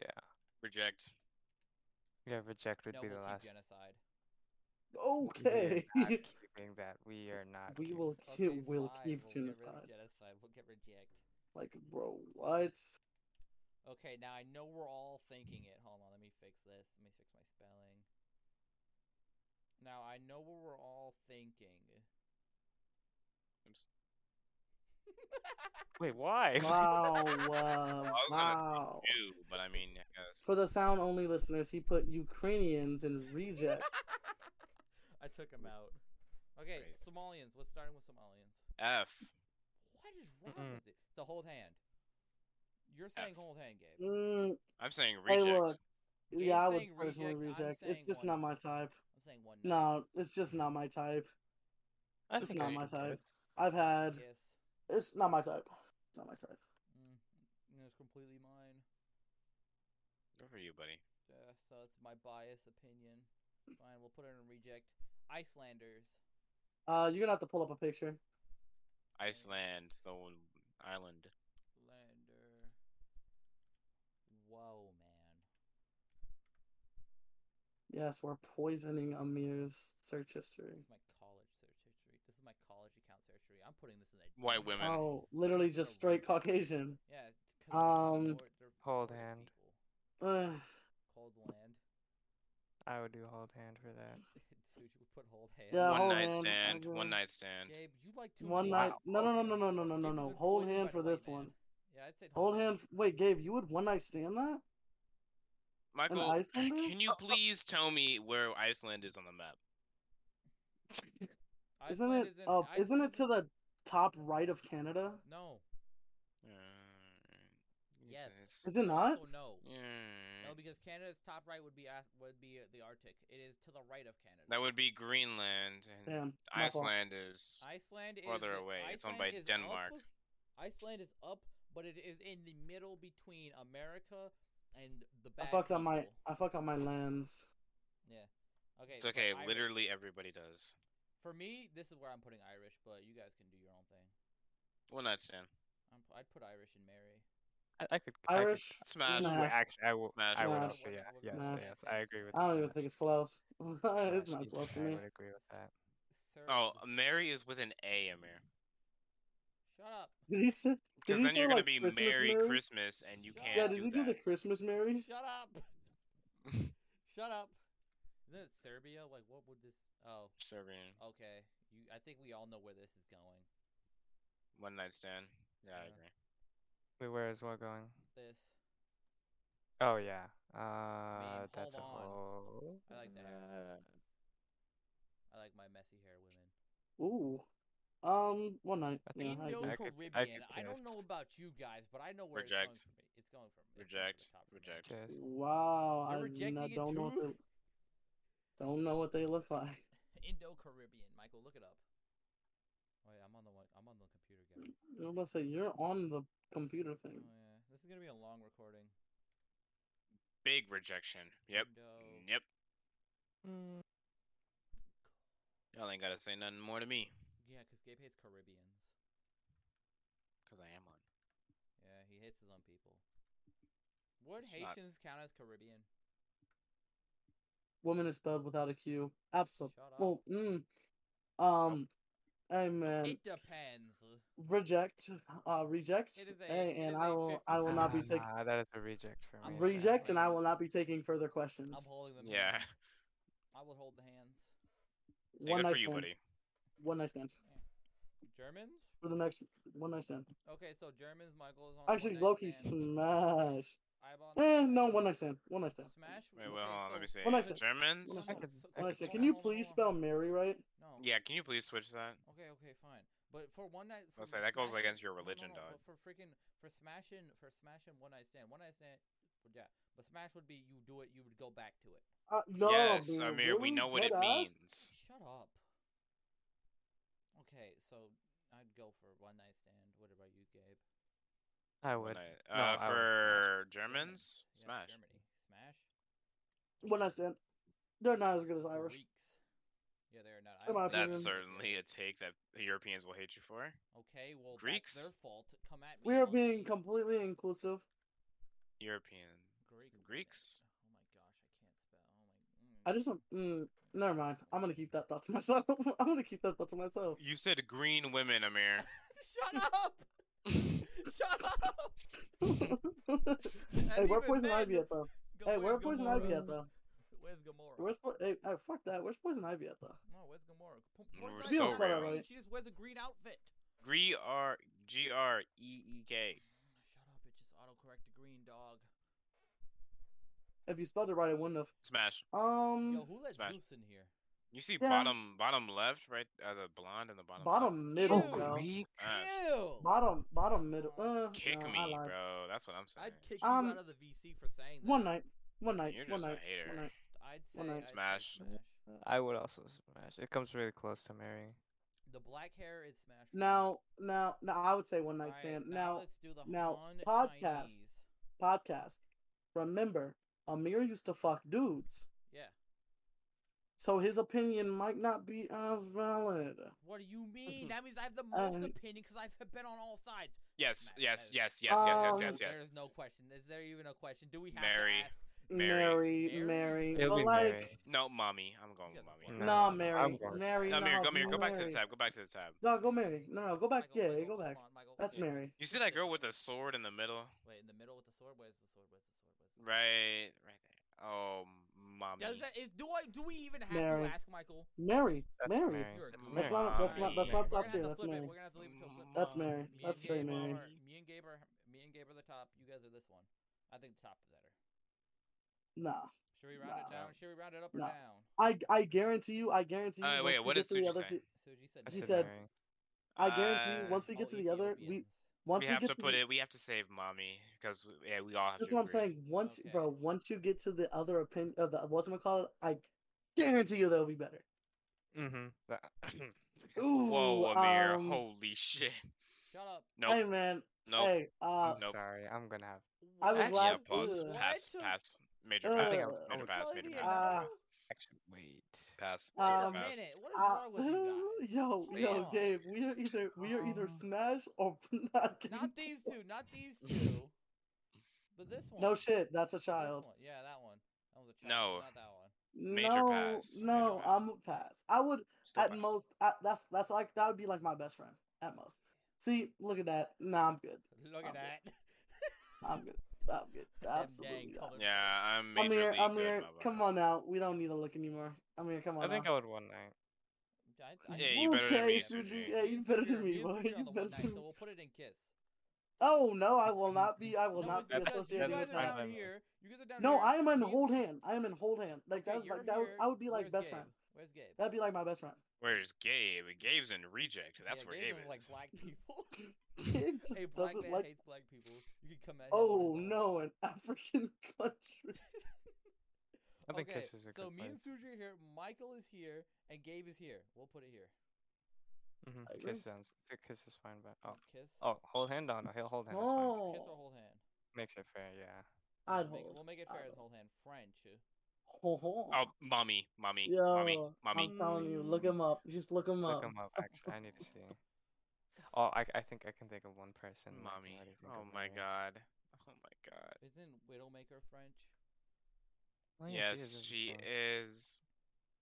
Speaker 4: Yeah.
Speaker 1: Reject.
Speaker 4: Yeah. Reject would
Speaker 2: No,
Speaker 4: be
Speaker 2: we'll
Speaker 4: the
Speaker 2: keep
Speaker 4: last.
Speaker 2: genocide.
Speaker 4: [laughs] We are
Speaker 3: Okay. [laughs]
Speaker 4: not keeping that. We are not.
Speaker 3: we
Speaker 4: keeping
Speaker 3: will
Speaker 4: that.
Speaker 3: ki-
Speaker 2: Okay,
Speaker 3: will
Speaker 2: fine,
Speaker 3: keep
Speaker 2: we'll get rid of
Speaker 3: genocide.
Speaker 2: genocide. We'll get reject.
Speaker 3: Like, bro, what?
Speaker 2: Okay, now I know we're all thinking it. Hold on, let me fix this. Let me fix my spelling. Now I know what we're all thinking.
Speaker 1: Oops.
Speaker 4: Wait. Why?
Speaker 3: Wow, wow,
Speaker 1: was gonna say
Speaker 3: wow.
Speaker 1: Two, but I mean, I guess.
Speaker 3: For the sound only listeners, he put Ukrainians in his
Speaker 2: [laughs]
Speaker 3: reject.
Speaker 2: I took him out. Okay,
Speaker 1: Great.
Speaker 2: Somalians. What's starting with Somalians?
Speaker 1: F.
Speaker 2: What is wrong
Speaker 4: Mm-mm.
Speaker 2: with it? It's a hold hand. You're saying
Speaker 1: F.
Speaker 2: hold hand, Gabe.
Speaker 3: Mm,
Speaker 1: I'm saying
Speaker 3: Hey,
Speaker 1: reject.
Speaker 3: look.
Speaker 2: Gabe's
Speaker 3: yeah, I would
Speaker 2: saying
Speaker 3: personally
Speaker 2: reject, I'm
Speaker 3: reject. It's
Speaker 2: saying
Speaker 3: just
Speaker 2: one
Speaker 3: not my
Speaker 2: night.
Speaker 3: type.
Speaker 2: I'm saying one night.
Speaker 3: No, it's just not my type.
Speaker 4: I
Speaker 3: just
Speaker 4: think
Speaker 3: not
Speaker 4: [laughs] I
Speaker 3: my
Speaker 4: should do
Speaker 3: type.
Speaker 4: it.
Speaker 3: I've had.
Speaker 2: Kiss.
Speaker 3: It's not my type. It's not my type.
Speaker 2: Mm, it's completely mine.
Speaker 1: Good for you, buddy.
Speaker 2: Yeah, so it's my biased
Speaker 3: [laughs]
Speaker 2: opinion. Fine, we'll put it in reject. Icelanders.
Speaker 3: Uh, you're gonna have to pull up a picture.
Speaker 1: Iceland, the one- island.
Speaker 2: Lander. Whoa, man.
Speaker 3: Yes, we're poisoning Amir's search
Speaker 2: This
Speaker 3: history.
Speaker 2: is my college search history. This is my college account search history. I'm putting this in a
Speaker 1: White
Speaker 2: deep-
Speaker 1: women. Man.
Speaker 3: Oh, literally
Speaker 2: This is
Speaker 3: just
Speaker 2: a really
Speaker 3: straight
Speaker 2: deep-
Speaker 3: Caucasian.
Speaker 2: Yeah, because
Speaker 3: Um,
Speaker 4: Hold hand.
Speaker 3: Ugh.
Speaker 2: Cold land. [laughs]
Speaker 4: I would do hold hand for that.
Speaker 2: Suji would put hold hand.
Speaker 3: Yeah,
Speaker 1: one
Speaker 3: hold
Speaker 1: night
Speaker 3: hand,
Speaker 1: stand.
Speaker 3: I
Speaker 1: One
Speaker 3: guess.
Speaker 1: night stand.
Speaker 2: Gabe, you like to
Speaker 3: One
Speaker 2: hold
Speaker 3: night.
Speaker 2: hand.
Speaker 3: No, no, no, no,
Speaker 2: Okay.
Speaker 3: no, no, no, no,
Speaker 2: Gabe,
Speaker 3: no.
Speaker 2: you've been
Speaker 3: Hold
Speaker 2: poisoned
Speaker 3: hand
Speaker 2: by
Speaker 3: for
Speaker 2: the white
Speaker 3: this
Speaker 2: man.
Speaker 3: one.
Speaker 2: Yeah, I'd say
Speaker 3: Hold hand. Wait, Gabe, you would one night stand that? An
Speaker 1: Michael,
Speaker 3: Icelander?
Speaker 1: can you please tell me where Iceland is on the map?
Speaker 3: Isn't
Speaker 2: Iceland
Speaker 3: it?
Speaker 2: is in-
Speaker 3: Uh, isn't
Speaker 2: Iceland
Speaker 3: it
Speaker 2: is
Speaker 3: to
Speaker 2: in-
Speaker 3: the top right of Canada?
Speaker 2: No.
Speaker 1: Uh,
Speaker 2: Yes.
Speaker 1: this-
Speaker 3: Is it not?
Speaker 2: Also no.
Speaker 1: Yeah.
Speaker 2: No, because Canada's top right would be Ath- would be uh, the Arctic. It is to the right of Canada.
Speaker 1: That would be Greenland,
Speaker 2: Mm,
Speaker 1: and
Speaker 3: Damn. my fault.
Speaker 1: Iceland is.
Speaker 2: Iceland is
Speaker 1: Farther away. It's owned
Speaker 2: Iceland
Speaker 1: by
Speaker 2: is
Speaker 1: Denmark.
Speaker 2: up- Iceland is up, but it is in the middle between America and the
Speaker 3: I
Speaker 2: bad
Speaker 3: fucked up my.
Speaker 2: people.
Speaker 3: I fucked up my lands.
Speaker 2: Okay,
Speaker 1: It's
Speaker 2: but
Speaker 1: okay.
Speaker 2: Irish-
Speaker 1: Literally everybody does.
Speaker 2: For me, this is where I'm putting Irish, but you guys can do your own thing.
Speaker 1: One night stand.
Speaker 2: I'm, I'd put Irish and Mary.
Speaker 4: I, I could. I could-
Speaker 3: Irish.
Speaker 1: Smash.
Speaker 4: Well,
Speaker 3: Smash.
Speaker 4: actually, I will.
Speaker 1: Smash
Speaker 4: I would
Speaker 3: Smash.
Speaker 4: also. Yeah. Yes.
Speaker 3: Smash.
Speaker 4: Yes. I agree with.
Speaker 3: I
Speaker 4: the
Speaker 3: don't even
Speaker 4: smash.
Speaker 3: think it's close. [laughs] it's
Speaker 4: Smash,
Speaker 3: not close to
Speaker 4: yeah, I
Speaker 3: me.
Speaker 4: would agree with that.
Speaker 2: Serbs.
Speaker 1: Oh, Mary is with an A, Amir.
Speaker 2: Shut up.
Speaker 3: Did he say? Did
Speaker 1: Because
Speaker 3: he
Speaker 1: then
Speaker 3: say,
Speaker 1: you're gonna
Speaker 3: like,
Speaker 1: be
Speaker 3: Christmas
Speaker 1: Merry
Speaker 3: Mary?
Speaker 1: Christmas, and you
Speaker 2: Yeah,
Speaker 1: can't
Speaker 3: Yeah, did
Speaker 1: do
Speaker 3: he
Speaker 1: that.
Speaker 3: do the Christmas Mary?
Speaker 2: Shut
Speaker 1: [laughs]
Speaker 2: up. Shut up. Isn't it Serbia? Like, what would this? Oh,
Speaker 1: Serbian
Speaker 2: okay. You, I think we all know where this is going.
Speaker 1: one night stand. Yeah, I
Speaker 2: Yeah.
Speaker 1: agree.
Speaker 4: Wait, where is what going?
Speaker 2: This.
Speaker 4: Oh yeah. Uh,
Speaker 2: hold
Speaker 4: that's a
Speaker 2: on.
Speaker 4: whole.
Speaker 2: I like the hair. I like my messy hair women.
Speaker 3: Ooh. Um, one night.
Speaker 4: I
Speaker 3: Yeah,
Speaker 4: think-
Speaker 3: I agree.
Speaker 2: Indo
Speaker 4: I could- I
Speaker 2: Caribbean.
Speaker 4: could
Speaker 2: I, don't
Speaker 4: guess.
Speaker 2: know about you guys, but I know where
Speaker 1: Reject.
Speaker 2: it's going for me. It's going from it's going
Speaker 1: Reject.
Speaker 2: to the top for me.
Speaker 1: Reject.
Speaker 4: Just.
Speaker 3: Wow,
Speaker 2: You're
Speaker 3: I
Speaker 2: rejecting
Speaker 3: not,
Speaker 2: it
Speaker 3: don't know. What
Speaker 2: too?
Speaker 3: they, don't know what they look like.
Speaker 2: Indo Caribbean. Michael, look it up. Wait, I'm on the one. I'm on the computer again.
Speaker 3: I'm about to say you're on the computer
Speaker 2: Oh
Speaker 3: thing.
Speaker 2: yeah, this is gonna be a long recording.
Speaker 1: Big rejection. Yep.
Speaker 2: Indo-
Speaker 1: Yep.
Speaker 4: Mm,
Speaker 1: Y'all ain't gotta say nothing more to me,
Speaker 2: Yeah, because Gabe hates Caribbeans.
Speaker 1: cause I am on.
Speaker 2: Yeah, he hates his own people. Would
Speaker 1: It's not-
Speaker 2: Haitians count as Caribbean?
Speaker 3: Woman is spelled without a Q. Absolutely.
Speaker 2: Shut up.
Speaker 3: Well, mm, um, and man,
Speaker 2: It depends.
Speaker 3: reject, uh, reject,
Speaker 2: It is a-
Speaker 3: hey,
Speaker 2: it is
Speaker 3: and
Speaker 2: a
Speaker 3: I will, I will not be
Speaker 4: [laughs] Nah,
Speaker 1: [laughs]
Speaker 3: taking
Speaker 4: nah, that is a reject for
Speaker 2: I'm
Speaker 4: me.
Speaker 2: sorry.
Speaker 3: reject, and I will not be taking further questions.
Speaker 2: I'm holding them.
Speaker 1: Yeah.
Speaker 2: hands. I will hold the hands.
Speaker 1: Hey,
Speaker 3: One
Speaker 1: good
Speaker 3: night
Speaker 1: for you,
Speaker 3: stand.
Speaker 1: buddy.
Speaker 3: One night stand
Speaker 2: Germans?
Speaker 3: for the next one night stand.
Speaker 2: Okay, so Germans, Michael's on.
Speaker 3: Actually, Loki smash.
Speaker 2: Eyeball
Speaker 3: Eh, no, one night stand. One night stand.
Speaker 2: Smash.
Speaker 1: Wait, well,
Speaker 2: okay,
Speaker 1: hold on, let
Speaker 2: so-
Speaker 1: me see.
Speaker 3: One night stand.
Speaker 1: Germans?
Speaker 3: One night
Speaker 2: so-
Speaker 4: stand.
Speaker 2: so-
Speaker 3: One
Speaker 2: hold
Speaker 3: night stand.
Speaker 2: on,
Speaker 3: Can you
Speaker 2: hold on,
Speaker 3: please
Speaker 2: hold
Speaker 3: spell
Speaker 2: on.
Speaker 3: Mary right?
Speaker 2: No.
Speaker 1: Yeah, can you please switch that?
Speaker 2: Okay, okay, fine. But for one night, for
Speaker 1: Let's say that goes
Speaker 2: smashing-
Speaker 1: against your
Speaker 2: no, no,
Speaker 1: religion,
Speaker 2: no,
Speaker 1: dog.
Speaker 2: But for freaking for smashing for smashing one night stand, one night stand, well, yeah. But smash would be you do it, you would go back to it.
Speaker 3: Uh, no,
Speaker 1: yes,
Speaker 3: dude,
Speaker 1: I mean, we
Speaker 3: really?
Speaker 1: know what it
Speaker 3: Dead ass?
Speaker 1: means.
Speaker 2: Shut up. Okay, so I'd go for one night stand. What about you, Gabe?
Speaker 4: I
Speaker 1: One
Speaker 3: [laughs]
Speaker 4: would.
Speaker 1: night- uh,
Speaker 4: No, I would
Speaker 1: for Germans,
Speaker 2: Germans. Yeah,
Speaker 1: smash.
Speaker 2: Germany, smash.
Speaker 3: One night stand. They're not as good as Irish.
Speaker 2: Greeks. Yeah, they're not.
Speaker 3: In my
Speaker 2: Irish.
Speaker 1: That's
Speaker 3: opinion.
Speaker 1: certainly a take that the Europeans will hate you for.
Speaker 2: Okay, well,
Speaker 1: Greeks?
Speaker 2: that's their fault. Come at me.
Speaker 3: We are
Speaker 2: I'll be
Speaker 3: being completely inclusive.
Speaker 1: European.
Speaker 2: Greek with it.
Speaker 1: Greeks?
Speaker 2: Oh my gosh, I can't spell. Oh my.
Speaker 3: I just don't- mm, never mind. I'm gonna keep that thought to [laughs] myself. I'm gonna keep that thought to [laughs] myself.
Speaker 1: You said green women, Amir.
Speaker 2: Shut up! Oh mm. [laughs] Shut up!
Speaker 3: [laughs] hey, where Poison Ivy at though? Hey, where Poison Ivy at though?
Speaker 2: Where's Gamora?
Speaker 3: Where's po- hey, hey, fuck that. Where's Poison Ivy at though?
Speaker 2: No, where's Gamora? Po-
Speaker 1: We
Speaker 2: Poison
Speaker 1: were
Speaker 2: Ivy's
Speaker 3: so
Speaker 2: not
Speaker 3: wrong.
Speaker 2: green, She just wears a green outfit.
Speaker 1: Gree R G R E E K.
Speaker 2: Oh, Shut up! It just autocorrect to green dog.
Speaker 3: If you spelled it right, it wouldn't have.
Speaker 1: Smash.
Speaker 2: Yo,
Speaker 3: Um,
Speaker 2: who let
Speaker 1: Smash.
Speaker 2: Zeus in here?
Speaker 1: You see
Speaker 3: Yeah.
Speaker 1: bottom bottom left, right? Uh, the blonde and the bottom.
Speaker 3: bottom middle.
Speaker 2: Ew.
Speaker 3: bro.
Speaker 4: Greek?
Speaker 1: left. Uh,
Speaker 2: Ew!
Speaker 3: Bottom, bottom middle. Uh,
Speaker 1: kick
Speaker 3: no, I
Speaker 1: me,
Speaker 3: lied.
Speaker 1: bro. That's what I'm saying.
Speaker 2: I'd kick
Speaker 3: Um,
Speaker 2: you out of the VC for saying that.
Speaker 3: One night, one night,
Speaker 1: You're
Speaker 3: one
Speaker 1: just a
Speaker 3: night,
Speaker 1: hater.
Speaker 3: one night.
Speaker 2: I'd say
Speaker 3: One night.
Speaker 2: I'd say
Speaker 1: Smash.
Speaker 2: smash.
Speaker 4: I would also smash. It comes really close to marrying.
Speaker 2: The black hair is smash. for me.
Speaker 3: Now, now, now, I would say one night
Speaker 2: Alright,
Speaker 3: stand.
Speaker 2: now
Speaker 3: Now,
Speaker 2: let's do the
Speaker 3: now,
Speaker 2: Han
Speaker 3: podcast.
Speaker 2: Chinese.
Speaker 3: podcast. Remember, Amir used to fuck dudes,
Speaker 2: Yeah.
Speaker 3: so his opinion might not be as valid.
Speaker 2: What do you
Speaker 1: Mm-hmm.
Speaker 2: mean? That means I have the most
Speaker 3: Um,
Speaker 2: opinion because I've been on all sides.
Speaker 1: Yes,
Speaker 2: Smash.
Speaker 1: yes,
Speaker 2: That is-
Speaker 1: yes, yes, yes, yes,
Speaker 3: Um,
Speaker 1: yes, yes.
Speaker 2: There's no question. Is there even a question? Do we have
Speaker 1: Mary.
Speaker 2: to ask?
Speaker 1: Mary.
Speaker 3: Mary,
Speaker 2: Mary?
Speaker 3: Mary, but
Speaker 4: It'll be
Speaker 3: like,
Speaker 4: Mary.
Speaker 1: No, mommy. I'm going
Speaker 2: You
Speaker 1: with
Speaker 2: guys are
Speaker 1: mommy.
Speaker 4: No,
Speaker 3: nah,
Speaker 4: no,
Speaker 3: Mary,
Speaker 4: I'm going-
Speaker 3: Mary,
Speaker 1: No, Amir,
Speaker 3: nah,
Speaker 1: come here. Go back to the
Speaker 3: Mary.
Speaker 1: tab. Go back to the tab.
Speaker 3: No, go Mary. No, no, go back.
Speaker 2: Michael,
Speaker 3: yeah,
Speaker 2: Michael,
Speaker 3: go back.
Speaker 2: come on, Michael.
Speaker 3: That's
Speaker 2: Yeah.
Speaker 3: Mary.
Speaker 1: You see that girl with the sword in the middle?
Speaker 2: Wait, in the middle with the sword. Where's the sword? Where's the sword? Where's the
Speaker 1: Right,
Speaker 2: sword?
Speaker 1: right there. Oh, mommy.
Speaker 2: Does that is do I do we even have
Speaker 3: Mary.
Speaker 2: to ask Michael?
Speaker 3: Mary,
Speaker 4: That's
Speaker 3: Mary.
Speaker 4: Mary.
Speaker 2: You're a
Speaker 1: That's
Speaker 2: goof.
Speaker 1: Mary.
Speaker 3: not- that's not- that's not
Speaker 2: We're gonna
Speaker 3: top tier,
Speaker 2: have to
Speaker 3: that's
Speaker 2: flip it.
Speaker 3: Mary.
Speaker 2: We're gonna have to leave it till flip.
Speaker 3: That's
Speaker 1: Mom.
Speaker 3: Mary.
Speaker 2: Me
Speaker 3: That's
Speaker 2: and Gabe
Speaker 3: straight Mary.
Speaker 2: Are, me and Gabe are me and Gabe are the top. You guys are this one. I think the top is better.
Speaker 3: Nah,
Speaker 2: Should we round it
Speaker 1: Nah.
Speaker 2: down? Should we round it up or
Speaker 3: Nah.
Speaker 2: down?
Speaker 3: I, I guarantee you. I guarantee you.
Speaker 1: Uh,
Speaker 3: once
Speaker 1: wait,
Speaker 3: we
Speaker 1: what
Speaker 3: get
Speaker 1: did
Speaker 3: to the
Speaker 1: Suji
Speaker 3: other
Speaker 1: say?
Speaker 3: two-
Speaker 2: So she said
Speaker 4: I
Speaker 3: He
Speaker 2: no.
Speaker 3: said-
Speaker 4: marrying.
Speaker 3: I guarantee
Speaker 1: Uh,
Speaker 3: you. Once we
Speaker 2: All
Speaker 3: get to the other, we
Speaker 2: Ethiopians.
Speaker 3: once
Speaker 1: we
Speaker 3: we,
Speaker 1: have
Speaker 3: get
Speaker 1: to
Speaker 3: the-
Speaker 1: put it. We have to save mommy because yeah, we all have
Speaker 3: That's
Speaker 1: to.
Speaker 3: what I'm
Speaker 1: agree.
Speaker 3: saying. Once,
Speaker 2: Okay.
Speaker 3: bro, once you get to the other opinion, uh, the what's gonna call it, I guarantee you they'll be better.
Speaker 4: Mm-hmm.
Speaker 3: Ooh,
Speaker 1: Whoa, Amir!
Speaker 3: um,
Speaker 1: Holy shit! [laughs]
Speaker 2: Shut up.
Speaker 1: Nope,
Speaker 3: Hey man,
Speaker 1: nope.
Speaker 3: hey, uh,
Speaker 4: [laughs] I'm
Speaker 1: Nope.
Speaker 4: sorry. I'm gonna have.
Speaker 3: I was
Speaker 1: yeah,
Speaker 2: What?
Speaker 3: glad-
Speaker 1: pause.
Speaker 3: Ugh.
Speaker 1: Pass.
Speaker 2: What? oh,
Speaker 1: Pass. Major
Speaker 3: Ugh.
Speaker 1: pass.
Speaker 3: I think
Speaker 1: Major
Speaker 4: I'm
Speaker 1: pass.
Speaker 2: Telling
Speaker 1: Major
Speaker 2: me
Speaker 1: pass.
Speaker 3: Uh,
Speaker 2: another?
Speaker 4: Actually, wait.
Speaker 1: Pass.
Speaker 3: uh,
Speaker 1: Super
Speaker 2: Wait a
Speaker 3: um,
Speaker 1: pass.
Speaker 2: minute. What is
Speaker 3: uh,
Speaker 2: wrong with you guys?
Speaker 3: [laughs] yo,
Speaker 2: Come
Speaker 3: yo,
Speaker 2: on.
Speaker 3: Gabe, we are either we are either
Speaker 5: Um,
Speaker 3: smash or [laughs] we're not. Getting
Speaker 2: Not these two. Not these two. But this one.
Speaker 3: No
Speaker 2: This
Speaker 3: shit, that's a child.
Speaker 2: one. Yeah, that one. That was a
Speaker 1: No.
Speaker 2: child. Not that one. [laughs]
Speaker 1: Major
Speaker 3: no,
Speaker 1: pass, major
Speaker 3: no,
Speaker 1: pass.
Speaker 3: I'm a pass. I would
Speaker 1: Still
Speaker 3: at
Speaker 1: pass.
Speaker 3: most. I, that's that's like that would be like my best friend at most. See, look at that. Nah, I'm good.
Speaker 2: Look at
Speaker 3: Um,
Speaker 2: that.
Speaker 3: I'm good. I'm good.
Speaker 2: dang
Speaker 3: Absolutely. not.
Speaker 2: colored
Speaker 1: Yeah, I'm
Speaker 3: I'm
Speaker 1: majorly
Speaker 3: here. I'm
Speaker 1: good,
Speaker 3: here.
Speaker 1: my boy.
Speaker 3: Come on now. We don't need to look anymore. I'm here. Come on.
Speaker 4: I think
Speaker 3: now.
Speaker 4: I would one night.
Speaker 2: [laughs] I- I-
Speaker 1: Yeah, you better than me,
Speaker 3: Okay, Suji.
Speaker 1: Suji.
Speaker 3: Yeah, you
Speaker 2: Ian's
Speaker 3: better
Speaker 2: secure-
Speaker 3: than me,
Speaker 2: Ian's
Speaker 3: boy. [laughs]
Speaker 2: secure on
Speaker 3: You
Speaker 2: the
Speaker 3: better
Speaker 2: one night,
Speaker 3: than
Speaker 2: so
Speaker 3: me.
Speaker 2: we'll put it in kiss.
Speaker 3: Oh no, I will not be. I
Speaker 2: [laughs]
Speaker 3: will
Speaker 2: no,
Speaker 3: not
Speaker 2: it's
Speaker 3: be
Speaker 4: that's-
Speaker 2: because you
Speaker 3: associated
Speaker 2: guys
Speaker 4: that's
Speaker 3: with
Speaker 2: are
Speaker 4: fine
Speaker 3: that.
Speaker 4: by
Speaker 2: down
Speaker 4: me.
Speaker 2: here. You guys are down
Speaker 3: No,
Speaker 2: here.
Speaker 3: I am in
Speaker 2: Ian's-
Speaker 3: hold hand. I am in hold hand. Like
Speaker 2: Okay,
Speaker 3: that's
Speaker 2: you're
Speaker 3: like that. Would,
Speaker 2: here.
Speaker 3: I would be like
Speaker 2: Where's
Speaker 3: best
Speaker 2: Gabe?
Speaker 3: friend.
Speaker 2: Where's Gabe?
Speaker 3: That'd be like my best friend. [laughs]
Speaker 1: Where's Gabe? Gabe's in reject. That's
Speaker 2: yeah,
Speaker 1: where
Speaker 2: Gabe
Speaker 1: Gabe,
Speaker 2: doesn't
Speaker 1: is.
Speaker 2: like
Speaker 3: [laughs]
Speaker 2: black people. [laughs]
Speaker 3: It
Speaker 2: hey, black
Speaker 3: just doesn't
Speaker 2: man
Speaker 3: like.
Speaker 2: hates black people. You can come at him on
Speaker 3: Oh
Speaker 2: his own.
Speaker 3: no, an African [laughs] country.
Speaker 4: I think
Speaker 2: okay,
Speaker 4: Kiss is a
Speaker 2: so
Speaker 4: good
Speaker 2: me and
Speaker 4: place.
Speaker 2: Suji are here. Michael is here, and Gabe is here. We'll put it here.
Speaker 4: Mhm,
Speaker 3: I agree.
Speaker 4: Kiss sounds. Kiss is fine, but oh,
Speaker 2: Kiss.
Speaker 4: oh, hold hand on. He'll hold hand. is fine.
Speaker 2: Kiss or
Speaker 3: Oh,
Speaker 2: hold hand.
Speaker 4: Makes it fair, yeah.
Speaker 2: we'll,
Speaker 3: I'd
Speaker 2: make, it-
Speaker 3: hold.
Speaker 2: we'll make it
Speaker 3: I'd
Speaker 2: fair as hold hand. French. uh,
Speaker 3: Oh,
Speaker 1: Oh, mommy, mommy, mommy,
Speaker 3: yo,
Speaker 1: mommy.
Speaker 3: I'm telling you,
Speaker 2: Mm.
Speaker 3: look him up. Just look him
Speaker 4: Look
Speaker 3: up.
Speaker 4: him up. Actually, I need to see. Oh, I I think I can think of one person. I can
Speaker 1: Mommy.
Speaker 4: already think
Speaker 1: Oh
Speaker 4: of
Speaker 1: my
Speaker 4: now.
Speaker 1: god. Oh my god.
Speaker 2: Isn't Widowmaker French?
Speaker 4: Oh, yeah,
Speaker 1: Yes,
Speaker 4: isn't
Speaker 1: she
Speaker 4: she?
Speaker 1: is.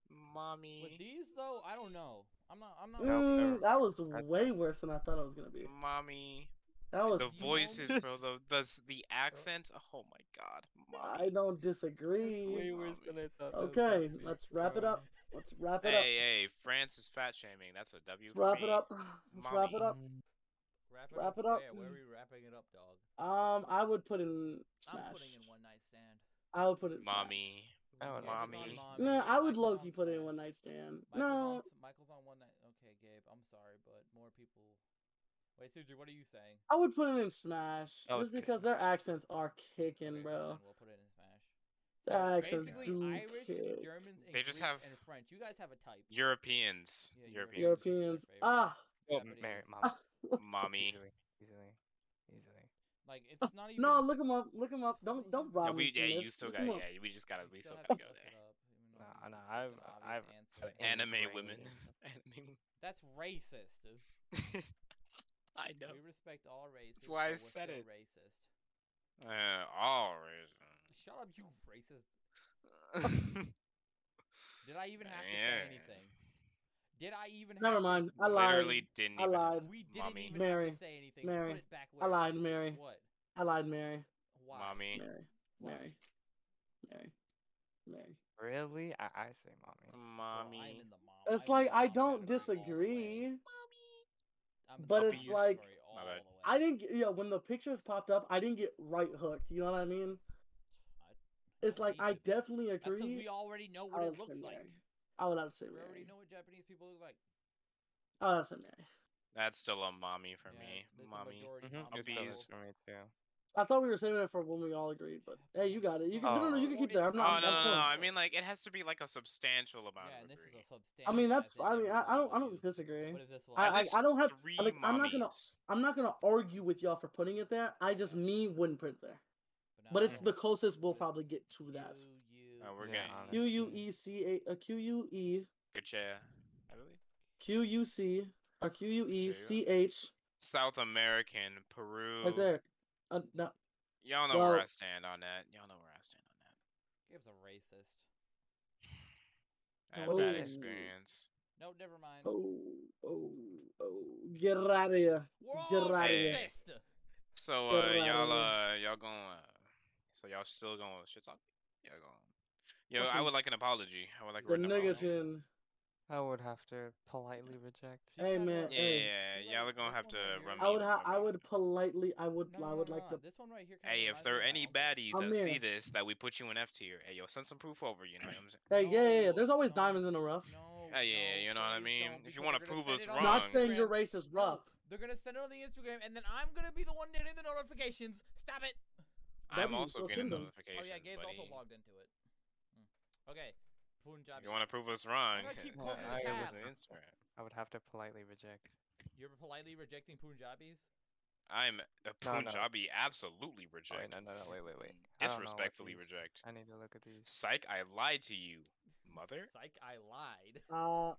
Speaker 1: Mommy.
Speaker 2: With these though, I don't know. I'm not. I'm not.
Speaker 4: No,
Speaker 3: Mm,
Speaker 4: never.
Speaker 3: that was
Speaker 4: That's-
Speaker 3: way worse than I thought it was gonna be.
Speaker 1: Mommy.
Speaker 3: That was.
Speaker 1: The voices, bro. The, the, the accents. Oh my god.
Speaker 3: I
Speaker 1: Mommy.
Speaker 3: don't
Speaker 1: That's
Speaker 3: disagree.
Speaker 1: way
Speaker 4: Way worse than I thought.
Speaker 3: Okay, let's wrap it up. Let's wrap it
Speaker 1: Hey,
Speaker 3: up.
Speaker 1: hey, France is fat shaming. That's a W.
Speaker 3: Let's
Speaker 1: for
Speaker 3: wrap it
Speaker 1: me.
Speaker 3: up. [laughs] Let's wrap it up.
Speaker 2: Wrap it
Speaker 3: Wrap
Speaker 2: up.
Speaker 3: it up.
Speaker 2: Yeah, where are we wrapping it up, dog?
Speaker 3: Um, I would put in Smash.
Speaker 2: I'm putting in one night stand.
Speaker 3: I would put it. Smash.
Speaker 1: Mommy.
Speaker 4: Oh,
Speaker 2: Gabe is on
Speaker 1: mommy.
Speaker 2: mommy,
Speaker 3: Nah, I
Speaker 2: Michael's
Speaker 3: would low
Speaker 2: on
Speaker 3: key put in
Speaker 2: Smash.
Speaker 3: one night stand.
Speaker 2: Michael's on,
Speaker 3: No,
Speaker 2: s- Michael's on one night. Okay, Gabe. I'm sorry, but more people. Wait, Suji, what are you saying?
Speaker 3: I would put it in Smash
Speaker 4: I was
Speaker 3: just
Speaker 4: gonna
Speaker 3: because
Speaker 4: say
Speaker 3: their accents are kicking,
Speaker 2: Okay,
Speaker 3: bro.
Speaker 2: fine, We'll put it in Smash.
Speaker 3: Their accents
Speaker 2: Basically,
Speaker 3: do
Speaker 2: Irish,
Speaker 3: kick.
Speaker 2: Germans, and
Speaker 1: They just
Speaker 2: Greeks
Speaker 1: have-
Speaker 2: and French. You guys have a type.
Speaker 1: Europeans.
Speaker 2: Yeah,
Speaker 1: Europeans.
Speaker 2: European.
Speaker 3: Europeans,
Speaker 2: favorite.
Speaker 3: ah,
Speaker 4: Oh,
Speaker 2: Japanese.
Speaker 4: Mary, mom.
Speaker 1: [laughs] Mommy.
Speaker 4: Easily, easily, easily.
Speaker 2: Like it's not even.
Speaker 3: Uh, no, look them up, look them up. Don't don't rob
Speaker 1: Yeah,
Speaker 3: me
Speaker 1: we,
Speaker 3: from
Speaker 1: yeah,
Speaker 3: this.
Speaker 1: you still
Speaker 3: Look
Speaker 1: got.
Speaker 3: 'em
Speaker 1: Yeah,
Speaker 3: up.
Speaker 1: we just gotta. We still
Speaker 2: have
Speaker 1: gotta go
Speaker 2: look it
Speaker 1: there.
Speaker 2: up, even though
Speaker 4: Nah,
Speaker 2: it's
Speaker 4: nah,
Speaker 2: just
Speaker 4: I've-
Speaker 2: an obvious
Speaker 4: I've-
Speaker 2: answer.
Speaker 4: I've-
Speaker 2: But
Speaker 4: And-
Speaker 1: Anime women. [laughs] Anime.
Speaker 2: That's racist, dude.
Speaker 1: women. [laughs] I know.
Speaker 2: We respect all races.
Speaker 1: why I
Speaker 2: but we're
Speaker 1: said
Speaker 2: still
Speaker 1: it.
Speaker 2: Racist.
Speaker 1: Uh, all
Speaker 2: Shut up, you racist.
Speaker 1: right.
Speaker 2: Did I even have to
Speaker 1: Yeah.
Speaker 2: say anything? Did I even?
Speaker 3: Never
Speaker 2: have to
Speaker 3: mind,
Speaker 2: s-
Speaker 3: [laughs] I lied.
Speaker 1: Literally didn't.
Speaker 3: I
Speaker 1: even-
Speaker 3: lied.
Speaker 2: We didn't
Speaker 1: Mommy.
Speaker 2: even
Speaker 3: Mary.
Speaker 2: have to say anything.
Speaker 3: Mary.
Speaker 2: Put it back.
Speaker 3: I
Speaker 2: where?
Speaker 3: lied, Mary.
Speaker 2: What?
Speaker 3: I lied, Mary,
Speaker 2: Why?
Speaker 1: Mommy.
Speaker 3: Mary,
Speaker 2: Why?
Speaker 3: Mary, Mary, Mary.
Speaker 4: Really? I, I say mommy.
Speaker 2: Bro,
Speaker 1: Mommy.
Speaker 2: I'm in the mom. I'm
Speaker 3: It's
Speaker 2: in
Speaker 3: like
Speaker 2: the
Speaker 3: I
Speaker 2: mom
Speaker 3: don't
Speaker 2: category all the way.
Speaker 3: disagree.
Speaker 2: I'm in the
Speaker 3: but
Speaker 2: mom
Speaker 1: it's
Speaker 2: category
Speaker 1: like-
Speaker 2: all
Speaker 1: My bad.
Speaker 2: the way.
Speaker 3: I didn't. Get, yeah, when the pictures popped up, I didn't get right hooked. You know what I mean?
Speaker 2: I-
Speaker 3: It's
Speaker 2: don't
Speaker 3: like
Speaker 2: need
Speaker 3: I
Speaker 2: to.
Speaker 3: definitely
Speaker 2: That's because
Speaker 3: agree.
Speaker 2: we already know
Speaker 3: I
Speaker 2: what
Speaker 3: would
Speaker 2: it
Speaker 3: say
Speaker 2: looks like.
Speaker 3: Mary. I would have to say
Speaker 2: We
Speaker 3: Mary.
Speaker 2: already know what Japanese people look like.
Speaker 3: I would have to say Mary.
Speaker 1: That's still a mommy for
Speaker 2: Yeah,
Speaker 1: me.
Speaker 2: it's- it's a
Speaker 1: mommy.
Speaker 2: majority
Speaker 3: Mm-hmm.
Speaker 4: Mhm,
Speaker 1: It's
Speaker 2: mom
Speaker 4: It's
Speaker 1: a-
Speaker 2: people.
Speaker 4: always for me too.
Speaker 3: I thought we were saving it for when we all agreed, but hey, you got it. You can, no, no, no, you can
Speaker 2: Oh,
Speaker 3: keep that. I'm
Speaker 2: it's-
Speaker 1: Oh no,
Speaker 3: not.
Speaker 1: no,
Speaker 3: I'm
Speaker 1: no, no,
Speaker 3: cool.
Speaker 1: I mean, like, it has to be like a substantial amount.
Speaker 2: Yeah,
Speaker 1: of
Speaker 2: and this is
Speaker 1: agree.
Speaker 2: a substantial.
Speaker 3: I
Speaker 2: as
Speaker 3: mean, that's.
Speaker 2: in
Speaker 3: I mean, I, I
Speaker 2: everyone
Speaker 3: don't. I
Speaker 2: would
Speaker 3: don't
Speaker 2: do.
Speaker 3: disagree.
Speaker 2: What is this one?
Speaker 3: I-
Speaker 1: At
Speaker 3: I-
Speaker 1: least
Speaker 3: I don't have-
Speaker 1: three
Speaker 3: like, I'm not gonna-
Speaker 1: mommies.
Speaker 3: I'm not gonna argue with y'all for putting it there. I just me wouldn't put it there,
Speaker 2: now
Speaker 3: but
Speaker 2: I
Speaker 3: it's
Speaker 2: don't
Speaker 3: the
Speaker 2: know.
Speaker 3: closest we'll
Speaker 2: This
Speaker 3: probably
Speaker 2: is
Speaker 3: get to that.
Speaker 2: Q,
Speaker 1: Oh, we're
Speaker 2: U,
Speaker 1: getting-
Speaker 2: honest.
Speaker 3: Q U E C A a Q U E
Speaker 1: Good share. I believe.
Speaker 3: Q U E C or Q U E
Speaker 1: Sure,
Speaker 3: C H
Speaker 1: South American, Peru.
Speaker 3: right there. Uh, no,
Speaker 1: Y'all know where
Speaker 3: Well-
Speaker 1: I stand on that. Y'all know where I stand on that.
Speaker 2: Gives a racist.
Speaker 1: I have
Speaker 3: Oh.
Speaker 1: bad experience.
Speaker 2: No, never mind.
Speaker 3: oh, oh, oh, get out of here.
Speaker 2: We're
Speaker 3: get
Speaker 2: all
Speaker 3: outta
Speaker 1: here.
Speaker 2: racist.
Speaker 1: So
Speaker 3: Get
Speaker 1: uh,
Speaker 3: right
Speaker 1: y'all uh,
Speaker 3: away.
Speaker 1: y'all going? Uh, so y'all still going shit talk? Y'all going? Yo, I
Speaker 3: Fucking-
Speaker 1: would like an apology. I would like a
Speaker 3: The
Speaker 1: written
Speaker 3: nigga
Speaker 1: apology.
Speaker 3: chin.
Speaker 4: I would have to politely reject.
Speaker 2: See
Speaker 3: Hey,
Speaker 2: that
Speaker 3: man,
Speaker 2: one-
Speaker 1: Yeah,
Speaker 3: hey.
Speaker 2: see
Speaker 1: yeah,
Speaker 2: that
Speaker 1: y'all
Speaker 2: one-
Speaker 1: are gonna
Speaker 2: this
Speaker 1: have
Speaker 2: one
Speaker 1: to
Speaker 2: right here?
Speaker 1: run
Speaker 3: I would.
Speaker 1: Mean,
Speaker 3: Ha- I
Speaker 1: mean.
Speaker 3: would politely. I would.
Speaker 2: No, no,
Speaker 3: I
Speaker 2: no,
Speaker 3: would
Speaker 2: no,
Speaker 3: like
Speaker 2: no.
Speaker 3: to.
Speaker 2: This one right here. kinda
Speaker 1: Hey, if
Speaker 2: reminds me
Speaker 1: there are
Speaker 2: of my
Speaker 1: any [laughs]
Speaker 2: uncle.
Speaker 1: baddies
Speaker 3: I'm
Speaker 1: that see
Speaker 3: here.
Speaker 1: this that we put you in F tier, hey yo, send some proof over. You know what I'm saying?
Speaker 3: Hey, yeah, yeah, yeah. There's
Speaker 2: No,
Speaker 3: always
Speaker 2: no,
Speaker 3: diamonds in the rough.
Speaker 2: No.
Speaker 1: Hey, yeah,
Speaker 2: no,
Speaker 1: you know what I
Speaker 2: please
Speaker 1: mean? If
Speaker 2: don't,
Speaker 1: you
Speaker 2: because
Speaker 1: wanna
Speaker 2: they're gonna
Speaker 1: prove
Speaker 2: send
Speaker 1: us
Speaker 2: it on
Speaker 1: wrong-
Speaker 3: Not
Speaker 1: Wrong.
Speaker 3: saying
Speaker 2: Instagram.
Speaker 3: you're racist, rough.
Speaker 2: They're gonna send it on the Instagram, and then I'm gonna be the one getting the notifications. Stop it.
Speaker 1: I'm
Speaker 3: W's,
Speaker 1: also
Speaker 3: we'll
Speaker 1: getting
Speaker 3: send 'em.
Speaker 1: notifications.
Speaker 2: Oh yeah, Gabe's
Speaker 1: buddy.
Speaker 2: also logged into it. Hmm. Okay. Punjabi.
Speaker 1: You want to prove us wrong?
Speaker 2: gonna
Speaker 1: [laughs]
Speaker 2: keep
Speaker 4: closing
Speaker 1: send
Speaker 4: the
Speaker 1: us
Speaker 4: tab.
Speaker 1: an Instagram.
Speaker 4: I would have to politely reject. Oh,
Speaker 2: You're politely rejecting Punjabis.
Speaker 1: I'm a
Speaker 4: No, no.
Speaker 1: Punjabi. Absolutely
Speaker 4: Oh, wait,
Speaker 1: reject.
Speaker 4: no, no, no, wait, wait, wait. I don't know what
Speaker 1: Disrespectfully
Speaker 4: these-
Speaker 1: reject.
Speaker 4: I need to look at these.
Speaker 1: Psych, I lied to you, mother.
Speaker 2: Psych, I lied.
Speaker 3: Uh,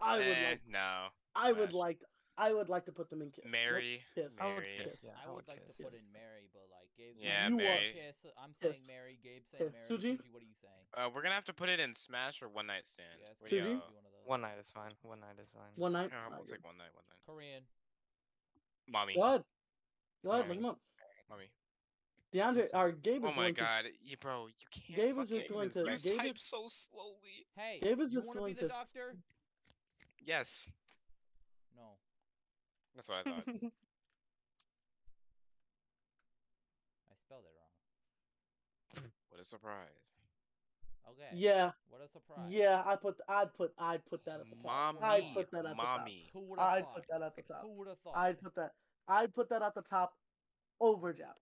Speaker 3: I would.
Speaker 1: Eh,
Speaker 3: Like,
Speaker 1: no.
Speaker 3: I would
Speaker 1: smash.
Speaker 3: like. I would like to put them in kiss. Nope,
Speaker 1: Mary.
Speaker 3: Kiss.
Speaker 4: I would
Speaker 1: Mary.
Speaker 4: kiss,
Speaker 3: Yes.
Speaker 4: yeah,
Speaker 2: I would like to
Speaker 4: kiss.
Speaker 2: put
Speaker 3: Yes.
Speaker 2: in Mary, but like Gabe,
Speaker 1: Yeah,
Speaker 2: you
Speaker 1: Mary.
Speaker 2: are kiss. I'm saying
Speaker 3: Yes.
Speaker 2: Mary. Gabe saying
Speaker 3: Yes.
Speaker 2: Mary.
Speaker 3: Suji?
Speaker 2: Suji, what are you saying?
Speaker 1: Uh, we're gonna have to put it in Smash or One Night Stand.
Speaker 2: Yeah, it's
Speaker 1: What
Speaker 2: gonna
Speaker 1: do
Speaker 3: Suji?
Speaker 2: have
Speaker 1: y'all-
Speaker 2: to be one of those.
Speaker 4: One night is fine. One night is fine.
Speaker 3: One night.
Speaker 1: Yeah,
Speaker 3: I
Speaker 1: uh, we'll
Speaker 3: agree.
Speaker 1: take One Night. One Night.
Speaker 2: Korean.
Speaker 1: Mommy.
Speaker 3: Go ahead. Go ahead.
Speaker 1: Mary.
Speaker 3: Look him up.
Speaker 1: Mommy.
Speaker 3: DeAndre,
Speaker 4: Yes.
Speaker 3: our Gabe is
Speaker 1: Oh my
Speaker 3: going to-
Speaker 1: god, you, bro, you can't.
Speaker 3: Gabe was just
Speaker 1: fucking-
Speaker 3: going to-
Speaker 1: You
Speaker 3: Gabe
Speaker 1: type
Speaker 3: is-
Speaker 1: so slowly.
Speaker 2: Hey,
Speaker 3: Gabe is
Speaker 2: you
Speaker 3: just
Speaker 2: want to be
Speaker 3: going
Speaker 2: the
Speaker 3: to-
Speaker 2: doctor?
Speaker 1: Yes,
Speaker 2: No.
Speaker 1: that's what I
Speaker 3: [laughs]
Speaker 1: thought.
Speaker 2: I spelled it wrong.
Speaker 1: what a surprise.
Speaker 2: Okay.
Speaker 3: Yeah,
Speaker 2: What a surprise.
Speaker 3: yeah. I put. I'd put. I'd put that at the top.
Speaker 1: Mommy.
Speaker 3: I'd put that at the top.
Speaker 1: mommy.
Speaker 2: Who would have
Speaker 3: I'd
Speaker 2: thought?
Speaker 3: put that at the top.
Speaker 2: Who would have thought?
Speaker 3: I'd put that. I'd put that at the top. Over Japan.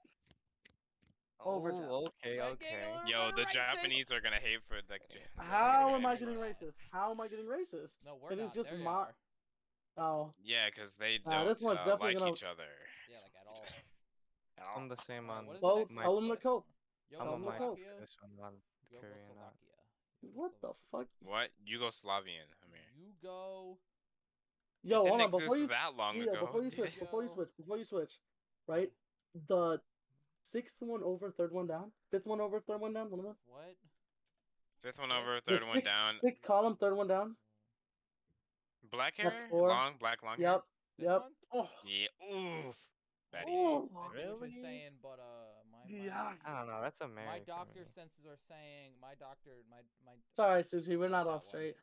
Speaker 3: Overjob.
Speaker 4: Oh, okay,
Speaker 2: Right, gang,
Speaker 4: okay.
Speaker 2: a
Speaker 1: Yo,
Speaker 2: little
Speaker 1: the
Speaker 2: bit racist.
Speaker 1: Japanese are gonna hate for that.
Speaker 3: How am I
Speaker 2: Yeah.
Speaker 3: getting racist? How am I getting racist?
Speaker 2: No, we're
Speaker 3: It is
Speaker 2: not.
Speaker 3: just
Speaker 2: there you
Speaker 3: my-
Speaker 2: are.
Speaker 3: Oh,
Speaker 1: Yeah, because they don't
Speaker 3: Nah, this one's
Speaker 1: uh,
Speaker 3: definitely
Speaker 1: like
Speaker 3: gonna-
Speaker 1: each other.
Speaker 2: Yeah, like at
Speaker 4: [laughs]
Speaker 2: all.
Speaker 1: at all.
Speaker 4: I'm the same
Speaker 2: Alright,
Speaker 4: on.
Speaker 2: what is
Speaker 3: well,
Speaker 2: the next
Speaker 4: my-
Speaker 3: tell
Speaker 2: one?
Speaker 3: him to cope.
Speaker 4: I'm on
Speaker 3: Tell 'em
Speaker 4: my
Speaker 3: to cope.
Speaker 2: Yugoslavia?
Speaker 4: [laughs] this one on Korean. uh,
Speaker 2: Yugoslovakia.
Speaker 3: What the fuck?
Speaker 1: What Yugoslavian? I mean,
Speaker 2: You go.
Speaker 1: it
Speaker 3: Yo,
Speaker 1: didn't
Speaker 3: hold on.
Speaker 1: exist
Speaker 3: Before you,
Speaker 1: that long
Speaker 3: yeah,
Speaker 1: ago. [laughs]
Speaker 3: before you
Speaker 1: did
Speaker 3: switch,
Speaker 1: it?
Speaker 3: before you
Speaker 2: Yo.
Speaker 3: switch, before you switch, right? The sixth one over, third one down. Fifth one over, third one down. One of them.
Speaker 2: What?
Speaker 1: Fifth one over,
Speaker 2: The
Speaker 3: [laughs]
Speaker 1: third one
Speaker 3: sixth-
Speaker 1: down.
Speaker 3: Sixth column, third one down.
Speaker 1: Black hair,
Speaker 3: four.
Speaker 1: long, black, long. hair?
Speaker 3: Yep.
Speaker 2: This
Speaker 3: Yep.
Speaker 2: one?
Speaker 3: Oh.
Speaker 1: Yeah. Oof. Fatty.
Speaker 2: I
Speaker 5: Ooh.
Speaker 2: see what
Speaker 5: Really?
Speaker 2: you're saying, but uh, my my,
Speaker 5: Yeah.
Speaker 4: I don't know. That's American.
Speaker 2: my doctor
Speaker 4: man.
Speaker 2: senses are saying my doctor my my.
Speaker 3: Sorry, Suji. We're not
Speaker 2: That
Speaker 3: all
Speaker 2: one.
Speaker 3: straight.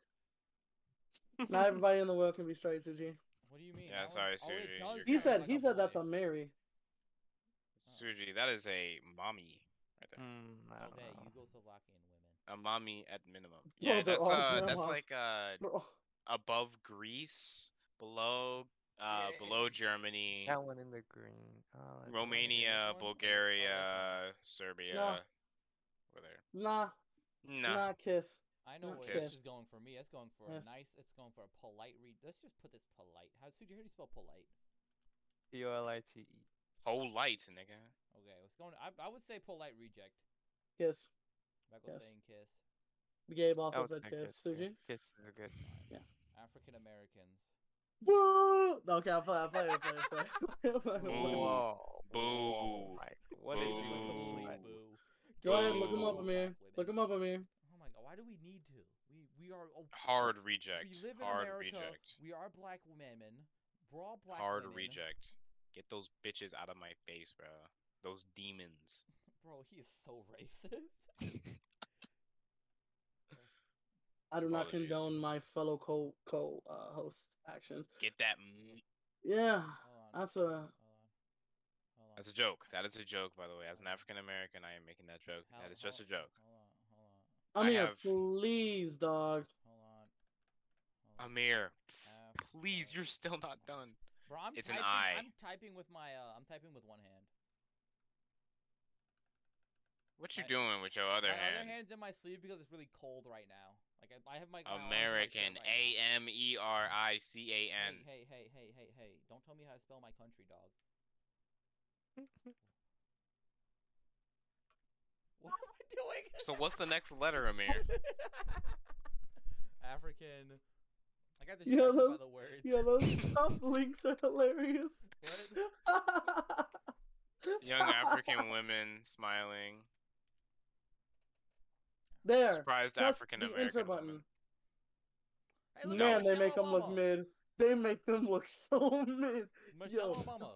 Speaker 3: not everybody in the world can be straight, Suji.
Speaker 2: What do you mean?
Speaker 1: Yeah,
Speaker 2: All it-
Speaker 1: sorry,
Speaker 2: all it
Speaker 1: Suji,
Speaker 2: does
Speaker 1: you're
Speaker 3: He
Speaker 2: sound
Speaker 1: Sounds
Speaker 3: said
Speaker 2: like
Speaker 3: he said that's a
Speaker 2: boy.
Speaker 3: Mary.
Speaker 1: Suji, that is a mommy. Right there.
Speaker 4: Mm, I
Speaker 2: All
Speaker 4: don't
Speaker 2: day
Speaker 4: know.
Speaker 2: Yugoslavian women.
Speaker 1: A mommy at minimum.
Speaker 3: Well,
Speaker 1: Yeah,
Speaker 3: they're
Speaker 1: that's
Speaker 3: all
Speaker 1: uh, that's
Speaker 3: grandmas.
Speaker 1: like uh,
Speaker 3: Bro.
Speaker 1: above Greece, below uh, below Germany,
Speaker 4: That one in the green. Oh, that's it.
Speaker 1: Romania,
Speaker 2: one? Oh, this- oh,
Speaker 1: Bulgaria, Serbia. Over there.
Speaker 3: Nah,
Speaker 1: No.
Speaker 3: nah, kiss.
Speaker 2: I know
Speaker 3: Not
Speaker 2: where this
Speaker 1: kissed.
Speaker 2: is going for me. It's going for
Speaker 3: Yes.
Speaker 2: a nice. It's going for a polite read. Let's just put this polite. How Suji? How do you spell polite?
Speaker 4: P O L I T E.
Speaker 1: Whole light, nigga.
Speaker 2: Okay, what's going? I I would say polite reject.
Speaker 3: Kiss.
Speaker 2: Michael's
Speaker 3: Yes.
Speaker 2: saying kiss.
Speaker 3: Gabe
Speaker 4: That
Speaker 3: also
Speaker 4: was
Speaker 3: said
Speaker 4: my
Speaker 3: kiss.
Speaker 4: yeah.
Speaker 3: Suji.
Speaker 4: Kisses are good.
Speaker 2: African Americans.
Speaker 3: Woo! Okay, I'll play. I'll play. I'll play. I'll play. I'll play.
Speaker 1: Boo.
Speaker 4: Whoa.
Speaker 1: Boo.
Speaker 4: Mike, what did you
Speaker 2: Like
Speaker 1: Boo.
Speaker 2: a
Speaker 4: do?
Speaker 2: complete
Speaker 1: Boo.
Speaker 2: boo.
Speaker 3: Go ahead,
Speaker 1: Boo.
Speaker 3: look him up,
Speaker 2: Black
Speaker 3: Amir.
Speaker 2: women.
Speaker 3: Look him up, Amir.
Speaker 2: Oh my god, why do we need to? We we are oh,
Speaker 1: Hard
Speaker 2: We
Speaker 1: reject.
Speaker 2: live in
Speaker 1: Hard
Speaker 2: America.
Speaker 1: reject.
Speaker 2: We are black women. Raw black
Speaker 1: Hard
Speaker 2: women.
Speaker 1: reject. Get those bitches out of my face, bro. Those demons.
Speaker 2: Bro, he is so [laughs] racist.
Speaker 3: I do not
Speaker 1: Apologies.
Speaker 3: condone my fellow co co uh, host actions.
Speaker 1: Get that. m-
Speaker 3: Yeah,
Speaker 2: Hold on.
Speaker 3: That's
Speaker 2: hold
Speaker 3: a-
Speaker 2: on, Hold on.
Speaker 1: That's a joke. That is a joke, by the way. As an African American, I am making that joke.
Speaker 2: Hel-
Speaker 1: That is just a
Speaker 2: hel-
Speaker 1: joke.
Speaker 2: Hold on, hold on,
Speaker 1: I
Speaker 3: Amir,
Speaker 1: have-
Speaker 3: please, dog.
Speaker 2: hold on. hold on.
Speaker 1: Amir,
Speaker 2: Af-
Speaker 1: please, you're still not done.
Speaker 2: Bro, I'm
Speaker 1: it's an
Speaker 2: typing,
Speaker 1: eye.
Speaker 2: I'm typing with my uh, I'm typing with one hand.
Speaker 1: What you
Speaker 2: My-
Speaker 1: doing with your other
Speaker 2: my
Speaker 1: hand?
Speaker 2: other hand's in my sleeve because it's really cold right now. Like Oh, I, I have my my arms in my shirt
Speaker 1: American.
Speaker 2: right now.
Speaker 1: A M E R I C A N.
Speaker 2: Hey, hey, hey, hey, hey, hey! Don't tell me how to spell my country,
Speaker 1: [laughs]
Speaker 2: dog. what am I doing?
Speaker 1: So what's the next letter, Amir?
Speaker 2: [laughs] African. I got
Speaker 3: Yeah,
Speaker 2: distracted by
Speaker 3: those-
Speaker 2: the words.
Speaker 3: Yeah, those
Speaker 1: [laughs]
Speaker 3: top links are hilarious.
Speaker 2: [laughs] What?
Speaker 1: Young African women smiling.
Speaker 3: [laughs] There.
Speaker 1: Surprised
Speaker 3: press
Speaker 1: African
Speaker 3: the enter
Speaker 1: American.
Speaker 3: button.
Speaker 1: women.
Speaker 2: Hey, look at
Speaker 3: Man, they
Speaker 2: Michelle
Speaker 3: make them look
Speaker 2: Obama.
Speaker 3: mid. They make them look [laughs] so mid.
Speaker 2: Michelle
Speaker 3: Yo.
Speaker 2: Obama.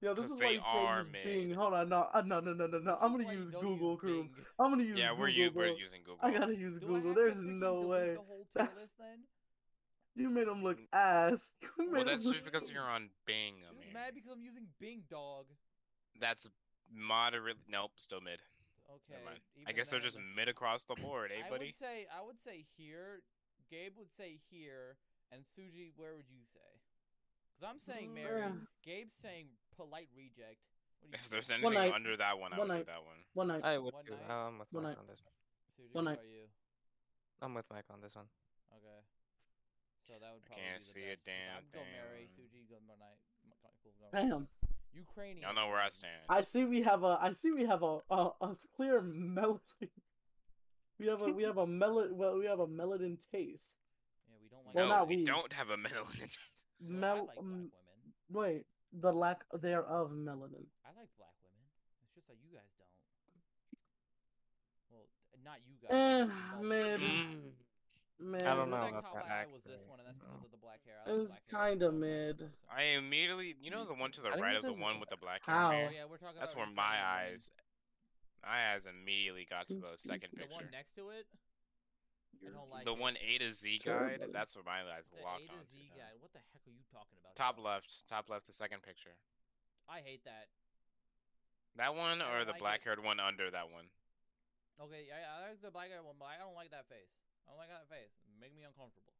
Speaker 3: Yo, this
Speaker 1: 'Cause
Speaker 3: is
Speaker 1: they
Speaker 3: like
Speaker 1: are
Speaker 3: Bing's
Speaker 1: mid.
Speaker 3: Bing. Hold on, no, uh, no, no, no, no, no.
Speaker 2: This
Speaker 3: [laughs]
Speaker 2: is
Speaker 3: I'm gonna
Speaker 2: why you
Speaker 3: use
Speaker 2: don't
Speaker 3: Google Chrome.
Speaker 2: Bing.
Speaker 3: [laughs] I'm gonna use
Speaker 1: Yeah,
Speaker 3: Google.
Speaker 1: we're you we're
Speaker 3: bro.
Speaker 1: using Google.
Speaker 3: I gotta use
Speaker 2: Do I
Speaker 3: Google.
Speaker 2: have to
Speaker 3: There's
Speaker 2: freaking
Speaker 3: no
Speaker 2: delete
Speaker 3: way.
Speaker 2: The whole tier
Speaker 3: That's-
Speaker 2: list, then?
Speaker 3: You made them look ass. [laughs] You
Speaker 1: Mm. Well,
Speaker 3: made 'em
Speaker 1: that's
Speaker 3: look
Speaker 1: just because
Speaker 3: so-
Speaker 1: you're on Bing,
Speaker 2: This is
Speaker 1: Amir.
Speaker 2: mad because I'm using Bing, dog.
Speaker 1: That's moderate. Nope, still mid.
Speaker 2: Okay.
Speaker 1: mind. I
Speaker 2: even
Speaker 1: guess they're
Speaker 2: better
Speaker 1: just
Speaker 2: than-
Speaker 1: mid across the board, eh,
Speaker 2: I
Speaker 1: buddy?
Speaker 2: would say I would say here. Gabe would say here, and Suji, where would you say? Because I'm saying Mary.
Speaker 3: Uh,
Speaker 2: Gabe's saying polite reject. What do you
Speaker 1: If there's
Speaker 2: think,
Speaker 1: anything
Speaker 3: night.
Speaker 1: under that one, I
Speaker 3: One
Speaker 1: would do
Speaker 3: night.
Speaker 1: that one.
Speaker 3: One night.
Speaker 4: I would
Speaker 2: One
Speaker 4: too.
Speaker 2: night.
Speaker 4: I'm with
Speaker 3: One
Speaker 4: Mike
Speaker 3: night.
Speaker 4: on this one.
Speaker 2: Suji,
Speaker 3: One
Speaker 2: what
Speaker 3: night.
Speaker 2: about you?
Speaker 4: I'm with Mike on this one.
Speaker 2: Okay. So that would
Speaker 1: I
Speaker 2: probably
Speaker 1: can't
Speaker 2: be
Speaker 1: see
Speaker 2: the
Speaker 1: a
Speaker 2: best, 'cause
Speaker 1: damn
Speaker 2: I'd go Mary,
Speaker 1: thing.
Speaker 2: Suji, go Night, Michael's go
Speaker 3: Damn.
Speaker 2: Ukrainian.
Speaker 1: Y'all know where I
Speaker 2: women's.
Speaker 1: stand.
Speaker 3: I see we have a. I see we have a a, a clear melody. We have a we have a melod well we have a melanin taste.
Speaker 2: Yeah, we don't like.
Speaker 3: Well,
Speaker 1: no,
Speaker 3: not
Speaker 1: we
Speaker 3: we.
Speaker 1: don't have a [laughs] melanin.
Speaker 2: Well, I
Speaker 3: Mel
Speaker 2: like black
Speaker 3: um,
Speaker 2: women.
Speaker 3: wait the lack thereof melanin.
Speaker 2: I like black women. It's just that you guys don't. Well, th- not you guys.
Speaker 3: Eh,
Speaker 2: but
Speaker 3: maybe.
Speaker 1: Mm.
Speaker 3: Man,
Speaker 4: I don't
Speaker 2: The
Speaker 4: know
Speaker 2: next
Speaker 4: about
Speaker 2: Hawkeye
Speaker 4: that
Speaker 2: was
Speaker 4: actor.
Speaker 2: this one, and that's because
Speaker 4: No.
Speaker 2: of the black hair. I like
Speaker 3: It's
Speaker 2: black hair.
Speaker 3: kinda
Speaker 2: I'm not a
Speaker 3: mid.
Speaker 2: person.
Speaker 1: I immediately, you know, the one to the
Speaker 4: I think
Speaker 1: right
Speaker 4: this
Speaker 1: of the
Speaker 4: is-
Speaker 1: one with the black
Speaker 3: How?
Speaker 1: hair.
Speaker 2: Oh
Speaker 1: Amir?
Speaker 2: yeah, we're talking.
Speaker 1: That's where
Speaker 2: about
Speaker 1: my
Speaker 2: Ukrainian women.
Speaker 1: eyes, my eyes immediately got
Speaker 3: Mm,
Speaker 1: to the second
Speaker 2: The one
Speaker 1: picture.
Speaker 2: next to it. I don't like
Speaker 1: The
Speaker 2: it.
Speaker 1: one A to Z
Speaker 3: Sure,
Speaker 1: guide.
Speaker 3: buddy.
Speaker 1: That's where my eyes
Speaker 2: The
Speaker 1: locked
Speaker 2: A to
Speaker 1: onto.
Speaker 2: Z
Speaker 1: now.
Speaker 2: guy. What the heck are you talking about?
Speaker 1: Top
Speaker 2: dog?
Speaker 1: left, top left, the second picture.
Speaker 2: I hate that.
Speaker 1: That one
Speaker 2: I
Speaker 1: or
Speaker 2: don't
Speaker 1: the
Speaker 2: like it.
Speaker 1: black-haired one under that one.
Speaker 2: Okay, I, I like the black guy one, but I don't like that face. I don't like that face. Make me uncomfortable.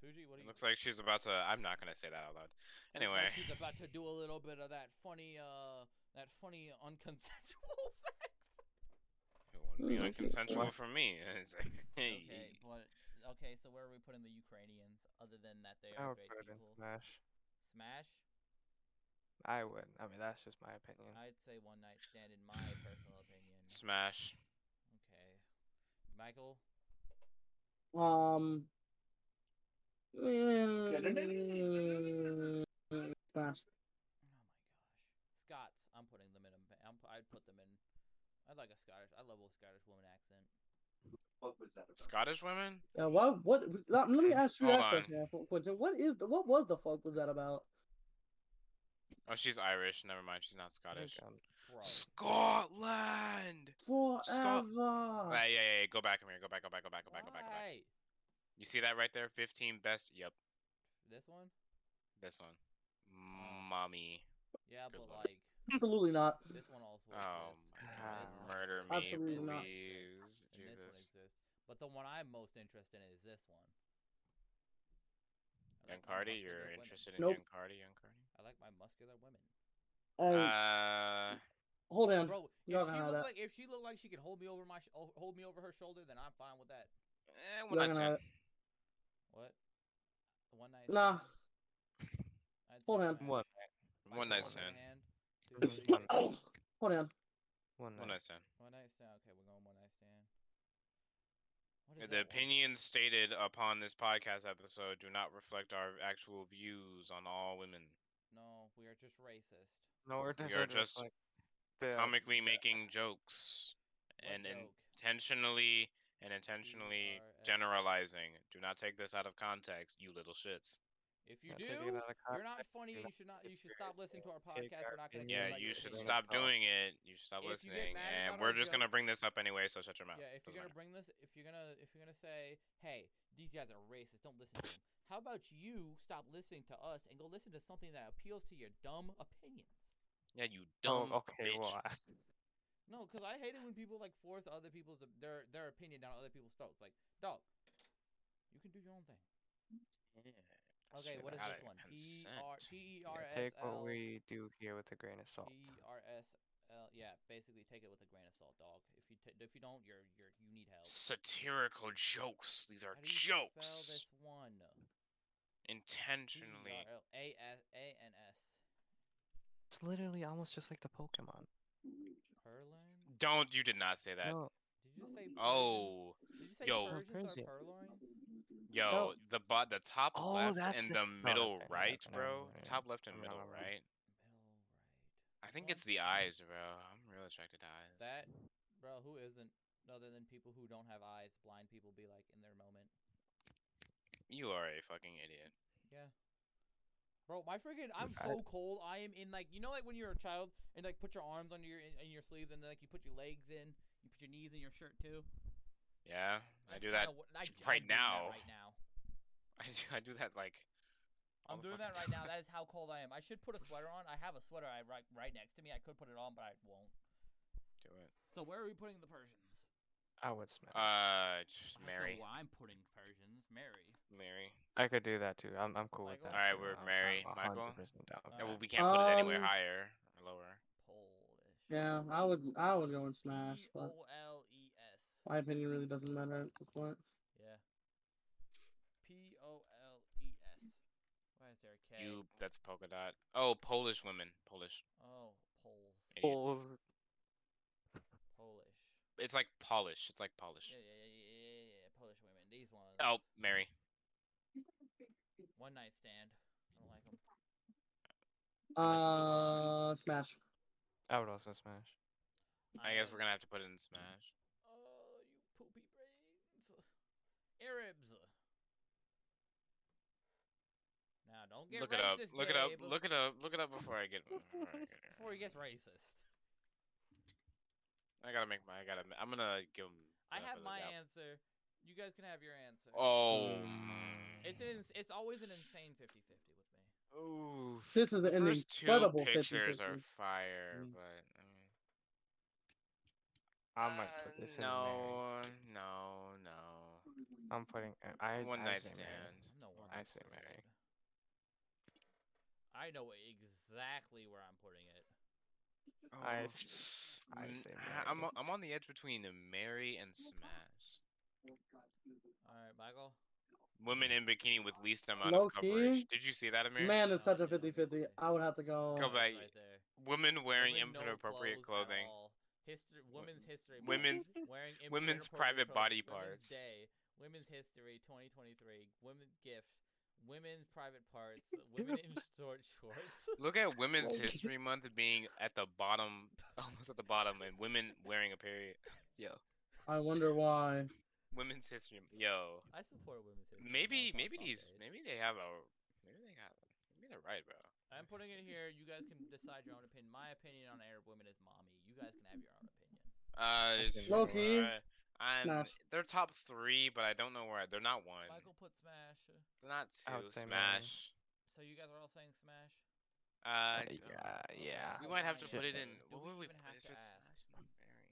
Speaker 2: Suji, what
Speaker 1: It
Speaker 2: do you?
Speaker 1: looks like she's about to. I'm not gonna say that out loud.
Speaker 2: Look
Speaker 1: Anyway,
Speaker 2: like she's about to do a little bit of that funny, uh, that funny [laughs] unconsensual [laughs] sex.
Speaker 1: it wouldn't be
Speaker 3: Mm.
Speaker 1: unconsensual for me. [laughs] It's like, hey,
Speaker 2: Okay, but okay, so where are we putting the Ukrainians other than that they
Speaker 4: I
Speaker 2: are
Speaker 4: would
Speaker 2: great
Speaker 4: put it in
Speaker 2: people?
Speaker 4: Smash.
Speaker 2: Smash.
Speaker 4: I would. I mean, that's just my opinion.
Speaker 2: I'd say one night stand in my personal opinion.
Speaker 1: smash.
Speaker 2: Okay, Michael.
Speaker 3: Um. mm, Smash.
Speaker 2: Oh my gosh, Scots. I'm putting them in. A, I'm, I'd put them in. I like a Scottish. I love a Scottish woman accent.
Speaker 1: Scottish women?
Speaker 3: Yeah, what? What? Let let me ask you
Speaker 1: Hold
Speaker 3: that
Speaker 1: on.
Speaker 3: question, Apple- Quinton. What is the? What was the fuck was that about?
Speaker 1: Oh, she's Irish. Never mind. She's not Scottish.
Speaker 4: Um,
Speaker 2: Bro.
Speaker 1: Scotland.
Speaker 3: Forever.
Speaker 1: Ah, yeah, yeah, yeah. Go back, Amir. Go back, go back, go back, go back, go back, go back.
Speaker 2: Oh. Why?
Speaker 1: You see that right there? 15 best. Yep,
Speaker 2: This one?
Speaker 1: this one.
Speaker 2: Oh.
Speaker 1: Mommy.
Speaker 2: Yeah,
Speaker 1: Good
Speaker 2: but
Speaker 1: lord.
Speaker 2: like
Speaker 3: Absolutely not.
Speaker 2: this one also exists.
Speaker 1: Oh,
Speaker 2: and
Speaker 1: my God.
Speaker 2: this one
Speaker 1: murder me,
Speaker 2: exists, and
Speaker 3: Absolutely
Speaker 2: this one
Speaker 3: not.
Speaker 1: please.
Speaker 2: exists, and this one
Speaker 1: Jesus.
Speaker 2: exists. But the one I'm most interested in is this one. I
Speaker 1: Young
Speaker 2: like my
Speaker 1: Cardi,
Speaker 2: muscular
Speaker 1: you're
Speaker 2: women.
Speaker 1: interested in
Speaker 3: Nope.
Speaker 1: Young Cardi? Young Cardi?
Speaker 2: I like my muscular women.
Speaker 3: Hey,
Speaker 1: Uh,
Speaker 3: hold on.
Speaker 2: Bro,
Speaker 3: y'all
Speaker 2: if
Speaker 3: can
Speaker 2: she
Speaker 3: have
Speaker 2: looked
Speaker 3: that.
Speaker 2: like if she looked like she could hold me over my sh- oh, hold me over her shoulder, then I'm fine with that.
Speaker 1: eh, one night
Speaker 3: gonna
Speaker 1: stand.
Speaker 3: have
Speaker 2: What? One night.
Speaker 3: Nah.
Speaker 2: stand? I'd say
Speaker 3: Hold on.
Speaker 2: smash.
Speaker 4: One.
Speaker 2: Might
Speaker 1: One
Speaker 2: be
Speaker 1: night
Speaker 2: one
Speaker 1: stand.
Speaker 2: hand, two
Speaker 4: It's
Speaker 2: hand.
Speaker 4: fun.
Speaker 3: Oh, [clears throat] hold on.
Speaker 4: One
Speaker 1: One night
Speaker 4: night.
Speaker 1: stand.
Speaker 2: One night stand. Okay, we're going one night stand. What
Speaker 1: The
Speaker 2: that one?
Speaker 1: opinions stated upon this podcast episode do not reflect our actual views on all women.
Speaker 2: No, we are just racist.
Speaker 4: Nor does
Speaker 1: are
Speaker 4: it
Speaker 1: just
Speaker 4: reflect the
Speaker 1: Comically
Speaker 4: the-
Speaker 1: making jokes
Speaker 2: What
Speaker 1: and
Speaker 2: joke?
Speaker 1: intentionally and intentionally
Speaker 2: are as-
Speaker 1: generalizing. Do not take this out of context, you little shits.
Speaker 2: If you
Speaker 4: not
Speaker 2: do,
Speaker 4: taking it
Speaker 2: you're
Speaker 4: out
Speaker 2: not
Speaker 4: of context,
Speaker 2: funny.
Speaker 4: you're
Speaker 2: You
Speaker 4: not
Speaker 2: should not. You should
Speaker 4: serious,
Speaker 2: stop listening to
Speaker 4: so
Speaker 2: our
Speaker 4: take
Speaker 2: podcast.
Speaker 4: our
Speaker 2: We're not going to
Speaker 4: opinion
Speaker 1: Yeah,
Speaker 2: care
Speaker 4: Don't
Speaker 2: about
Speaker 4: let
Speaker 1: you
Speaker 2: your
Speaker 4: your
Speaker 1: should
Speaker 2: opinion.
Speaker 4: opinion
Speaker 1: stop
Speaker 4: count.
Speaker 1: doing it. You should stop
Speaker 2: If you get
Speaker 1: listening.
Speaker 2: mad about
Speaker 1: And
Speaker 2: our
Speaker 1: we're just gonna
Speaker 2: jokes-
Speaker 1: bring this up anyway, so shut your mouth.
Speaker 2: Yeah, if you're
Speaker 1: Doesn't
Speaker 2: gonna bring this, if you're gonna, if you're gonna say, "Hey, these guys are racist. Don't listen to them." How about you stop listening to us and go listen to something that appeals to your dumb opinions?
Speaker 1: matter. yeah, you
Speaker 4: Oh,
Speaker 1: dumb
Speaker 4: okay.
Speaker 1: bitch.
Speaker 4: Well, I-
Speaker 2: No, because I hate it when people like force other people's their their opinion down other people's throats. Like, dog, you can do your own thing.
Speaker 1: Yeah,
Speaker 2: Okay,
Speaker 1: shit,
Speaker 2: what is
Speaker 1: out
Speaker 2: this
Speaker 1: of
Speaker 2: one? P
Speaker 1: consent.
Speaker 2: R P E
Speaker 4: yeah,
Speaker 2: R S
Speaker 4: take
Speaker 2: L
Speaker 4: what we do here with a grain of salt.
Speaker 2: P R S L. Yeah, basically take it with a grain of salt, dog. If you ta if you don't, you're you're you need help.
Speaker 1: Satirical jokes. These are
Speaker 2: How do you spell
Speaker 1: jokes.
Speaker 2: this one?
Speaker 1: Intentionally.
Speaker 2: A S A N S.
Speaker 4: It's literally almost just like the Pokemon.
Speaker 2: Purloin.
Speaker 1: Don't you did not say that.
Speaker 4: No,
Speaker 2: Did you say? Persians?
Speaker 1: Oh,
Speaker 2: Did you say
Speaker 1: yo.
Speaker 4: Oh,
Speaker 2: Persians
Speaker 4: Persian.
Speaker 2: are purloins?
Speaker 1: yo, the bot, the top
Speaker 4: Oh,
Speaker 1: left
Speaker 4: that's
Speaker 1: and
Speaker 4: it.
Speaker 1: the
Speaker 4: No, that's
Speaker 1: middle
Speaker 4: right, no,
Speaker 1: right,
Speaker 4: no, no,
Speaker 1: bro.
Speaker 4: no, no,
Speaker 1: Top left and
Speaker 4: no,
Speaker 1: middle
Speaker 4: no, no.
Speaker 1: right.
Speaker 2: Middle right.
Speaker 1: I think
Speaker 2: What
Speaker 1: it's the eyes, bro. I'm real attracted to eyes.
Speaker 2: That, bro. Who isn't? Other than people who don't have eyes, blind people be like in their moment.
Speaker 1: You are a fucking idiot.
Speaker 2: Yeah. Bro, my freaking I'm
Speaker 4: I-
Speaker 2: so cold. I am in like you know like when you're a child and like put your arms under your in, in your sleeves and like you put your legs in, you put your knees in your shirt too.
Speaker 1: Yeah, I
Speaker 2: That's
Speaker 1: do that.
Speaker 2: kinda what- I,
Speaker 1: j-
Speaker 2: I'm
Speaker 1: right
Speaker 2: doing that
Speaker 1: now.
Speaker 2: right now.
Speaker 1: [laughs] I do, I do that like. all
Speaker 2: I'm
Speaker 1: the
Speaker 2: doing
Speaker 1: fucking
Speaker 2: that right now.
Speaker 1: time.
Speaker 2: That is how cold I am. I should put a sweater on. I have a sweater I right right next to me. I could put it on, but I won't.
Speaker 1: Do it.
Speaker 2: So where are we putting the Persians?
Speaker 4: I would smell. it.
Speaker 1: Uh, just
Speaker 2: I don't know
Speaker 1: Mary.
Speaker 2: where I'm putting Persians. Mary.
Speaker 1: Mary.
Speaker 4: I could do that too. I'm I'm cool with
Speaker 2: Michael?
Speaker 4: that.
Speaker 1: Alright,
Speaker 4: too.
Speaker 1: we're
Speaker 4: I'm- I'm
Speaker 1: Mary,
Speaker 4: 100% down
Speaker 2: Uh,
Speaker 4: with
Speaker 1: Yeah,
Speaker 4: that.
Speaker 1: well, we can't put it anywhere
Speaker 3: Um,
Speaker 1: higher or lower.
Speaker 2: Polish.
Speaker 3: Yeah, I would. I would go and smash,
Speaker 2: P
Speaker 3: but
Speaker 2: O L E S.
Speaker 3: my opinion really doesn't matter at this point.
Speaker 2: Yeah. P O L E S. Why is there a K?
Speaker 1: You. That's polka dot. Oh, Polish women. Polish.
Speaker 2: Oh, Poles.
Speaker 1: Idiot.
Speaker 4: Bulls.
Speaker 2: Polish.
Speaker 1: It's like Polish. It's like Polish.
Speaker 2: Yeah, yeah, yeah, yeah, yeah, yeah, yeah. Polish women. These ones.
Speaker 1: Oh, Mary.
Speaker 2: One night stand. I don't like them.
Speaker 3: Uh, smash.
Speaker 4: I would also smash.
Speaker 1: I guess we're gonna have to put it in Smash.
Speaker 2: Oh, you poopy brains. Arabs. Now, don't get
Speaker 1: Look it up.
Speaker 2: racist.
Speaker 1: Look it up.
Speaker 2: Gabe,
Speaker 1: Look it up. Look it up before I get. before I get-
Speaker 2: [laughs] Before he gets racist.
Speaker 1: I gotta make my. I gotta. ma- I'm gonna give him.
Speaker 2: I have my answer. You guys can have your answer.
Speaker 1: Oh.
Speaker 2: It's an, ins- it's always an insane 50-50 with me.
Speaker 1: Ooh.
Speaker 3: This is
Speaker 1: the
Speaker 3: an
Speaker 1: first two
Speaker 3: incredible 50
Speaker 1: pictures are
Speaker 3: 50.
Speaker 1: fire,
Speaker 3: Mm.
Speaker 1: but. I mean,
Speaker 4: I might put this in Mary.
Speaker 1: Uh, no, no, no.
Speaker 4: I'm putting. uh, I
Speaker 1: One
Speaker 4: I
Speaker 1: night
Speaker 4: say
Speaker 1: stand.
Speaker 4: Mary.
Speaker 1: Oh,
Speaker 2: I'm no one.
Speaker 4: I
Speaker 2: that's
Speaker 4: say
Speaker 2: so
Speaker 4: Mary.
Speaker 2: good. I know exactly where I'm putting it.
Speaker 4: I
Speaker 1: Oh,
Speaker 4: s- I
Speaker 1: mm,
Speaker 4: say
Speaker 1: I'm
Speaker 4: Mary.
Speaker 1: o- I'm on the edge between the Mary and Smash.
Speaker 2: All right, Michael.
Speaker 1: Women in bikini with least amount
Speaker 3: Low
Speaker 1: of coverage.
Speaker 3: key,
Speaker 1: Did you see that, Amir?
Speaker 3: Man, it's such a
Speaker 2: Oh, yeah,
Speaker 3: 50-50. I would have to go.
Speaker 1: Go
Speaker 2: Michael's
Speaker 1: back.
Speaker 2: right there.
Speaker 1: Women wearing
Speaker 2: Women, no
Speaker 1: inappropriate
Speaker 2: clothes at
Speaker 1: clothing.
Speaker 2: all. History, women's history. month.
Speaker 1: Women's
Speaker 2: [laughs] wearing im-
Speaker 1: women's private
Speaker 2: inappropriate
Speaker 1: body
Speaker 2: clothing.
Speaker 1: parts.
Speaker 2: Women's Day, Women's History 2023, Women Gift, Women's Private
Speaker 1: [laughs]
Speaker 2: Parts, Women in Short Shorts. [laughs]
Speaker 1: Look at Women's
Speaker 3: Like-
Speaker 1: History [laughs] Month being at the bottom, almost at the bottom, and women wearing a period. Yo,
Speaker 3: I wonder why.
Speaker 1: Women's History. Yo,
Speaker 2: I support women's history.
Speaker 1: maybe
Speaker 2: Month on
Speaker 1: maybe these
Speaker 2: Sundays.
Speaker 1: maybe they have a maybe they got maybe they're right, bro.
Speaker 2: I'm putting it here. You guys can decide your own opinion. My opinion on Arab women is mommy. You guys can have your own opinion.
Speaker 1: Uh,
Speaker 4: That's
Speaker 1: it's-
Speaker 3: Loki.
Speaker 1: uh, I'm
Speaker 3: Smash.
Speaker 1: they're top three, but I don't know where they're not one.
Speaker 2: Michael put Smash.
Speaker 1: They're not
Speaker 4: I would
Speaker 1: two.
Speaker 4: say Mary.
Speaker 1: Smash.
Speaker 2: So you guys are all saying Smash.
Speaker 1: Uh,
Speaker 4: Uh,
Speaker 1: d-
Speaker 4: yeah, yeah.
Speaker 1: we might have to
Speaker 2: Ryan,
Speaker 1: put it
Speaker 2: do-
Speaker 1: in.
Speaker 2: do
Speaker 1: What
Speaker 2: we
Speaker 1: would we
Speaker 2: even
Speaker 1: put
Speaker 2: have
Speaker 1: if
Speaker 2: to
Speaker 1: it's
Speaker 2: ask?
Speaker 1: Smash and Mary?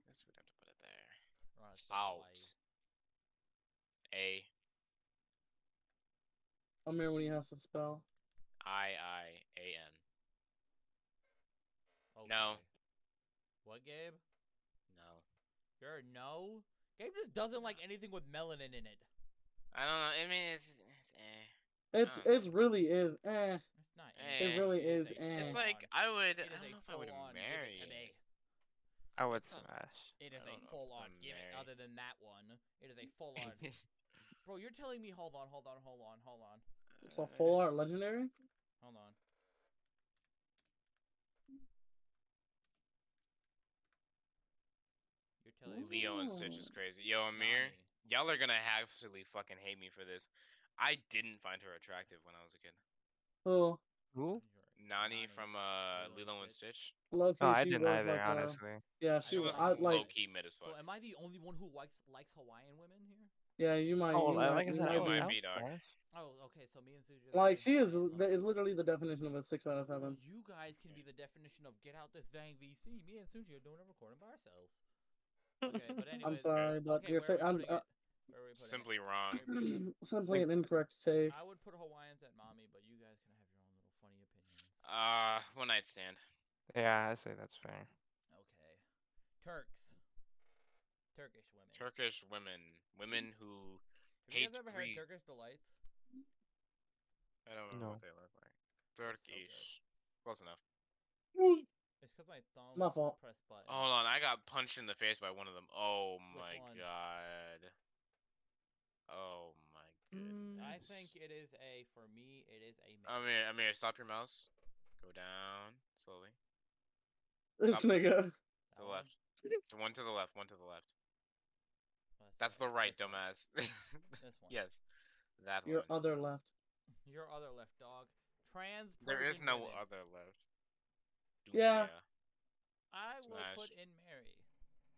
Speaker 1: I guess we'd have to put it there.
Speaker 2: Ron, it's
Speaker 1: Out.
Speaker 2: Hawaii.
Speaker 1: A
Speaker 3: Amir, when he has to spell.
Speaker 1: I I A N.
Speaker 2: Okay.
Speaker 1: No.
Speaker 2: What, Gabe?
Speaker 1: No.
Speaker 2: You're a no. Gabe just doesn't like anything with melanin in it.
Speaker 1: I don't know. I mean, it's, it's eh.
Speaker 3: It's
Speaker 1: Ah.
Speaker 3: it's really is eh.
Speaker 2: It's not.
Speaker 1: Eh.
Speaker 2: anything.
Speaker 1: It really
Speaker 2: is
Speaker 3: is
Speaker 2: a
Speaker 3: eh.
Speaker 1: It's
Speaker 3: Hang
Speaker 2: full-on-
Speaker 1: like I would.
Speaker 2: it
Speaker 1: I
Speaker 2: is
Speaker 1: don't
Speaker 2: a
Speaker 1: know if I would
Speaker 2: full-on give it
Speaker 1: marry.
Speaker 2: to me.
Speaker 4: I would
Speaker 1: That's not-
Speaker 4: smash.
Speaker 2: It
Speaker 1: I
Speaker 2: is
Speaker 1: don't know
Speaker 2: a
Speaker 1: if
Speaker 2: full on
Speaker 1: I'm
Speaker 2: give it
Speaker 1: married.
Speaker 2: other than that one. It
Speaker 1: [laughs]
Speaker 2: is a full on Bro, you're telling me hold on, hold on, hold on, hold on.
Speaker 3: So full art legendary.
Speaker 2: Hold on. You're telling me
Speaker 1: Leo and Stitch is
Speaker 3: Ooh.
Speaker 1: crazy. Yo, Amir,
Speaker 2: Nami.
Speaker 1: y'all are gonna absolutely fucking hate me for this. I didn't find her attractive when I was a kid.
Speaker 3: Who?
Speaker 4: Who?
Speaker 1: Nani from uh Lilo and Stitch.
Speaker 3: Low key,
Speaker 4: No, I
Speaker 3: she
Speaker 4: didn't
Speaker 3: was
Speaker 4: either,
Speaker 3: like a-
Speaker 4: honestly.
Speaker 3: yeah,
Speaker 1: She
Speaker 3: she
Speaker 1: was
Speaker 3: was. I,
Speaker 1: low
Speaker 3: like
Speaker 1: key mid as
Speaker 2: So
Speaker 1: fuck.
Speaker 2: am I the only one who likes likes Hawaiian women here?
Speaker 3: yeah, you might.
Speaker 4: Oh,
Speaker 3: you
Speaker 4: I-
Speaker 3: might-
Speaker 4: like I
Speaker 3: you
Speaker 4: said,
Speaker 3: might
Speaker 4: I
Speaker 1: It
Speaker 4: would
Speaker 3: be-
Speaker 1: might
Speaker 4: have
Speaker 1: be dark.
Speaker 4: smash.
Speaker 2: Oh, okay, so me and Suji are the
Speaker 3: Like
Speaker 2: only
Speaker 3: she is
Speaker 2: ones.
Speaker 3: li- literally the definition of a six out of
Speaker 2: Well,
Speaker 3: seven.
Speaker 2: You guys can be the definition of get out this Vang VC. Me and Suji are doing a recording by ourselves. Okay, but anyways,
Speaker 3: [laughs] I'm sorry, but
Speaker 2: okay,
Speaker 3: you're
Speaker 2: where
Speaker 3: saying
Speaker 2: are
Speaker 3: I'm
Speaker 2: we putting
Speaker 3: uh,
Speaker 2: it? Where are we putting it?
Speaker 1: Simply
Speaker 3: [coughs]
Speaker 1: wrong.
Speaker 3: [clears throat] simply an incorrect take.
Speaker 2: [coughs] I would put Hawaiians at mommy, but you guys can have your own little funny opinions.
Speaker 1: Uh, one night stand.
Speaker 4: Yeah, I say that's fair.
Speaker 2: okay. Turks. Turkish women.
Speaker 1: Turkish women, women who
Speaker 2: have you guys
Speaker 1: hate
Speaker 2: ever
Speaker 1: Greek.
Speaker 2: had Turkish delights?
Speaker 1: I don't know
Speaker 4: No.
Speaker 1: what they look like.
Speaker 2: good.
Speaker 1: Turkish. Close enough.
Speaker 2: It's because my thumb
Speaker 3: My fault.
Speaker 2: press button.
Speaker 1: Hold on, I got punched in the face by one of them. Oh
Speaker 2: Which
Speaker 1: my
Speaker 2: one?
Speaker 1: god. Oh my goodness.
Speaker 2: I think it is a for me. It is a. man.
Speaker 1: Amir, Amir, stop your mouse. Go down slowly.
Speaker 3: This nigga.
Speaker 1: To
Speaker 2: That
Speaker 1: the
Speaker 2: one?
Speaker 1: left. To one to the left. One to the left.
Speaker 2: Well,
Speaker 1: That's
Speaker 2: not
Speaker 1: the right,
Speaker 2: this one.
Speaker 1: dumbass. [laughs]
Speaker 2: This one.
Speaker 1: yes, that
Speaker 3: Your
Speaker 1: one.
Speaker 3: other left.
Speaker 2: Your other left dog. Trans.
Speaker 1: There is
Speaker 2: Persian
Speaker 1: no
Speaker 2: women.
Speaker 1: other left.
Speaker 3: Yeah.
Speaker 1: Dulcia,
Speaker 2: I will
Speaker 1: Smash.
Speaker 2: put in Mary.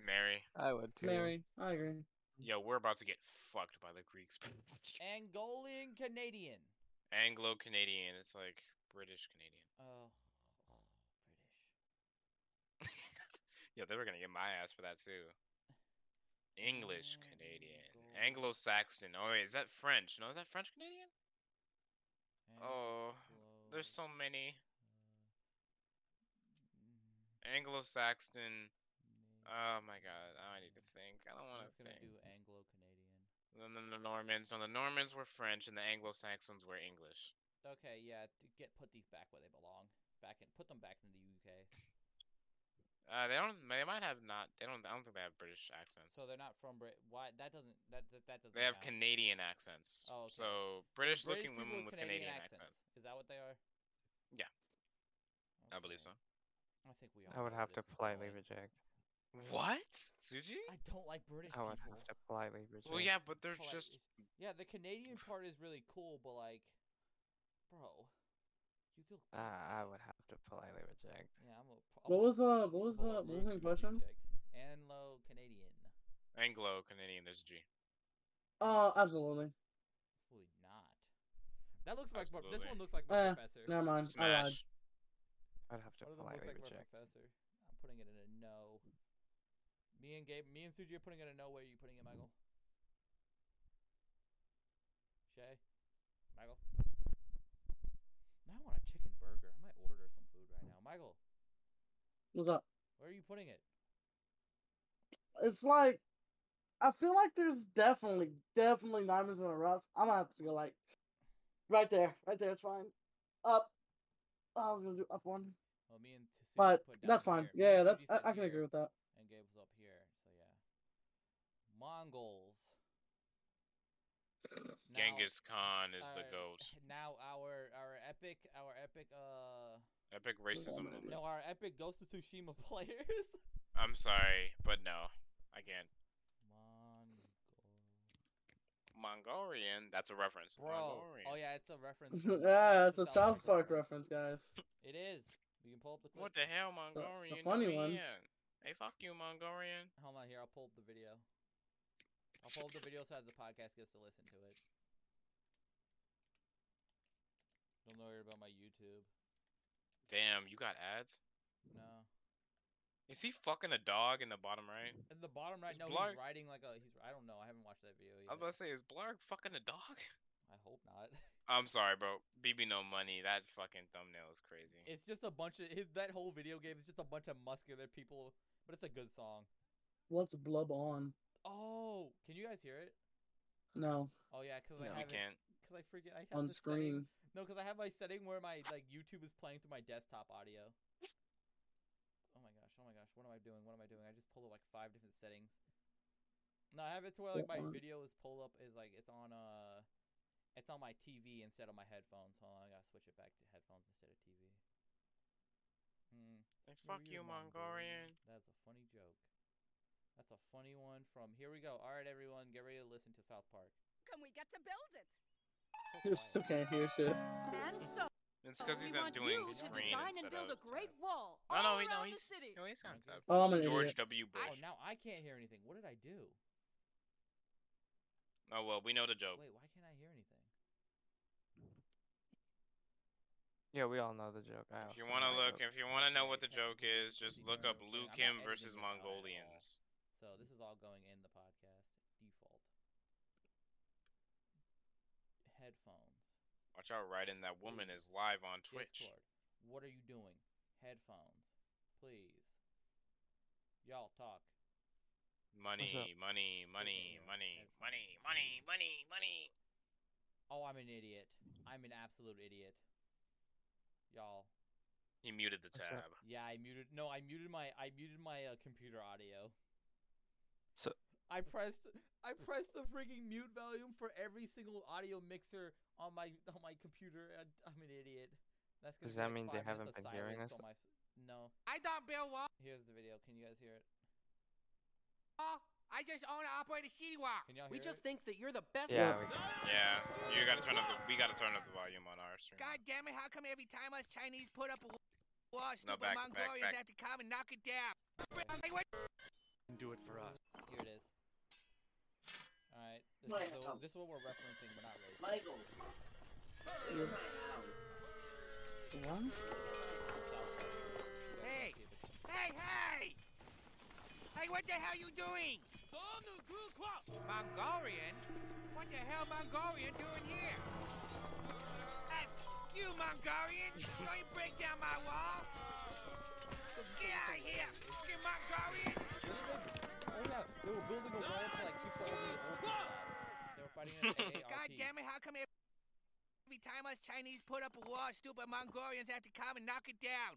Speaker 1: Mary.
Speaker 4: I would too.
Speaker 3: Mary, I agree.
Speaker 1: Yo, we're about to get fucked by the Greeks.
Speaker 2: Angolan Canadian.
Speaker 1: Anglo Canadian. It's like British Canadian.
Speaker 2: Oh,
Speaker 1: [laughs] Yo, they were gonna get my ass for that too. English
Speaker 2: Oh,
Speaker 1: Canadian,
Speaker 2: Angle-
Speaker 1: Anglo Saxon. Oh wait, is that French? No, is that French Canadian?
Speaker 2: British.
Speaker 1: Oh, there's so many
Speaker 2: mm,
Speaker 1: Anglo Saxon. Oh my God, now I need to think. I don't want
Speaker 2: I'm
Speaker 1: to
Speaker 2: just gonna
Speaker 1: think.
Speaker 2: do Anglo Canadian.
Speaker 1: And then the Normans. No, the Normans were French, and the Anglo Saxons were English.
Speaker 2: Okay, yeah, to get put these back where they belong. Back in, put them back in the UK.
Speaker 1: Uh, they don't. They might have not. They don't. I don't think they have British accents.
Speaker 2: So they're not from Brit. Why? That doesn't. That that, that doesn't.
Speaker 1: They have
Speaker 2: count.
Speaker 1: Canadian accents.
Speaker 2: Oh, okay.
Speaker 1: So British-looking
Speaker 2: British people
Speaker 1: women with Canadian, accents.
Speaker 2: Is that what they are?
Speaker 1: Yeah. I believe so.
Speaker 2: Okay. I think we all.
Speaker 4: I would
Speaker 2: know
Speaker 4: have to
Speaker 2: where this is
Speaker 4: politely
Speaker 2: going.
Speaker 4: reject.
Speaker 1: What, Suji?
Speaker 2: I don't like British
Speaker 4: I would
Speaker 2: people.
Speaker 4: have to politely reject.
Speaker 1: Well, yeah, but they're
Speaker 2: Polite-
Speaker 1: just
Speaker 2: Yeah, the Canadian part is really cool, but like, bro, you look.
Speaker 4: Uh,
Speaker 2: British.
Speaker 4: I would have to politely reject.
Speaker 2: Yeah, I'm a. pro- I'm
Speaker 3: What
Speaker 2: a
Speaker 3: was the what was the
Speaker 2: full-on
Speaker 3: what was the
Speaker 2: rude
Speaker 3: question?
Speaker 2: reject. Anglo Canadian.
Speaker 1: Anglo Canadian. There's a G.
Speaker 3: Oh, absolutely.
Speaker 2: Absolutely not. That looks like my, this
Speaker 1: Absolutely.
Speaker 2: one looks like my
Speaker 3: Eh,
Speaker 2: professor.
Speaker 3: Never mind. I lied.
Speaker 1: Smash.
Speaker 4: I'd have to
Speaker 2: One of them looks like my
Speaker 4: politely reject.
Speaker 2: professor. I'm putting it in a no. Me and Gabe, me and Suji are putting it in a no. Where are you putting it, Michael? Shay, Michael. Now I want a chicken burger. I might order some food right now. Michael,
Speaker 3: What's up?
Speaker 2: where are you putting it?
Speaker 3: It's like I feel like there's definitely, definitely diamonds in the rough. I'm gonna have to go like right there. Right there, it's fine. Up. I was gonna do up one.
Speaker 2: Well, me and Suji
Speaker 3: But
Speaker 2: put down
Speaker 3: that's fine.
Speaker 2: here. Me
Speaker 3: Yeah,
Speaker 2: and
Speaker 3: yeah, that's
Speaker 2: Suji said
Speaker 3: I, I can
Speaker 2: here,
Speaker 3: agree with that. [laughs]
Speaker 2: And Gabe was up here, so yeah. Mongols. Now-
Speaker 1: Genghis Khan is the
Speaker 7: Uh,
Speaker 2: our-
Speaker 1: goat.
Speaker 2: Now our our epic our epic uh
Speaker 1: Epic racism
Speaker 3: gonna
Speaker 1: movement.
Speaker 2: no our epic Ghost of Tsushima [laughs] players.
Speaker 1: I'm sorry, but no. I can't.
Speaker 2: Mongol.
Speaker 1: Mongolian. That's a reference.
Speaker 2: Bro.
Speaker 1: Mongolian.
Speaker 2: Oh yeah, it's a
Speaker 3: [laughs]
Speaker 2: reference. from-
Speaker 3: yeah, it's a
Speaker 2: South
Speaker 3: South
Speaker 2: Park
Speaker 3: Park reference, guys.
Speaker 2: It is. We can pull up the clip.
Speaker 1: What the hell, Mongolian?
Speaker 3: the funny
Speaker 1: Oh,
Speaker 3: one.
Speaker 1: yeah. Hey, fuck you, Mongolian.
Speaker 2: Hold on here. I'll pull up the video. I'll pull up the video so that the podcast gets to listen to it. Don't worry about my YouTube.
Speaker 1: Damn, you got ads?
Speaker 2: No.
Speaker 1: Is he fucking a dog in the bottom right?
Speaker 2: At the bottom right
Speaker 1: It's
Speaker 2: now,
Speaker 1: blurred.
Speaker 2: he's riding like a. He's. I don't know. I haven't watched that video
Speaker 1: I
Speaker 2: yet.
Speaker 1: was about to say, is Blarg fucking a dog? [laughs]
Speaker 2: I hope not. [laughs]
Speaker 1: I'm sorry, bro. BB no money. That fucking thumbnail is crazy.
Speaker 2: it's just a bunch of his, that whole video game is just a bunch of muscular people, but it's a good song.
Speaker 3: What's blub on?
Speaker 2: Oh, can you guys hear it?
Speaker 3: No,
Speaker 2: Oh yeah, because
Speaker 1: no, we
Speaker 2: I haven't.
Speaker 1: can't.
Speaker 2: Because I freaking I have
Speaker 3: on
Speaker 2: this setting-
Speaker 3: screen.
Speaker 2: No, because I have my setting where my like YouTube is playing through my desktop audio. Oh my gosh! Oh my gosh! What am I doing? What am I doing? I just pulled up like five different settings. No, I have it to where like my
Speaker 3: Uh-uh.
Speaker 2: video is pulled up is like it's on uh, it's on my TV instead of my headphones. Hold on, I gotta switch it back to headphones instead of TV. Hmm.
Speaker 1: Hey,
Speaker 2: screw
Speaker 1: fuck you,
Speaker 2: you,
Speaker 1: Mongolian.
Speaker 2: That's a funny joke. That's a funny one from. Here we go. All right, everyone, get ready to listen to South Park.
Speaker 7: Can we get to build it?
Speaker 2: So
Speaker 3: [laughs] You
Speaker 2: quiet.
Speaker 3: still can't hear shit.
Speaker 7: And so
Speaker 1: It's because
Speaker 7: Oh, we
Speaker 1: he's
Speaker 7: want
Speaker 1: not doing
Speaker 7: you to
Speaker 1: screen
Speaker 7: design and
Speaker 1: instead
Speaker 7: build
Speaker 1: of
Speaker 7: a great
Speaker 1: tab.
Speaker 7: wall
Speaker 1: No,
Speaker 7: all
Speaker 1: no, he- no,
Speaker 7: around
Speaker 1: he's-
Speaker 7: the city.
Speaker 1: No, he's not
Speaker 2: Am I
Speaker 1: tab.
Speaker 2: good?
Speaker 3: Oh, I'm an
Speaker 1: George
Speaker 3: idiot.
Speaker 1: W.
Speaker 2: Oh,
Speaker 1: Bush.
Speaker 2: now I can't hear anything. What did I do?
Speaker 1: Oh well, we know the joke.
Speaker 2: Wait, why can't I hear anything?
Speaker 4: Yeah, we all know the joke. I
Speaker 2: Oh,
Speaker 1: If you
Speaker 4: also
Speaker 1: want to
Speaker 4: know the
Speaker 1: look,
Speaker 4: joke.
Speaker 1: if you want to know what the
Speaker 2: Okay, technical
Speaker 1: joke is, just
Speaker 2: difficulty
Speaker 1: look up
Speaker 2: during
Speaker 1: Liu
Speaker 2: recording. I'm
Speaker 1: Kim
Speaker 2: not
Speaker 1: versus
Speaker 2: editing this out at all.
Speaker 1: Mongolians.
Speaker 2: So this is all going in the podcast default. Headphones.
Speaker 1: Watch out, Raiden. That woman
Speaker 2: Please.
Speaker 1: is live on Twitch.
Speaker 2: Discord. What are you doing? Headphones. Please. Y'all talk.
Speaker 4: up?
Speaker 1: Money, money, money,
Speaker 2: Still can't hear
Speaker 1: money,
Speaker 2: headphones.
Speaker 1: money, money, money, money.
Speaker 2: Oh, I'm an idiot. I'm an absolute idiot. Y'all.
Speaker 1: He muted the
Speaker 4: What's up?
Speaker 1: tab.
Speaker 2: Yeah, I muted. No, I muted my. I muted my uh, computer audio.
Speaker 4: So-
Speaker 2: I pressed. I pressed the freaking mute volume for every single audio mixer on my on my computer. I, I'm an idiot. That's gonna
Speaker 4: Does
Speaker 2: be
Speaker 4: that
Speaker 2: like
Speaker 4: mean they
Speaker 2: five minutes
Speaker 4: haven't
Speaker 2: of
Speaker 4: been hearing
Speaker 2: silence
Speaker 4: us?
Speaker 2: on my f- no.
Speaker 8: I don't build walls.
Speaker 2: Here's the video. Can you guys hear it?
Speaker 8: I just own and operate a shitty wall.
Speaker 2: Can y'all
Speaker 8: We
Speaker 2: hear it?
Speaker 8: just think that you're the best.
Speaker 1: [laughs]
Speaker 4: Yeah,
Speaker 8: one.
Speaker 4: we can.
Speaker 1: Yeah, you gotta turn up the. We gotta turn up the volume on our stream.
Speaker 8: God damn it! How come every time us Chinese put up a wall, stupid
Speaker 1: back, back,
Speaker 8: Mongolians
Speaker 1: back.
Speaker 8: have to come and knock it down? Like, what-
Speaker 9: do it for us.
Speaker 2: Here it is. All right. This,
Speaker 6: Michael.
Speaker 2: is, the, this is what we're referencing, but not really.
Speaker 6: Michael.
Speaker 3: What?
Speaker 8: Hey. Hey, hey! Hey, what the hell you doing? Mongolian? What the hell Mongolian doing here? Hey, you Mongolian! Don't you break down my wall! Get out of here! You Mongolian!
Speaker 2: Oh yeah, they were building a wall to like keep the old the old people out. They were
Speaker 1: [laughs]
Speaker 2: fighting an AARP.
Speaker 8: God damn it, how come every- every time us Chinese put up a wall, stupid Mongolians have to come and knock it down?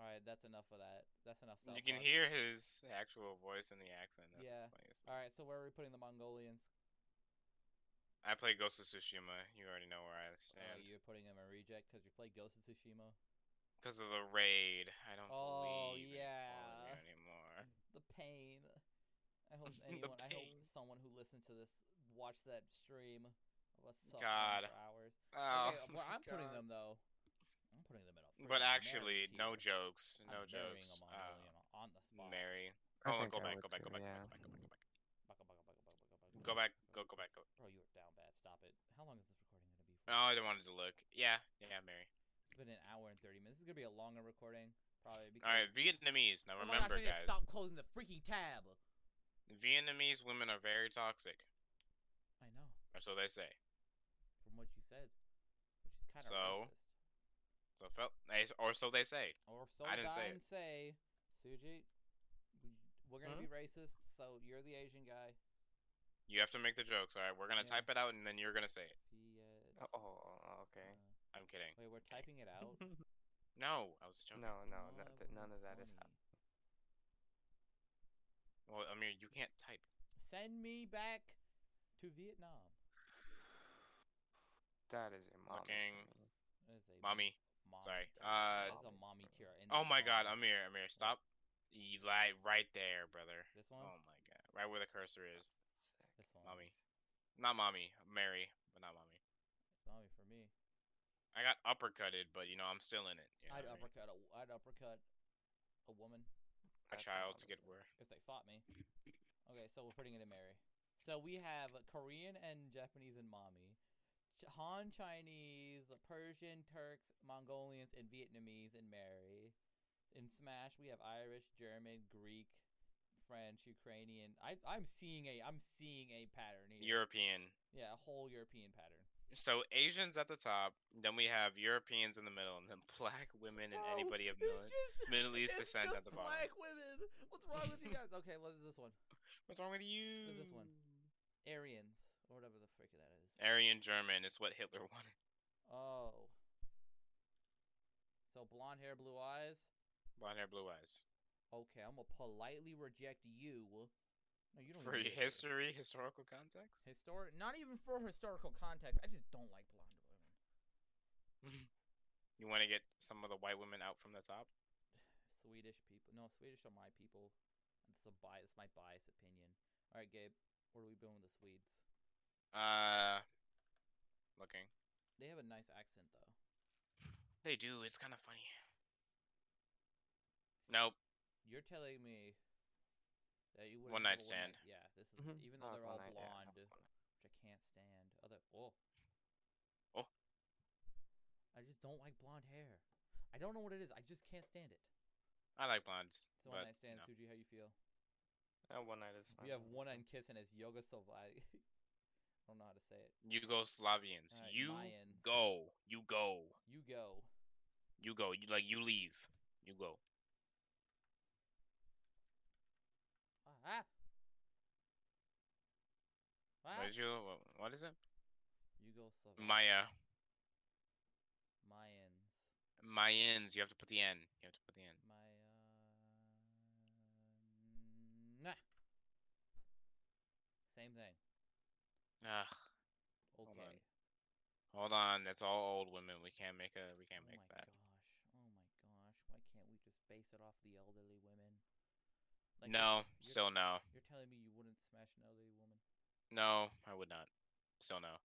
Speaker 2: All right, that's enough of that. That's enough. South
Speaker 1: You can
Speaker 2: Park.
Speaker 1: hear his actual voice in the accent. That's
Speaker 2: Yeah.
Speaker 1: funny as fuck.
Speaker 2: All right, so where are we putting the Mongolians?
Speaker 1: I play Ghost of Tsushima. You already know where I
Speaker 2: Oh,
Speaker 1: stand
Speaker 2: you're putting them in reject because you played Ghost of Tsushima.
Speaker 1: because of the raid. I don't
Speaker 2: Oh,
Speaker 1: believe in
Speaker 2: yeah. Mm.
Speaker 1: Korea anymore.
Speaker 2: The pain. I hope
Speaker 1: [laughs] The
Speaker 2: anyone. I hope
Speaker 1: pain.
Speaker 2: someone who listened to this watched that stream of us suffering
Speaker 1: God.
Speaker 2: for hours.
Speaker 1: Oh,
Speaker 2: okay, where
Speaker 1: my
Speaker 2: I'm
Speaker 8: [laughs]
Speaker 2: putting
Speaker 1: God.
Speaker 2: them though. I'm putting them in a.
Speaker 1: But
Speaker 2: freaking
Speaker 1: actually,
Speaker 2: marriage
Speaker 1: no
Speaker 2: tier.
Speaker 1: jokes. No
Speaker 2: I'm marrying
Speaker 1: jokes. Uh,
Speaker 2: a Mongolian on the spot.
Speaker 1: Mary.
Speaker 4: I
Speaker 1: Oh,
Speaker 4: think
Speaker 1: go
Speaker 4: I
Speaker 1: back,
Speaker 4: would
Speaker 1: go back,
Speaker 4: too,
Speaker 1: go back, go
Speaker 4: yeah.
Speaker 1: back, go back, go back,
Speaker 2: Baka, baka, baka, baka, baka, baka,
Speaker 1: go back, go, go back. Go.
Speaker 2: Bro, you are down bad. Stop it. How long is this recording gonna be? For?
Speaker 1: No, I don't wanted to look. Yeah, yeah, Mary.
Speaker 2: It's been an hour and thirty minutes. This is gonna be a longer recording, probably. Because
Speaker 1: All right, Vietnamese. Now
Speaker 2: Oh my
Speaker 1: remember,
Speaker 2: gosh, I need to
Speaker 1: guys,
Speaker 2: stop closing the freaking tab.
Speaker 1: Vietnamese women are very toxic,
Speaker 2: I know,
Speaker 1: or so they say.
Speaker 2: from what you said, which is kind of
Speaker 1: So?
Speaker 2: racist.
Speaker 1: So fel- they- or so they say.
Speaker 2: Or so
Speaker 1: I didn't say
Speaker 2: Dine say, Suji, we- we're gonna
Speaker 4: Huh?
Speaker 2: be racist. So you're the Asian guy.
Speaker 1: You have to make the jokes. All right, we're gonna
Speaker 2: Yeah.
Speaker 1: type it out, and then you're gonna say it.
Speaker 2: Viet-
Speaker 4: Oh, oh, okay.
Speaker 2: uh,
Speaker 1: I'm kidding.
Speaker 2: wait, we're typing it out.
Speaker 1: No, I was joking.
Speaker 4: No, no,
Speaker 2: Oh,
Speaker 4: no,
Speaker 2: that
Speaker 4: th- none
Speaker 2: wasn't
Speaker 4: of that is
Speaker 2: funny.
Speaker 4: happening.
Speaker 1: Well, I mean, you can't type.
Speaker 2: Send me back to Vietnam.
Speaker 4: That is a mommy.
Speaker 1: Looking-
Speaker 4: for me.
Speaker 2: That is a
Speaker 1: Mommy.
Speaker 2: mommy
Speaker 1: Sorry.
Speaker 2: tier.
Speaker 1: Uh,
Speaker 2: that is a mommy tier. and
Speaker 1: Oh
Speaker 2: that's
Speaker 1: my
Speaker 2: all.
Speaker 1: God, Amir, Amir, stop. You lie right there, brother.
Speaker 2: This one.
Speaker 1: Oh my God. right where the cursor is.
Speaker 2: That's fine.
Speaker 1: Mommy. Not mommy, Mary, but not mommy.
Speaker 2: Mommy for me.
Speaker 1: I got uppercutted, but you know I'm still in it. You know what I
Speaker 2: I'd
Speaker 1: mean?
Speaker 2: uppercut a, I'd uppercut a woman
Speaker 1: a
Speaker 4: That's
Speaker 1: child to
Speaker 4: another
Speaker 1: get
Speaker 4: thing.
Speaker 1: where.
Speaker 2: if they fought me. Okay, so we're putting it in Mary. So we have Korean and Japanese and mommy, Ch- Han Chinese, Persian, Turks, Mongolians, and Vietnamese in Mary. In Smash, we have Irish, German, Greek, French, Ukrainian. I I'm seeing a I'm seeing a pattern here.
Speaker 1: European.
Speaker 2: yeah, a whole European pattern.
Speaker 1: So Asians at the top, then we have Europeans in the middle, and then [laughs] black women and
Speaker 2: Bro,
Speaker 1: anybody of
Speaker 2: it's
Speaker 1: mil-
Speaker 2: just-
Speaker 1: Middle East
Speaker 2: it's
Speaker 1: descent at
Speaker 2: just
Speaker 1: the bottom.
Speaker 2: Black women. What's wrong with you guys? Okay, what is this one?
Speaker 1: What's wrong with you?
Speaker 2: What is this one?
Speaker 4: Mm.
Speaker 2: Aryans or whatever the frick that is.
Speaker 1: Aryan German is what Hitler [laughs] wanted.
Speaker 2: Oh. So blonde hair, blue eyes.
Speaker 1: Blonde hair, blue eyes.
Speaker 2: Okay, I'm gonna politely reject you. No, you don't.
Speaker 1: For
Speaker 2: even get-
Speaker 1: history, historical context.
Speaker 2: Histor- not even for historical context. I just don't like blonde women.
Speaker 1: You want to get some of the white women out from the top.
Speaker 2: Swedish people. No, Swedish are my people. It's a bias. It's my bias opinion. All right, Gabe. What are we doing with the Swedes?
Speaker 1: Uh, looking.
Speaker 2: They have a nice accent though.
Speaker 1: They do. It's kind of funny. Nope.
Speaker 2: You're telling me that you would
Speaker 1: One night stand.
Speaker 2: yeah, this is
Speaker 5: Mhm.
Speaker 2: even
Speaker 4: Oh,
Speaker 2: though they're
Speaker 4: one
Speaker 2: all
Speaker 4: night, yeah, I
Speaker 2: blonde,
Speaker 4: have
Speaker 2: which
Speaker 4: one
Speaker 2: I can't stand. Other oh
Speaker 1: Oh.
Speaker 2: I just don't like blonde hair. I don't know what it is. I just can't stand it.
Speaker 1: I like blondes,
Speaker 2: So one
Speaker 1: but
Speaker 2: night stand,
Speaker 1: no.
Speaker 2: Suji, how you feel?
Speaker 4: Uh, one night is fine.
Speaker 2: We have one on kissing as Yoga Slavai. [laughs] I don't know how to say it.
Speaker 1: Yugoslavians.
Speaker 2: Alright,
Speaker 1: you
Speaker 2: Mayans.
Speaker 1: go. You go.
Speaker 2: You go.
Speaker 1: You go. You like you leave. You go.
Speaker 2: Ah.
Speaker 1: What
Speaker 2: Ah.
Speaker 1: did you? wha- What is it?
Speaker 2: Yugo Slavai.
Speaker 1: Maya.
Speaker 2: Mayans.
Speaker 1: Mayans. You have to put the N. You have to put the N.
Speaker 2: My uh, nah. Same thing.
Speaker 1: Ugh. Hold on.
Speaker 2: Okay.
Speaker 1: Hold on. That's all old women. We can't make a. We can't
Speaker 2: oh
Speaker 1: make
Speaker 2: my
Speaker 1: that.
Speaker 2: gosh. Oh my gosh. Why can't we just base it off the elderly women? you're
Speaker 1: no.
Speaker 2: t- you're-
Speaker 1: Still no.
Speaker 2: You're telling me you wouldn't smash an elderly woman?
Speaker 1: No. I would not. Still
Speaker 2: [laughs]
Speaker 1: no.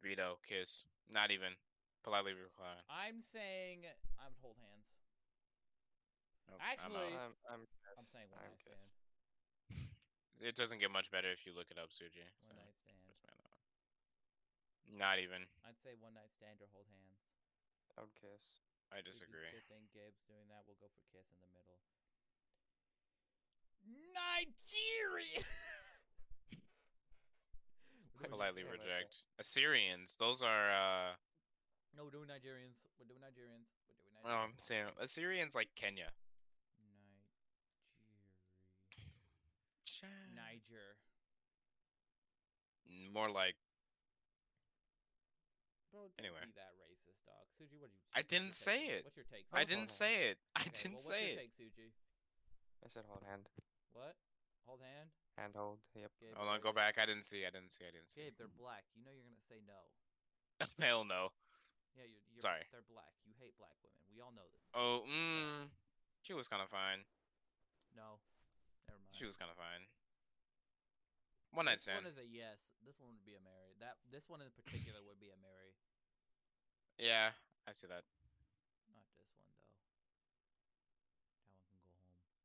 Speaker 1: Veto. Kiss. Not even. Politely recline.
Speaker 2: I'm saying I would hold hands.
Speaker 1: Nope, I'm out.
Speaker 2: Actually-
Speaker 4: I'm, I'm,
Speaker 2: I'm
Speaker 4: pissed.
Speaker 2: saying one night
Speaker 4: I'm
Speaker 2: stand.
Speaker 4: pissed.
Speaker 1: it doesn't get much better if you look it up, Suji. so
Speaker 2: One night stand.
Speaker 1: just find out. Not even.
Speaker 2: I'd say one night stand or hold hands.
Speaker 4: I would kiss.
Speaker 1: I
Speaker 2: Suki's
Speaker 1: disagree. [laughs]
Speaker 2: Kissing, Gabe's doing that. We'll go for kiss in the middle. [laughs] Nigeria. [laughs]
Speaker 4: Why would you
Speaker 1: Politely
Speaker 4: say it like that?
Speaker 1: reject. Assyrians. Those are. uh
Speaker 2: no, we're doing Nigerians. We're doing Nigerians. We're doing Nigerians.
Speaker 1: Um, Sam, Assyrians like Kenya.
Speaker 2: Nigeria. Mm. Niger.
Speaker 1: N- More like
Speaker 2: Bro, don't
Speaker 1: Anyway.
Speaker 2: be that racist, dog. Suji, what did you?
Speaker 1: I
Speaker 2: what's your
Speaker 1: didn't
Speaker 2: take
Speaker 1: say
Speaker 2: on
Speaker 1: it.
Speaker 2: What's your take?
Speaker 1: I
Speaker 4: Hold
Speaker 2: Suji?
Speaker 1: didn't
Speaker 4: on.
Speaker 1: say it. [laughs] I
Speaker 2: Okay,
Speaker 1: didn't
Speaker 2: well,
Speaker 1: say it.
Speaker 2: What's your take, Suji?
Speaker 4: I said hold hand.
Speaker 2: What? Hold hand.
Speaker 4: Hand hold. Yep.
Speaker 2: Gabe,
Speaker 1: Hold on,
Speaker 2: what
Speaker 1: go
Speaker 2: is it?
Speaker 1: back. I didn't see. I didn't see. I didn't see.
Speaker 2: Gabe, they're black. You know you're gonna say no.
Speaker 1: [laughs] Hell no.
Speaker 2: Yeah, you're. you're
Speaker 1: Sorry.
Speaker 2: They're black. You hate black women. We all know this. [laughs]
Speaker 1: Oh, mm, she was kind of fine.
Speaker 2: No. Never mind.
Speaker 1: She was kind of fine. One night
Speaker 2: this
Speaker 1: stand.
Speaker 2: one is a yes. This one would be a Mary. That this one in particular would be a Mary.
Speaker 1: Yeah, I see that.
Speaker 2: Not this one though. That one can go home.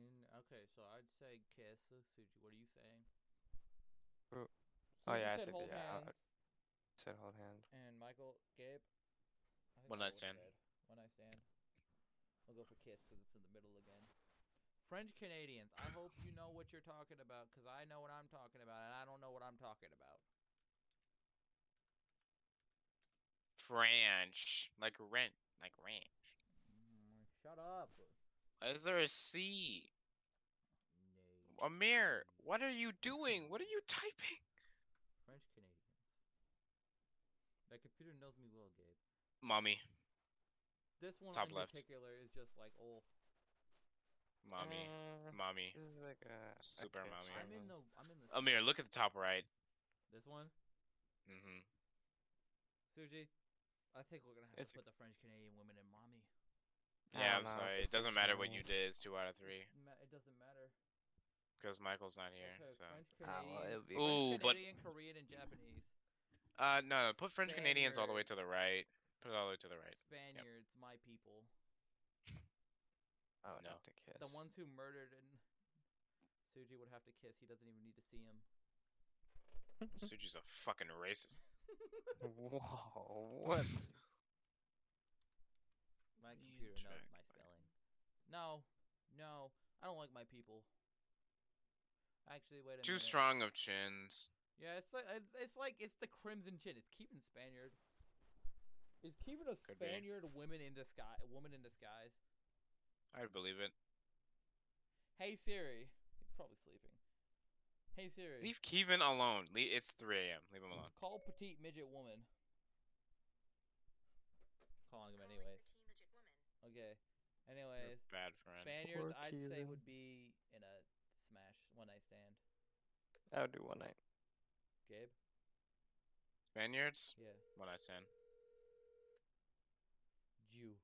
Speaker 2: And okay, so I'd say kiss. Uh, Suji, what are you saying?
Speaker 4: Oh,
Speaker 2: Suji
Speaker 4: yeah, I
Speaker 2: said
Speaker 4: said-
Speaker 2: hold
Speaker 4: yeah, I- I-
Speaker 2: hands.
Speaker 4: Said hold hand.
Speaker 2: And Michael, Gabe. I think
Speaker 1: One
Speaker 2: I
Speaker 1: night
Speaker 2: would've
Speaker 1: stand.
Speaker 2: said One night stand. I'll go for kiss because it's in the middle again. French Canadians. I hope you know what you're talking about because I know what I'm talking about and I don't know what I'm talking about.
Speaker 1: Ranch, like rent, like ranch.
Speaker 2: Mm, shut up.
Speaker 1: Is there a C?
Speaker 2: No.
Speaker 1: Amir, what are you doing? What are you typing?
Speaker 2: French Canadians. That computer knows me well, Gabe.
Speaker 1: Mommy,
Speaker 2: This one
Speaker 1: Top
Speaker 2: in
Speaker 1: left.
Speaker 2: particular is just like, oh,
Speaker 1: mommy,
Speaker 4: Uh,
Speaker 1: mommy.
Speaker 4: this is like a
Speaker 1: Super mommy.
Speaker 2: I'm in the, I'm in the.
Speaker 1: Amir, look at the top right.
Speaker 2: This one,
Speaker 1: Mm-hmm.
Speaker 2: Suji. I think we're gonna have
Speaker 4: It's
Speaker 2: to put the French Canadian women in mommy.
Speaker 4: I
Speaker 1: Yeah, I'm
Speaker 4: don't know,
Speaker 1: sorry. It
Speaker 4: it's
Speaker 1: doesn't matter what you did.
Speaker 4: experience.
Speaker 1: It's two out of three
Speaker 2: Ma- It doesn't matter.
Speaker 1: because Michael's not here.
Speaker 2: Okay,
Speaker 1: So. uh,
Speaker 2: French,
Speaker 4: Ah, well,
Speaker 2: Canadian,
Speaker 4: it'll be
Speaker 1: Ooh,
Speaker 2: French,
Speaker 1: but-
Speaker 2: Canadian, Korean, and Japanese.
Speaker 1: Uh, no, put French Canadians all the way to
Speaker 2: Spaniards.
Speaker 1: the right. Put it all the way to the right.
Speaker 2: Spaniards, my people,
Speaker 4: Oh,
Speaker 1: No.
Speaker 4: Dr. Kiss.
Speaker 2: the
Speaker 4: [laughs]
Speaker 2: ones who murdered and Suji would have to kiss. He doesn't even need to see him.
Speaker 1: Suji's a fucking racist.
Speaker 4: Whoa, what?
Speaker 2: My
Speaker 1: You
Speaker 2: computer knows
Speaker 1: check.
Speaker 2: my spelling. No, no, I don't like my people. Actually, wait a
Speaker 1: Too
Speaker 2: minute.
Speaker 1: strong of chins.
Speaker 2: Yeah, it's like it's, it's like it's the crimson chin. It's keeping Spaniard. Is keeping a
Speaker 1: Could be.
Speaker 2: Spaniard woman in disguise? Woman in disguise.
Speaker 1: I'd believe it.
Speaker 2: Hey Siri, he's probably sleeping. Hey Siri,
Speaker 1: Leave Kevin alone. Le- it's 3 a.m. Leave him alone.
Speaker 2: call petite midget woman. Calling him anyways. Okay.
Speaker 1: You're a
Speaker 2: Anyways,
Speaker 1: bad friend.
Speaker 2: Spaniards
Speaker 4: Poor
Speaker 2: I'd say
Speaker 4: Keelan.
Speaker 2: would be in a smash one night stand.
Speaker 4: I'll do
Speaker 2: [laughs]
Speaker 4: one night.
Speaker 2: Gabe.
Speaker 1: Spaniards?
Speaker 2: Yeah.
Speaker 1: What I
Speaker 4: [laughs]
Speaker 1: said. [laughs]
Speaker 2: Jew.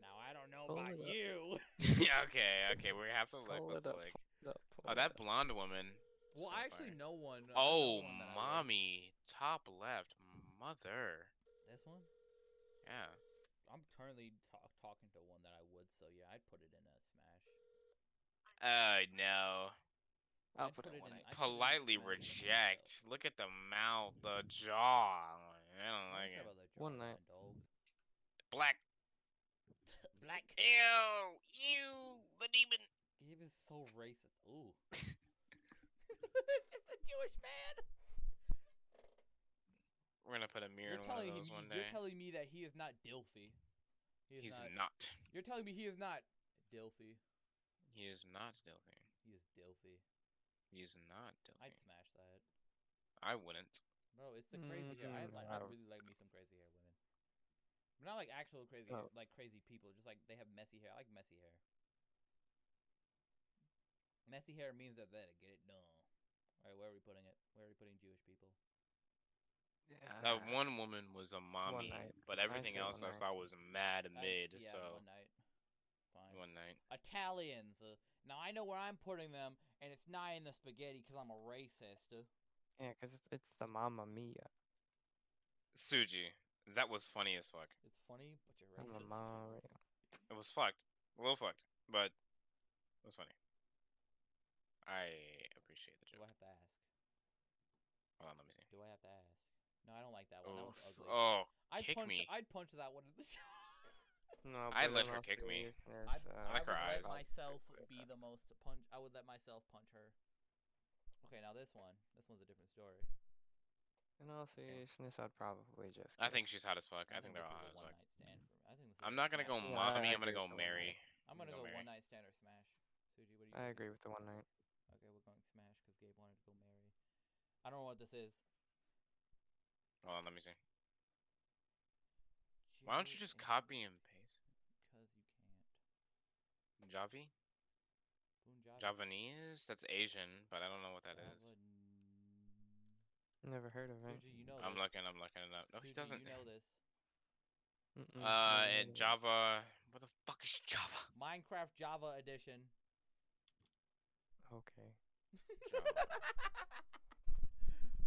Speaker 2: Now I don't know
Speaker 4: Pull
Speaker 2: about
Speaker 4: it up.
Speaker 2: you.
Speaker 1: yeah, okay, okay. We have to look.
Speaker 4: Pull
Speaker 1: Let's
Speaker 4: it up.
Speaker 1: look.
Speaker 4: No,
Speaker 1: Oh,
Speaker 4: pull
Speaker 1: that
Speaker 4: it up.
Speaker 1: blonde woman.
Speaker 2: [laughs] Well,
Speaker 1: Still
Speaker 2: I actually
Speaker 1: fire.
Speaker 2: know one. uh, I know
Speaker 1: Oh,
Speaker 2: one that I like.
Speaker 1: mommy. Top left. Mother.
Speaker 2: This one?
Speaker 1: Yeah.
Speaker 2: I'm currently talk- talking to one that I would, so yeah, I'd put it in a smash.
Speaker 1: Oh, no.
Speaker 2: I'd
Speaker 4: I'll put, it in one
Speaker 2: in-
Speaker 4: night.
Speaker 2: I'd put it in a
Speaker 1: Politely
Speaker 2: smash and put it
Speaker 1: reject.
Speaker 2: out.
Speaker 1: Look at the mouth, the jaw. I don't
Speaker 2: I
Speaker 1: like
Speaker 2: don't
Speaker 1: it.
Speaker 2: care about that
Speaker 4: One
Speaker 2: jaw,
Speaker 4: night.
Speaker 2: dog.
Speaker 1: Black.
Speaker 2: Black.
Speaker 1: Ew. Ew. The demon.
Speaker 2: Gabe is so racist. Ooh. [laughs] it's just a Jewish man.
Speaker 1: We're gonna put a mirror in
Speaker 2: You're
Speaker 1: one of
Speaker 2: telling,
Speaker 1: those
Speaker 2: him,
Speaker 1: one
Speaker 2: you're
Speaker 1: day.
Speaker 2: telling me that he is not Dilfy. He is
Speaker 1: He's
Speaker 2: not,
Speaker 1: not.
Speaker 2: You're telling me he is not Dilfy.
Speaker 1: He is not Dilfy.
Speaker 2: He is Dilfy.
Speaker 1: He is not Dilfy.
Speaker 2: I'd smash that.
Speaker 1: I wouldn't.
Speaker 2: Bro, it's the crazy hair. I
Speaker 4: Mm,
Speaker 2: like. I
Speaker 4: wow.
Speaker 2: really like me some crazy hair women. But not like actual crazy,
Speaker 4: Oh.
Speaker 2: hair, like crazy people. Just like they have messy hair. I like messy hair. Messy hair means that they get it done. All right, where are we putting it? Where are we putting Jewish people?
Speaker 1: That Uh,
Speaker 4: Yeah.
Speaker 1: one woman was a mommy,
Speaker 4: Ah. night.
Speaker 1: but
Speaker 4: I
Speaker 1: everything
Speaker 4: say
Speaker 1: else
Speaker 4: one
Speaker 1: I
Speaker 4: night.
Speaker 1: saw was mad
Speaker 2: I'd
Speaker 1: mid.
Speaker 2: see
Speaker 1: so
Speaker 2: out one night. Fine.
Speaker 1: one night.
Speaker 2: Italians. Uh, now I know where I'm putting them, and it's not in the spaghetti because I'm a racist. Uh,
Speaker 4: Yeah, because it's, it's the Mamma Mia.
Speaker 1: Suji, that was funny as fuck.
Speaker 2: It's funny, but you're
Speaker 4: I'm a
Speaker 2: racist.
Speaker 4: Mamma
Speaker 1: [laughs] It was fucked, a little fucked, but it was funny. I appreciate the
Speaker 2: Do
Speaker 1: joke.
Speaker 2: I have to ask?
Speaker 1: Hold on, let me see.
Speaker 2: Do I have to ask? No, I don't like that one. That
Speaker 1: Oh,
Speaker 2: one's
Speaker 1: f-
Speaker 2: ugly.
Speaker 1: oh,
Speaker 2: I'd
Speaker 1: kick
Speaker 2: punch.
Speaker 1: me.
Speaker 2: I'd punch that one in the [laughs] jaw.
Speaker 4: No,
Speaker 1: I'd let
Speaker 4: but in
Speaker 1: her
Speaker 4: all
Speaker 1: kick me.
Speaker 4: seriousness,
Speaker 2: I'd-
Speaker 4: uh,
Speaker 2: I
Speaker 1: like
Speaker 2: would
Speaker 1: her
Speaker 2: let
Speaker 1: eyes.
Speaker 2: myself be the most punch. I would let myself punch her. Okay, now this one. This one's a different story.
Speaker 4: In all seriousness, I'd probably just.
Speaker 1: I think
Speaker 4: kiss.
Speaker 1: she's hot as fuck. I, think, they're
Speaker 2: this
Speaker 1: all hot as
Speaker 2: is a one
Speaker 1: fuck.
Speaker 2: night stand for me. I think this is
Speaker 1: I'm
Speaker 2: a
Speaker 1: not gonna go
Speaker 2: smash.
Speaker 4: Yeah, I
Speaker 1: mommy. I'm gonna
Speaker 4: agree
Speaker 1: go
Speaker 4: with the one
Speaker 1: Mary.
Speaker 2: I'm
Speaker 1: gonna
Speaker 2: gonna
Speaker 1: go
Speaker 2: go
Speaker 1: Mary.
Speaker 2: one night stand or smash. Suji, what do you?
Speaker 4: I
Speaker 2: think?
Speaker 4: agree with the one night.
Speaker 2: Okay, we're going smash because Gabe wanted to go Mary. I don't know what this is.
Speaker 1: Hold on, let me see. Why don't you just copy and paste?
Speaker 2: Because you can't.
Speaker 1: Javi?
Speaker 2: Punjabi.
Speaker 1: Javanese? That's Asian, but I don't know what that is.
Speaker 2: Javan-
Speaker 4: Never heard of it.
Speaker 2: Suji, you know
Speaker 1: I'm
Speaker 2: this.
Speaker 1: looking, I'm looking it up. No, he
Speaker 2: Oh, Suji,
Speaker 1: doesn't.
Speaker 2: You know this.
Speaker 1: Uh,
Speaker 4: Mm-mm, never heard
Speaker 1: and
Speaker 4: of it.
Speaker 1: Java. What the fuck is [laughs] Java?
Speaker 2: Minecraft Java Edition.
Speaker 4: Okay.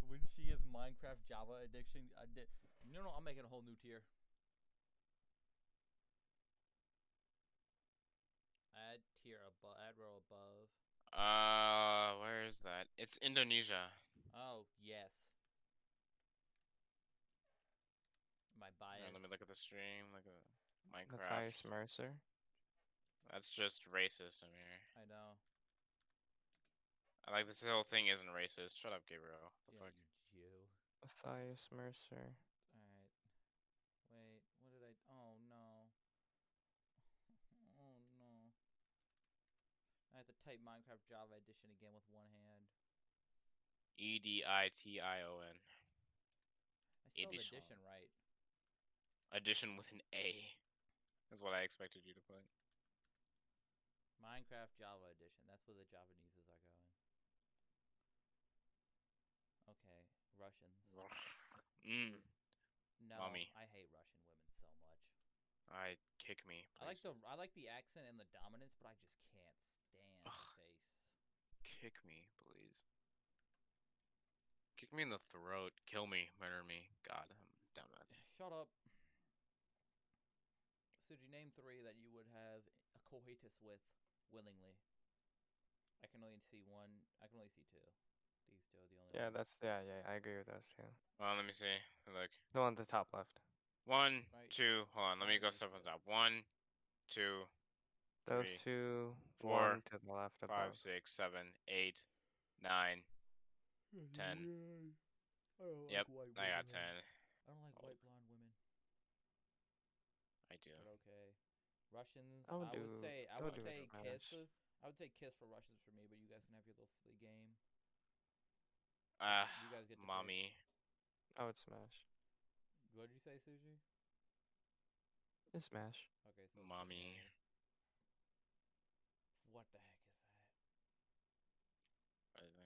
Speaker 2: when she is Minecraft Java addiction, addi- no, no, I'm making a whole new tier. Add tier above, add row above.
Speaker 1: Uh, where is that? It's Indonesia.
Speaker 2: Oh yes. My bias.
Speaker 1: Here, let me look at the stream. Look at
Speaker 4: The Fierce
Speaker 1: Minecraft.
Speaker 4: Mercer.
Speaker 1: That's just racist, Amir.
Speaker 2: I know.
Speaker 1: I like this whole thing isn't racist. Shut up, Gabriel. The
Speaker 2: Yeah,
Speaker 1: fuck?
Speaker 2: you Jew.
Speaker 4: Matthias Mercer.
Speaker 2: All right. Wait, what did I? Oh no. [laughs] Oh no. I have to type Minecraft Java Edition again with one hand.
Speaker 1: E D I T I O N.
Speaker 2: I spelled
Speaker 1: Edition.
Speaker 2: edition, right.
Speaker 1: Addition with an A. Is what I expected you to put.
Speaker 2: Minecraft Java Edition. That's where the Javaneses are going. Okay, Russians.
Speaker 1: Mm.
Speaker 2: No,
Speaker 1: Mommy.
Speaker 2: I hate Russian women so much.
Speaker 1: I kick me.
Speaker 2: I like
Speaker 1: please.
Speaker 2: the I like the accent and the dominance, but I just can't stand the
Speaker 1: Ugh.
Speaker 2: face.
Speaker 1: kick me, please. Kick me in the throat. Kill me. Murder me. God, I'm down bad.
Speaker 2: Shut up. Suji, name three that you would have a coitus with willingly. I can only see one. I can only see two. These two are the only.
Speaker 4: Yeah,
Speaker 2: ones.
Speaker 4: that's yeah, yeah. I agree with those two.
Speaker 1: Well, let me see. Look.
Speaker 4: The one at the top left.
Speaker 1: One,
Speaker 2: Right.
Speaker 1: two. Hold on. Let me
Speaker 2: Right,
Speaker 1: go
Speaker 2: right,
Speaker 1: step on
Speaker 2: right.
Speaker 1: top. One, two,
Speaker 4: Those
Speaker 1: Three,
Speaker 4: two,
Speaker 1: four,
Speaker 4: one to the left above.
Speaker 1: five, six, seven, eight, nine. 10.
Speaker 2: I don't
Speaker 1: Yep,
Speaker 2: like
Speaker 1: I
Speaker 2: white
Speaker 1: got
Speaker 2: women.
Speaker 1: ten.
Speaker 2: I don't like
Speaker 1: Oh.
Speaker 2: white blonde women.
Speaker 1: I do.
Speaker 2: But okay, Russians.
Speaker 4: I would
Speaker 2: I would
Speaker 4: do-
Speaker 2: say. I
Speaker 4: I would
Speaker 2: would
Speaker 4: do
Speaker 2: say
Speaker 4: Russian
Speaker 2: kiss.
Speaker 4: Spanish.
Speaker 2: uh, I would say kiss for Russians for me, but you guys can have your little silly game.
Speaker 1: Ah,
Speaker 2: You guys get to pick.
Speaker 1: mommy.
Speaker 4: I would smash.
Speaker 2: What did you say, Suji?
Speaker 4: Just smash.
Speaker 2: Okay, so it's
Speaker 1: Mommy.
Speaker 2: banana. What the heck is that?
Speaker 1: What is it?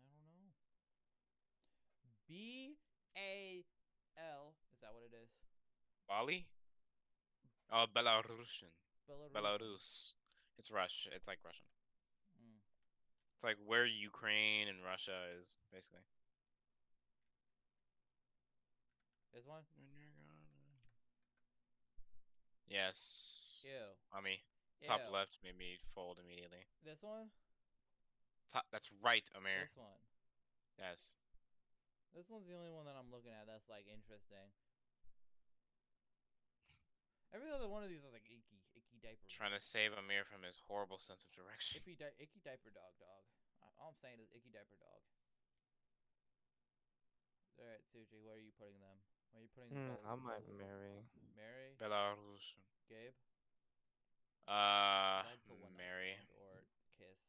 Speaker 2: Mm, I don't know. B A L is that what it is?
Speaker 1: Bali? Oh, Belarusian.
Speaker 2: Belarus.
Speaker 1: Belarus. It's Rush. It's like Russian.
Speaker 2: Mm.
Speaker 1: It's like where Ukraine and Russia is, basically.
Speaker 2: This one?
Speaker 1: Yes.
Speaker 2: Ew.
Speaker 1: Mommy. Top
Speaker 2: Ew.
Speaker 1: left made me fold immediately.
Speaker 2: This one?
Speaker 1: Top, that's right, Amir.
Speaker 2: This Mm. one.
Speaker 1: Yes.
Speaker 2: This one's the only one that I'm looking at that's like interesting. Every other one of these is like icky, icky diaper.
Speaker 1: Trying to save Amir from his horrible sense of direction.
Speaker 2: icky, di- icky diaper dog, dog. I- All I'm saying is icky diaper dog. All right, Suji, where are you putting them? Where are you putting
Speaker 4: Mm,
Speaker 2: both
Speaker 4: I
Speaker 2: of
Speaker 4: might
Speaker 2: them?
Speaker 4: marry.
Speaker 2: Mary,
Speaker 1: [laughs] Belarusian.
Speaker 2: Gabe.
Speaker 1: Uh,
Speaker 2: 'Cause I'd put one else
Speaker 1: Mary.
Speaker 2: down or kiss.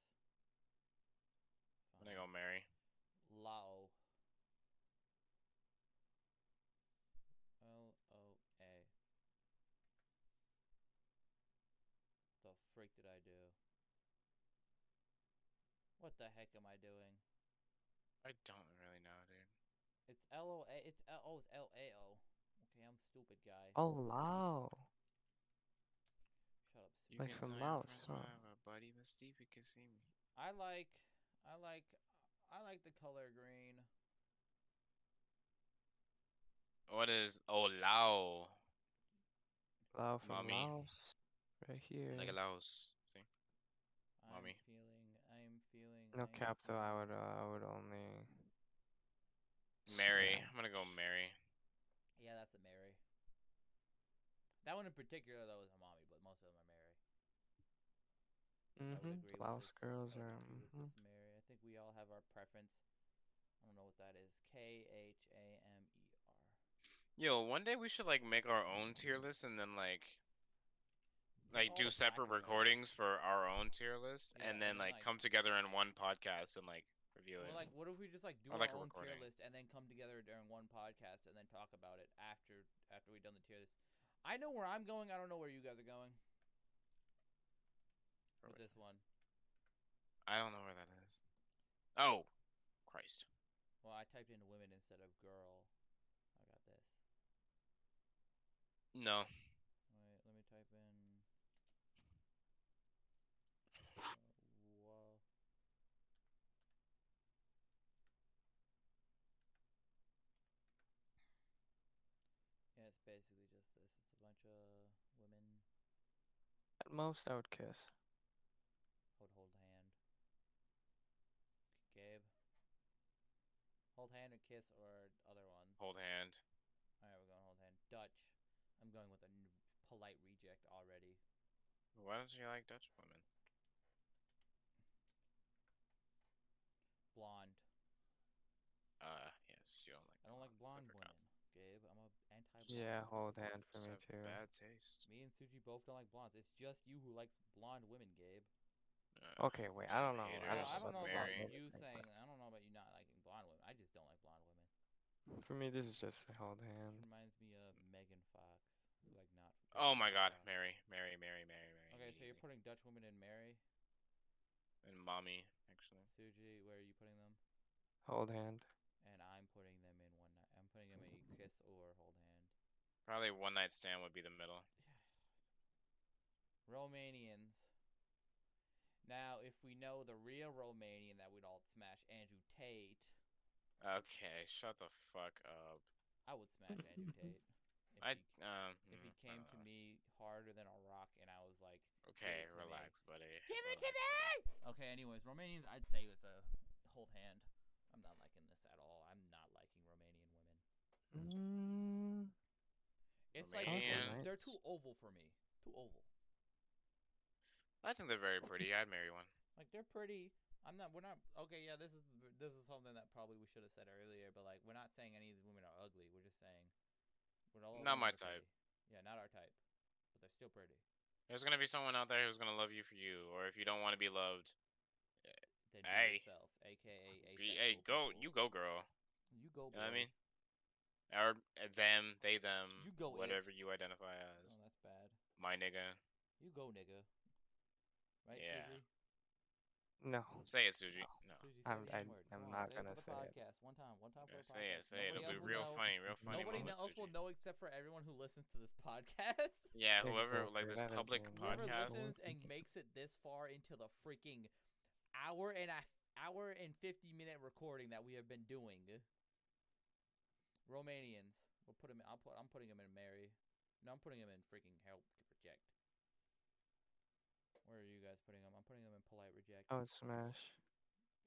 Speaker 1: I'm gonna go Mary.
Speaker 2: Fine. Lao. L O A. The freak did I do? What the heck am I doing?
Speaker 1: I don't really know, dude.
Speaker 2: It's L O A. It's L O. It's L A O. Okay, I'm stupid guy.
Speaker 4: Oh, Lao.
Speaker 2: Shut up.
Speaker 1: You
Speaker 4: Like
Speaker 1: can
Speaker 4: from
Speaker 1: tell your
Speaker 4: Laos,
Speaker 1: friends
Speaker 4: huh?
Speaker 1: I have a buddy, but Steve, you can see me.
Speaker 2: I like, I like, I like the color green.
Speaker 1: What is oh Lao?
Speaker 4: Lao from
Speaker 1: Mommy.
Speaker 4: Laos. Right here.
Speaker 1: Like a Laos. See? Mommy.
Speaker 2: I'm feeling. I'm feeling.
Speaker 4: No
Speaker 2: I'm
Speaker 4: cap though. I
Speaker 2: feeling-
Speaker 4: would. Uh, I would only.
Speaker 1: Mary.
Speaker 4: smash.
Speaker 1: I'm gonna go Mary.
Speaker 2: Yeah, that's a Mary. That one in particular, though, is a mommy, but most of them are Mary. I would
Speaker 4: Mhm,
Speaker 2: agree with
Speaker 4: Laos
Speaker 2: this-
Speaker 4: girls
Speaker 2: I would
Speaker 4: are.
Speaker 2: agree with
Speaker 4: mhm.
Speaker 2: this, Mary. I think we all have our preference. I don't know what that is. K H A M E R.
Speaker 1: Yo, one day we should like make our own tier list and then like like
Speaker 4: Oh,
Speaker 2: all
Speaker 1: do
Speaker 2: the
Speaker 1: separate
Speaker 2: black ones.
Speaker 1: recordings for our own tier list
Speaker 2: Yeah,
Speaker 1: and then
Speaker 2: and then,
Speaker 1: like
Speaker 2: like-
Speaker 1: come together in one podcast and like review
Speaker 2: Well,
Speaker 1: it.
Speaker 2: like, what if we just like do
Speaker 1: I like a
Speaker 2: our own tier
Speaker 1: recording.
Speaker 2: list and then come together during one podcast and then talk about it after after we've done the tier list? I know where I'm going. I don't know where you guys are going with
Speaker 1: Perfect.
Speaker 2: this one.
Speaker 1: I don't know where that is. Oh, Christ.
Speaker 2: Well, I typed in women instead of girl. I got this.
Speaker 1: No.
Speaker 2: Wait, let me type in. Uh, whoa. Yeah, it's basically just this. It's a bunch of women
Speaker 4: At most, I would kiss.
Speaker 2: Hold hold hand. Gabe. Hold hand or kiss or other ones.
Speaker 1: Hold hand.
Speaker 2: Alright, we're going hold hand. Dutch. I'm going with a n- polite reject already.
Speaker 1: Why don't you like Dutch women?
Speaker 2: Blonde.
Speaker 1: Uh, yes, you don't like
Speaker 2: I don't like
Speaker 1: blondes,
Speaker 2: blonde
Speaker 1: I forgot.
Speaker 2: women. Gabe, I'm a anti-blonde.
Speaker 4: Yeah, hold hand for
Speaker 1: Just
Speaker 4: me
Speaker 1: have
Speaker 4: too.
Speaker 1: Bad taste.
Speaker 2: Me and Suji both don't like blondes. It's just you who likes blonde women, Gabe.
Speaker 1: Uh,
Speaker 4: Okay, wait. I don't know.
Speaker 1: hater.
Speaker 2: Well,
Speaker 4: I don't
Speaker 1: just
Speaker 2: I
Speaker 4: know
Speaker 2: don't know
Speaker 4: about
Speaker 2: about
Speaker 1: Mary.
Speaker 4: blonde
Speaker 2: you
Speaker 4: women,
Speaker 2: saying. I don't know about you not liking blonde women. I just don't like blonde women.
Speaker 4: but For me, this is just a hold hand.
Speaker 2: This reminds me of Megan Fox, who like not.
Speaker 1: Oh my god,
Speaker 2: Fox.
Speaker 1: Mary, Mary, Mary, Mary, Mary.
Speaker 2: Okay, so you're
Speaker 1: immediately.
Speaker 2: putting Dutch women in Mary.
Speaker 1: and mommy actually.
Speaker 2: Suji, where are you putting them?
Speaker 4: Hold hand.
Speaker 2: And I'm putting them in one night. I'm putting them in kiss or hold hand.
Speaker 1: Probably one night stand would be the middle.
Speaker 2: Yeah, Romanians. Now, if we know the real Romanian that we'd all smash, Andrew Tate,
Speaker 1: Okay, shut the fuck up.
Speaker 2: I would smash [laughs] Andrew Tate. If
Speaker 1: I
Speaker 2: he,
Speaker 1: um.
Speaker 2: if he
Speaker 1: mm,
Speaker 2: came to
Speaker 1: uh,
Speaker 2: me harder than a rock and I was like,
Speaker 1: Okay,
Speaker 2: it to me.
Speaker 1: relax, buddy.
Speaker 2: Give it to
Speaker 1: relax.
Speaker 2: me! Okay, anyways, Romanians, I'd say it's a hold hand. I'm not liking this at all. I'm not liking Romanian women.
Speaker 4: Mm,
Speaker 2: It's like they're,
Speaker 4: Romanians.
Speaker 2: they're too oval for me. Too oval.
Speaker 1: I think they're very pretty. I'd marry one.
Speaker 2: Like they're pretty. I'm not. We're not. Okay, yeah. This is this is something that probably we should have said earlier. But like, we're not saying any of these women are ugly. We're just saying we're all
Speaker 1: Not my
Speaker 2: women are
Speaker 1: type.
Speaker 2: pretty. Yeah, not our type. But they're still pretty.
Speaker 1: There's gonna be someone out there who's gonna love you for you, or if you don't want to be loved,
Speaker 2: They be
Speaker 1: Hey.
Speaker 2: yourself, aka
Speaker 1: be, hey,
Speaker 2: asexual
Speaker 1: go,
Speaker 2: people.
Speaker 1: you go, girl.
Speaker 2: you go.
Speaker 1: You know what I
Speaker 2: boy.
Speaker 1: mean? Or uh, them, they, them,
Speaker 2: You go, it.
Speaker 1: whatever you identify as.
Speaker 2: Oh, that's bad.
Speaker 1: My nigga.
Speaker 2: You go, nigga. Right,
Speaker 1: Yeah.
Speaker 2: Suzy?
Speaker 4: no.
Speaker 1: Say it, Suji. No.
Speaker 2: Suzy, say
Speaker 4: I'm-
Speaker 2: the
Speaker 4: I-
Speaker 2: N-word.
Speaker 4: I'm
Speaker 2: Come on,
Speaker 4: not
Speaker 2: say
Speaker 4: gonna
Speaker 2: it for
Speaker 4: say
Speaker 2: the
Speaker 4: it.
Speaker 2: podcast. One time, one time for
Speaker 1: Yeah,
Speaker 2: the
Speaker 1: say it,
Speaker 2: podcast.
Speaker 1: say it.
Speaker 2: Nobody
Speaker 1: It'll be
Speaker 2: else will
Speaker 1: real
Speaker 2: know.
Speaker 1: funny, real funny.
Speaker 2: Nobody
Speaker 1: moment,
Speaker 2: else will
Speaker 1: Suji.
Speaker 2: know except for everyone who listens to this [laughs] podcast.
Speaker 1: Yeah, whoever,
Speaker 4: Exactly,
Speaker 1: like this
Speaker 4: that is
Speaker 1: public
Speaker 4: one.
Speaker 2: Whoever
Speaker 1: podcast.
Speaker 2: listens and makes it this far into the freaking hour and a hour and fifty minute recording that we have been doing, Romanians, we'll put 'em In, I'll put. I'm putting them in Mary. No, I'm putting them in freaking help reject. Where are you guys putting them? I'm putting them in polite reject.
Speaker 4: I would Oh, smash.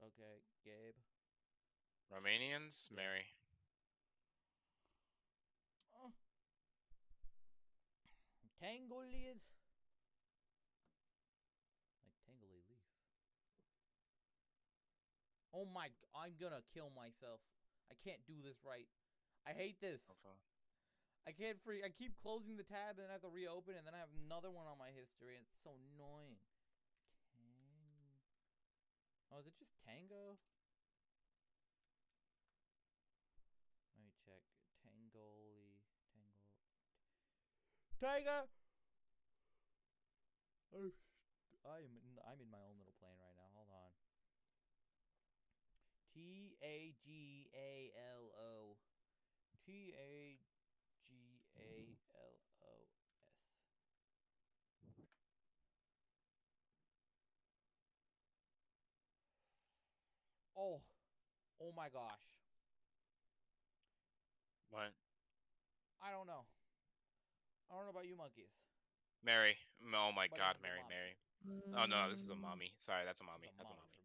Speaker 2: Okay, Gabe.
Speaker 1: Romanians, marry.
Speaker 2: Oh. Tangled leaf. Like tangly leaf. Oh my, g- I'm gonna kill myself. I can't do this right. I hate this.
Speaker 4: Oh.
Speaker 2: I can't free. I keep closing the tab and then I have to reopen and then I have another one on my history. It's so annoying. Tang. Oh, is it just Tango? Let me check. Tangoli. Tangle. Tango. Oh, I am. In, I'm in my own little plane right now. Hold on. T A G A L O. T A G A L O S. Oh, oh my gosh.
Speaker 1: What?
Speaker 2: I don't know. I don't know about you monkeys.
Speaker 1: Mary. M- Oh my
Speaker 2: But this
Speaker 1: god,
Speaker 2: is a
Speaker 1: Mary,
Speaker 2: mommy.
Speaker 1: Mary. Oh no, this is a mommy. Sorry, that's a
Speaker 2: It's
Speaker 1: mommy. That's a mommy.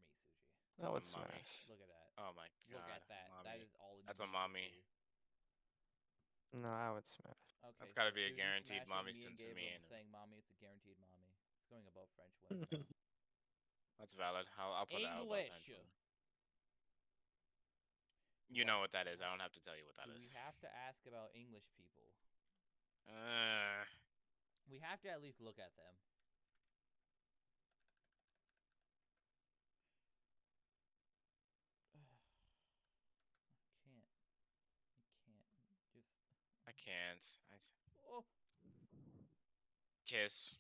Speaker 1: That's
Speaker 2: for me, Suji.
Speaker 4: I would
Speaker 1: a mommy.
Speaker 4: smash.
Speaker 2: Look at that.
Speaker 1: Oh my god.
Speaker 2: Look at that.
Speaker 1: Mommy.
Speaker 2: That is all. you
Speaker 1: That's a
Speaker 2: need to
Speaker 1: mommy.
Speaker 2: see.
Speaker 4: No, I would smash.
Speaker 2: Okay,
Speaker 1: That's gotta be a
Speaker 2: Suzi's
Speaker 1: guaranteed
Speaker 2: smashing
Speaker 1: mommy
Speaker 2: me and
Speaker 1: since me
Speaker 2: Gabriel
Speaker 1: and-
Speaker 2: saying mommy. It's a guaranteed mommy. It's going above French women. now.
Speaker 1: That's valid. I'll, I'll [laughs] put that out. about
Speaker 2: English.
Speaker 1: time. You know what that is. I don't have to tell you what that
Speaker 2: Do
Speaker 1: is.
Speaker 2: we have to ask about English people?
Speaker 1: Uh,
Speaker 2: We have to at least look at [sighs] them. I can't. I can't just.
Speaker 1: I can't. I
Speaker 2: Oh,
Speaker 1: kiss.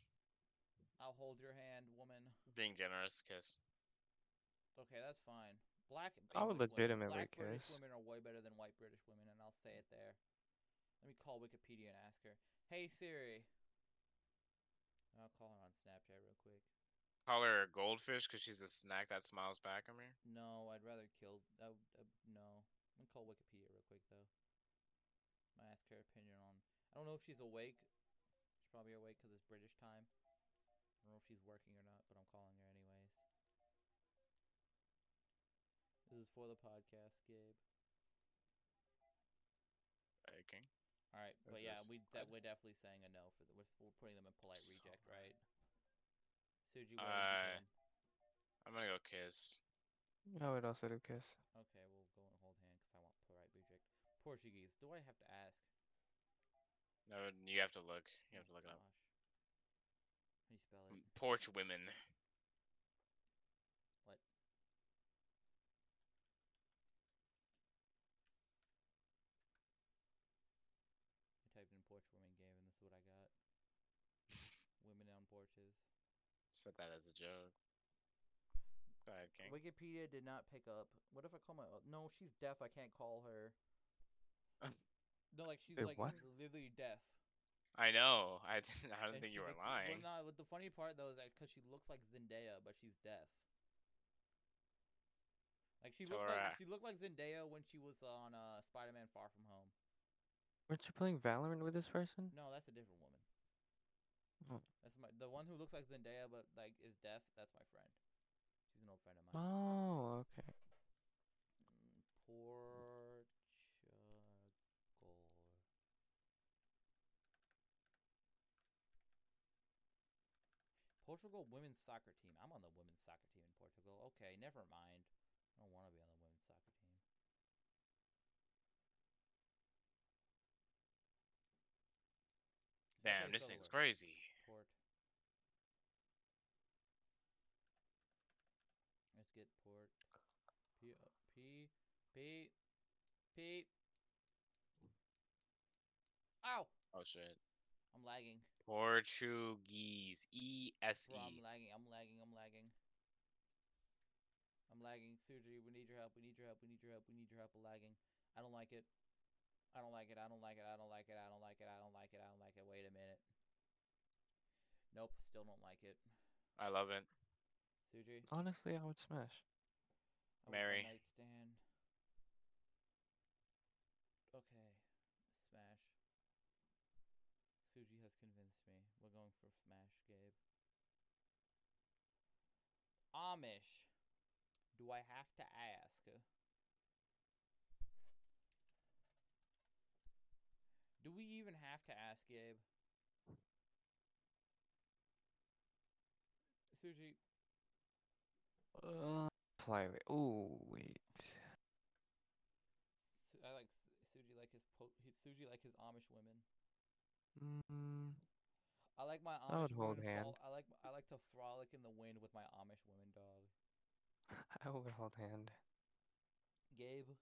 Speaker 2: I'll hold your hand, woman.
Speaker 1: Being generous, kiss.
Speaker 2: Okay, that's fine. Black.
Speaker 4: I would
Speaker 2: English women.
Speaker 4: legitimately
Speaker 2: Black British
Speaker 4: kiss.
Speaker 2: women are way better than white British women, and I'll say it there. Let me call Wikipedia and ask her. Hey Siri. I'll call her on Snapchat real quick.
Speaker 1: Call her a goldfish because she's a snack that smiles back at me.
Speaker 2: No, I'd rather kill. I would- uh, no, I'm gonna call Wikipedia real quick though. I'm gonna ask her opinion on. I don't know if she's awake. She's probably awake 'cause it's British time. I don't know if she's working or not, but I'm calling her anyways. This is for the podcast, Gabe.
Speaker 1: Okay.
Speaker 2: All right, but
Speaker 1: This
Speaker 2: yeah,
Speaker 1: is
Speaker 2: we that we're definitely saying a no for the. We're, we're putting them in polite
Speaker 1: So
Speaker 2: reject,
Speaker 1: bad.
Speaker 2: right? Suji, what
Speaker 1: Uh,
Speaker 2: would you do?
Speaker 1: I'm gonna go kiss.
Speaker 4: I would also do kiss.
Speaker 2: Okay, we'll go and hold hand 'cause I want polite reject. Portuguese. Do I have to ask?
Speaker 1: No, you have to look. You have to look it up. Mm.
Speaker 2: Oh, Gosh. How do you spell it?
Speaker 1: Porch women.
Speaker 2: What? I typed in porch women game and this is what I
Speaker 1: [laughs]
Speaker 2: got. women on porches.
Speaker 1: Set that as a joke. Go ahead, King.
Speaker 2: Wikipedia did not pick up. What if I call my? o- No, she's deaf. I
Speaker 1: [laughs]
Speaker 2: can't call her. no, like she's
Speaker 4: Wait,
Speaker 2: like
Speaker 4: what?
Speaker 2: literally deaf.
Speaker 1: I know. [laughs] I didn't, I don't
Speaker 2: And
Speaker 1: think
Speaker 2: she
Speaker 1: you were
Speaker 2: looks-
Speaker 1: lying.
Speaker 2: Well, no, but the funny part though is that because she looks like Zendaya, but she's deaf. Like she
Speaker 1: So
Speaker 2: looked
Speaker 1: right.
Speaker 2: like she looked like Zendaya when she was on uh, Spider-Man: Far From Home.
Speaker 4: Weren't you playing Valorant with this person?
Speaker 2: No, that's a different woman.
Speaker 4: Oh.
Speaker 2: That's my the one who looks like Zendaya but like is deaf. That's my friend. She's an old friend of mine.
Speaker 4: Oh, okay.
Speaker 2: Mm, Portugal. Portugal women's soccer team. I'm on the women's soccer team in Portugal. Okay, never mind. I don't want to be on the women's soccer team. So that's how
Speaker 1: Damn,
Speaker 2: you
Speaker 1: this
Speaker 2: spell the
Speaker 1: thing's
Speaker 2: word.
Speaker 1: crazy.
Speaker 2: Port. Let's get port. P O- P P P. Ow!
Speaker 1: Oh shit.
Speaker 2: I'm lagging.
Speaker 1: Portuguese. E S
Speaker 2: Bro, I'm
Speaker 1: E.
Speaker 2: lagging. I'm lagging. I'm lagging. I'm lagging. Surgery. We need your help. We need your help. We need your help. We need your help. I'm lagging. I don't like it. I don't like it. I don't like it. I don't like it. I don't like it. I don't like it. I don't like it. Wait a minute. Nope. Still don't like it.
Speaker 1: I love it.
Speaker 2: Surgery.
Speaker 4: Honestly, I would smash.
Speaker 2: I want one
Speaker 1: Mary.
Speaker 2: night stand. Okay. Smash. Suji has convinced me. We're going for Smash, Gabe. Amish. Do I have to ask? Do we even have to ask, Gabe? Suji,
Speaker 4: Uh, Flyweight. Oh, wait.
Speaker 2: Su- I like Su- Suji like his po- his- Suji like his Amish women.
Speaker 4: Mm, [laughs]
Speaker 2: I like my Amish
Speaker 4: I would hold
Speaker 2: women
Speaker 4: hand.
Speaker 2: frol- I like I like to frolic in the wind with my Amish women, dog.
Speaker 4: I would hold hand.
Speaker 2: Gabe, [laughs]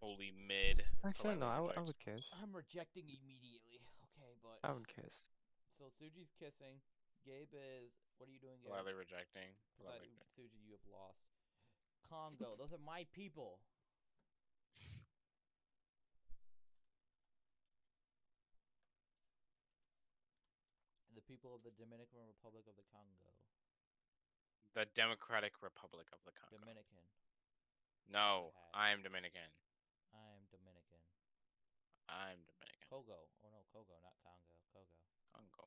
Speaker 1: Holy mid.
Speaker 4: Actually,
Speaker 1: Politely
Speaker 4: no, I w- I
Speaker 1: reject.
Speaker 4: would kiss.
Speaker 2: I'm rejecting immediately. Okay, but
Speaker 4: I would kiss.
Speaker 2: so Suji's kissing. Gabe is what are you doing, Gabe?
Speaker 1: Politely rejecting. Politely
Speaker 2: Polite- Suji, you have lost. Congo, those are my people. The people of the Dominican Republic of the Congo.
Speaker 1: reject- The Democratic Republic of the Congo.
Speaker 2: Dominican.
Speaker 1: no, I
Speaker 2: had.
Speaker 1: am Dominican.
Speaker 2: I am Dominican.
Speaker 1: I'm Dominican.
Speaker 2: Kogo. Oh no, Kogo, not Congo. Kogo.
Speaker 1: Congo.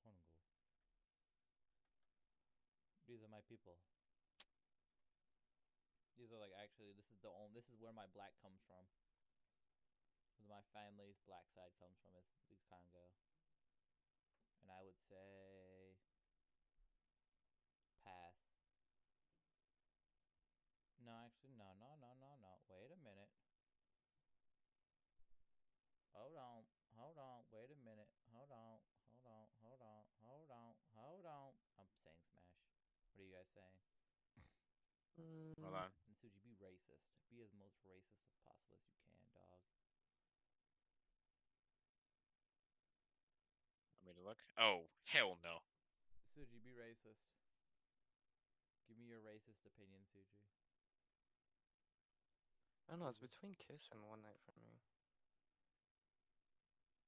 Speaker 2: Congo. These are my people. These are like actually this is the only this is where my black comes from. This is My family's black side comes from is the Congo. And I would say pass. No, actually no no no no no. Wait a minute. Hold on, hold on, wait a minute. Hold on, hold on, hold on, hold on, hold on. I'm saying smash. What are you guys saying?
Speaker 1: Hold
Speaker 4: Mm,
Speaker 1: on.
Speaker 2: And Suji, be racist. Be as most racist as possible as you can, dog.
Speaker 1: Want me to look? Oh, hell
Speaker 2: [laughs]
Speaker 1: no.
Speaker 2: Suji, be racist. Give me your racist opinion, Suji.
Speaker 4: I don't know. It's between kiss and one night for me.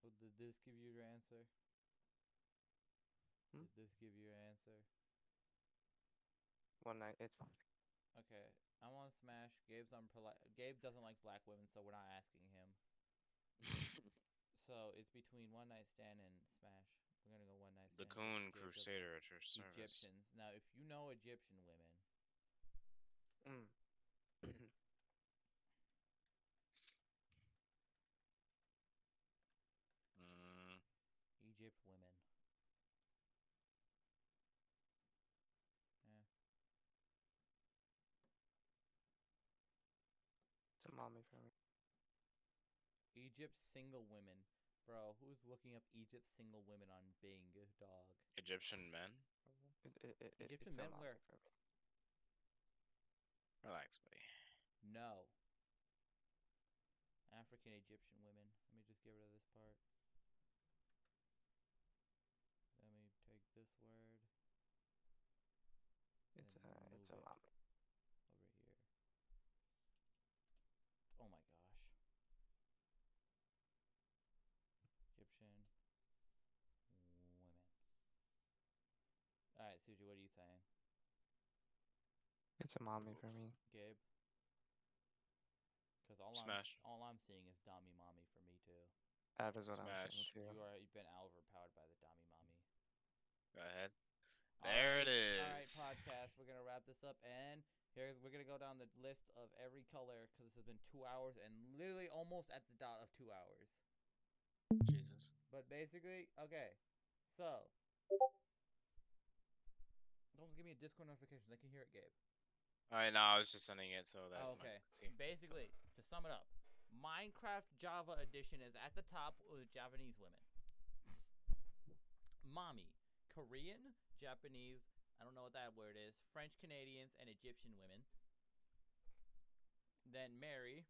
Speaker 2: Well, Oh, did this give you your answer?
Speaker 4: Hmm?
Speaker 2: Did this give you your answer?
Speaker 4: One night. It's
Speaker 2: Okay, I'm on Smash. Gabe's on poli Gabe doesn't like black women, so we're not asking him. so it's between One Night Stand and Smash. We're gonna go One Night
Speaker 1: The
Speaker 2: Stand. 'cause
Speaker 1: Coon
Speaker 2: Gabe doesn't-
Speaker 1: Crusader at your service.
Speaker 2: Egyptians. Now, if you know Egyptian women,
Speaker 4: Mm.
Speaker 1: Mm,
Speaker 2: Egypt women.
Speaker 4: It's a mommy for me.
Speaker 2: Egypt single women. Bro, who's looking up Egypt single women on Bing, dog?
Speaker 1: Egyptian men?
Speaker 4: It, it, it, it-
Speaker 2: Egyptian
Speaker 4: it's a
Speaker 2: men
Speaker 4: mommy
Speaker 2: wear-
Speaker 4: for me.
Speaker 1: Relax, buddy.
Speaker 2: No. African Egyptian women. Let me just get rid of this part. Let me take this word
Speaker 4: It's
Speaker 2: and
Speaker 4: a,
Speaker 2: move
Speaker 4: it's a
Speaker 2: it.
Speaker 4: mommy.
Speaker 2: over here. Oh my gosh. Suji, what are you saying?
Speaker 4: It's a mommy for me.
Speaker 2: Gabe? Because all
Speaker 1: Smash.
Speaker 2: I'm all I'm seeing is Dami Mommy for me too.
Speaker 4: That is what I'm saying
Speaker 1: Smash.
Speaker 4: too.
Speaker 2: You are you've been overpowered by the Dami Mommy.
Speaker 1: Go ahead.
Speaker 2: All
Speaker 1: There it
Speaker 2: All right,
Speaker 1: is.
Speaker 2: podcast. We're gonna wrap this up, and here's we're gonna go down the list of every color because this has been two hours and literally almost at the dot of two hours.
Speaker 1: Jesus.
Speaker 2: But basically, okay, so don't give me a Discord notification. I can hear it, Gabe.
Speaker 1: I know. I was just sending it, so that's
Speaker 2: okay.
Speaker 1: See.
Speaker 2: Basically, to sum it up, Minecraft Java Edition is at the top with Japanese women. Mommy, Korean, Japanese, I don't know what that word is, French Canadians, and Egyptian women. Then Mary,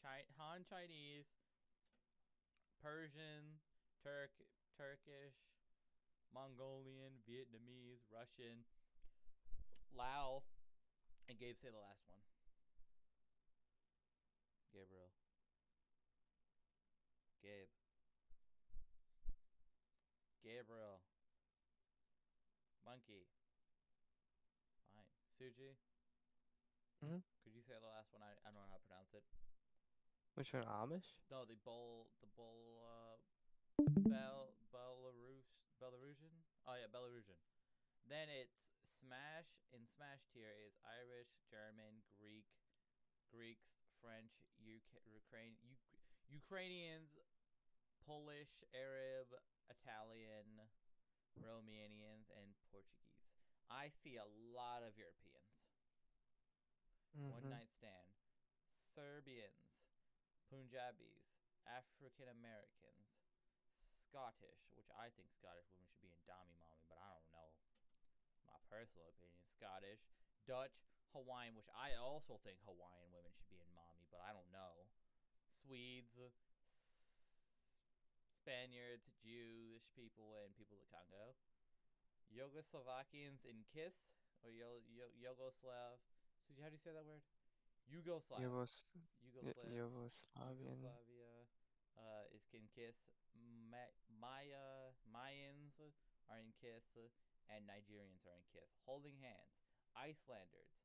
Speaker 2: Chi- Han Chinese, Persian, Turk, Turkish, Mongolian, Vietnamese, Russian, Lao, and Gabe say the last one. Gabriel. Gabe. Gabriel. Monkey. Fine. Suji.
Speaker 4: Mhm.
Speaker 2: Could you say the last one? I, I don't know how to pronounce it.
Speaker 4: Which one, Amish?
Speaker 2: No, the bowl, the bowl, uh, Bel Belarus, Belarusian. Oh yeah, Belarusian. Then it's Smash. In Smash tier is Irish, German, Greek, Greeks, French, UK, Ukraine, U- Ukrainians, Polish, Arab, Italian, Romanians, and Portuguese. I see a lot of Europeans one
Speaker 4: Mhm.
Speaker 5: Mm-hmm.
Speaker 2: night stand, Serbians, Punjabis, African Americans, Scottish, which I think Scottish women should be in Dami Mommy, but I don't know. My personal opinion, Scottish, Dutch, Hawaiian, which I also think Hawaiian women should be in Mommy, but I don't know. Swedes, S- Spaniards, Jewish people, and people of the Congo. Yugoslavians in KISS, or Yo- Yo- Yugoslav. So how do you say that word? Yugoslav.
Speaker 4: Yugos- Y-
Speaker 2: Yugoslavs.
Speaker 4: Yugoslavian.
Speaker 2: Yugoslavia uh, is in KISS. Ma- Maya Mayans are in KISS, and Nigerians are in KISS. Holding hands, Icelanders,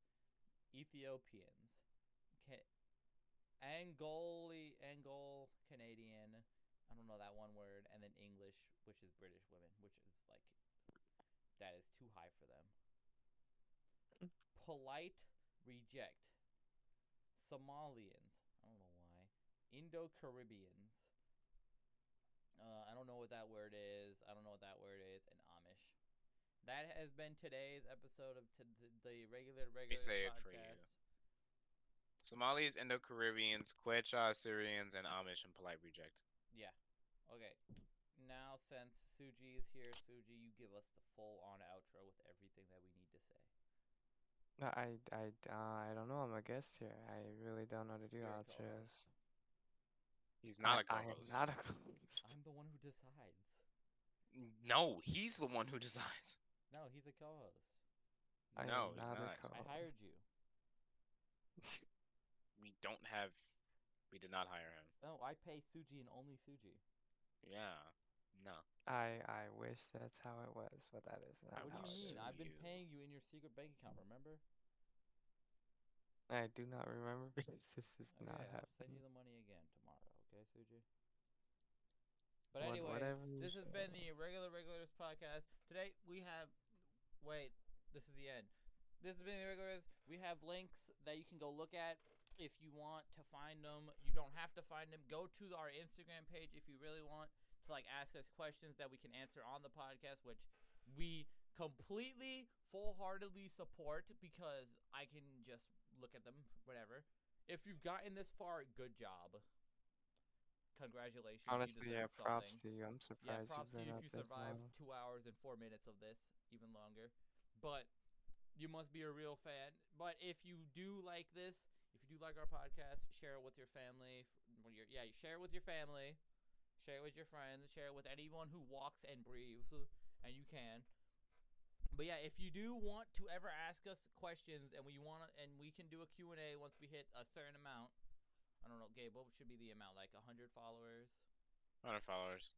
Speaker 2: Ethiopians, Ca- Angoli, Angol Canadian. I don't know that one word, and then English, which is British women, which is like that is too high for them. Polite reject. Somalians. I don't know why. Indo Caribbeans. Uh, I don't know what that word is. I don't know what that word is. And Amish. That has been today's episode of t- th- the regular regular
Speaker 1: say
Speaker 2: podcast.
Speaker 1: it for you. Somalis, Indo Caribbeans, Quechua, Syrians, and Amish and polite reject.
Speaker 2: Yeah. Okay. Now since Suji is here, Suji, you give us the full on outro with everything that we need to say.
Speaker 4: No, I, I, uh, I don't know. I'm a guest here. I really don't know how to
Speaker 2: You're
Speaker 4: do
Speaker 2: a
Speaker 4: outros.
Speaker 1: He's not a
Speaker 4: I, I am
Speaker 1: co-host.
Speaker 4: not a
Speaker 1: [laughs]
Speaker 4: co-host.
Speaker 2: I'm the one who decides.
Speaker 1: No, he's the one who [laughs] decides.
Speaker 2: No, he's a co-host.
Speaker 4: I am
Speaker 1: no, he's
Speaker 4: not a
Speaker 1: not.
Speaker 2: I
Speaker 4: co-host.
Speaker 2: hired you.
Speaker 1: We don't have. We did not hire him.
Speaker 2: Oh, I pay Suji and only Suji.
Speaker 1: Yeah. No.
Speaker 4: I, I wish that's how it was, but that is not
Speaker 2: What
Speaker 4: how
Speaker 2: do
Speaker 4: it
Speaker 2: you mean?
Speaker 4: is.
Speaker 2: I've been
Speaker 1: Suji.
Speaker 2: paying you in your secret bank account. Remember?
Speaker 4: I do not remember [laughs] because this is
Speaker 2: Okay,
Speaker 4: not
Speaker 2: I'll send you
Speaker 4: happening.
Speaker 2: the money again tomorrow. Okay, Suji. But
Speaker 4: What-
Speaker 2: anyway,
Speaker 4: whatever you
Speaker 2: this has
Speaker 4: say.
Speaker 2: been the regular regulars podcast. Today we have. Wait, this is the end. This has been the regulars. We have links that you can go look at if you want to find them. You don't have to find them. Go to our Instagram page if you really want to like ask us questions that we can answer on the podcast, which we completely full-heartedly support because I can just look at them whatever. If you've gotten this far, good job. Congratulations. you
Speaker 4: Honestly, yeah,
Speaker 2: deserve
Speaker 4: props
Speaker 2: something.
Speaker 4: to you. I'm
Speaker 2: Yeah,
Speaker 4: surprised
Speaker 2: props
Speaker 4: you've
Speaker 2: to
Speaker 4: been
Speaker 2: you
Speaker 4: up
Speaker 2: if you
Speaker 4: this
Speaker 2: survived
Speaker 4: long.
Speaker 2: two hours and four minutes of this, even longer. But you must be a real fan. But if you do like this, if you do like our podcast, share it with your family. f- When you're, yeah, you share it with your family, share it with your friends, share it with anyone who walks and breathes, and you can. But yeah, if you do want to ever ask us questions, and we want, to, and we can do a Q and A once we hit a certain amount. I don't know, Gabe. What should be the amount? Like hundred followers.
Speaker 1: 100 followers.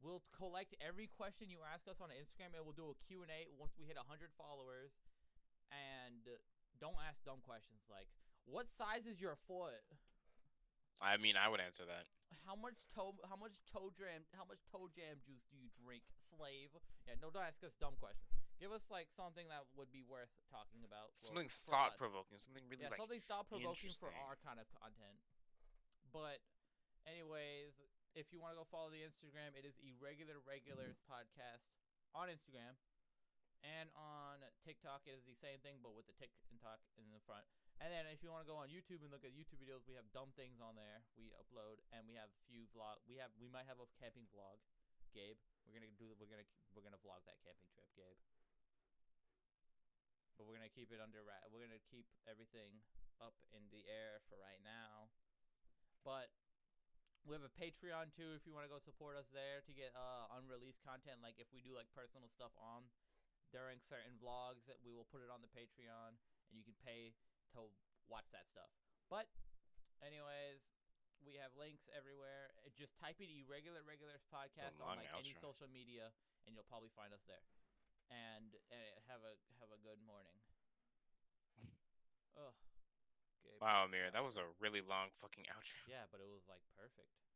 Speaker 2: We'll collect every question you ask us on Instagram, and we'll do a Q&A once we hit 100 followers. And uh, don't ask dumb questions like, what size is your foot?
Speaker 1: I mean, I would answer that.
Speaker 2: How much toe? How much toe jam? How much toe jam juice do you drink, slave? Yeah, no, don't ask us dumb questions. Give us like something that would be worth talking about. well,
Speaker 1: Something
Speaker 2: for us.
Speaker 1: thought provoking. Something really
Speaker 2: Yeah,
Speaker 1: like.
Speaker 2: something thought provoking for
Speaker 1: interesting.
Speaker 2: our kind of content. But, anyways, if you want to go follow the Instagram, it is Irregular Regulars Podcast on Instagram. And on TikTok, it is the same thing, but with the tick and talk in the front. And then if you want to go on YouTube and look at YouTube videos, we have dumb things on there. We upload, and we have a few vlog. We have we might have a camping vlog, Gabe. We're gonna do. We're gonna we're gonna vlog that camping trip, Gabe. But we're gonna keep it under wrap. We're gonna keep everything up in the air for right now. But we have a Patreon too if you want to go support us there to get uh, unreleased content. Like if we do like personal stuff on during certain vlogs, that we will put it on the Patreon and you can pay to watch that stuff. But, anyways, we have links everywhere. Uh, Just type in "irregular regulars podcast"
Speaker 1: long
Speaker 2: on like any
Speaker 1: outro.
Speaker 2: social media, and you'll probably find us there. And, and have a have a good morning. Ugh. Gabe,
Speaker 1: Wow,
Speaker 2: nice
Speaker 1: Amir,
Speaker 2: outro.
Speaker 1: that was a really long fucking outro.
Speaker 2: Yeah, but it was like perfect.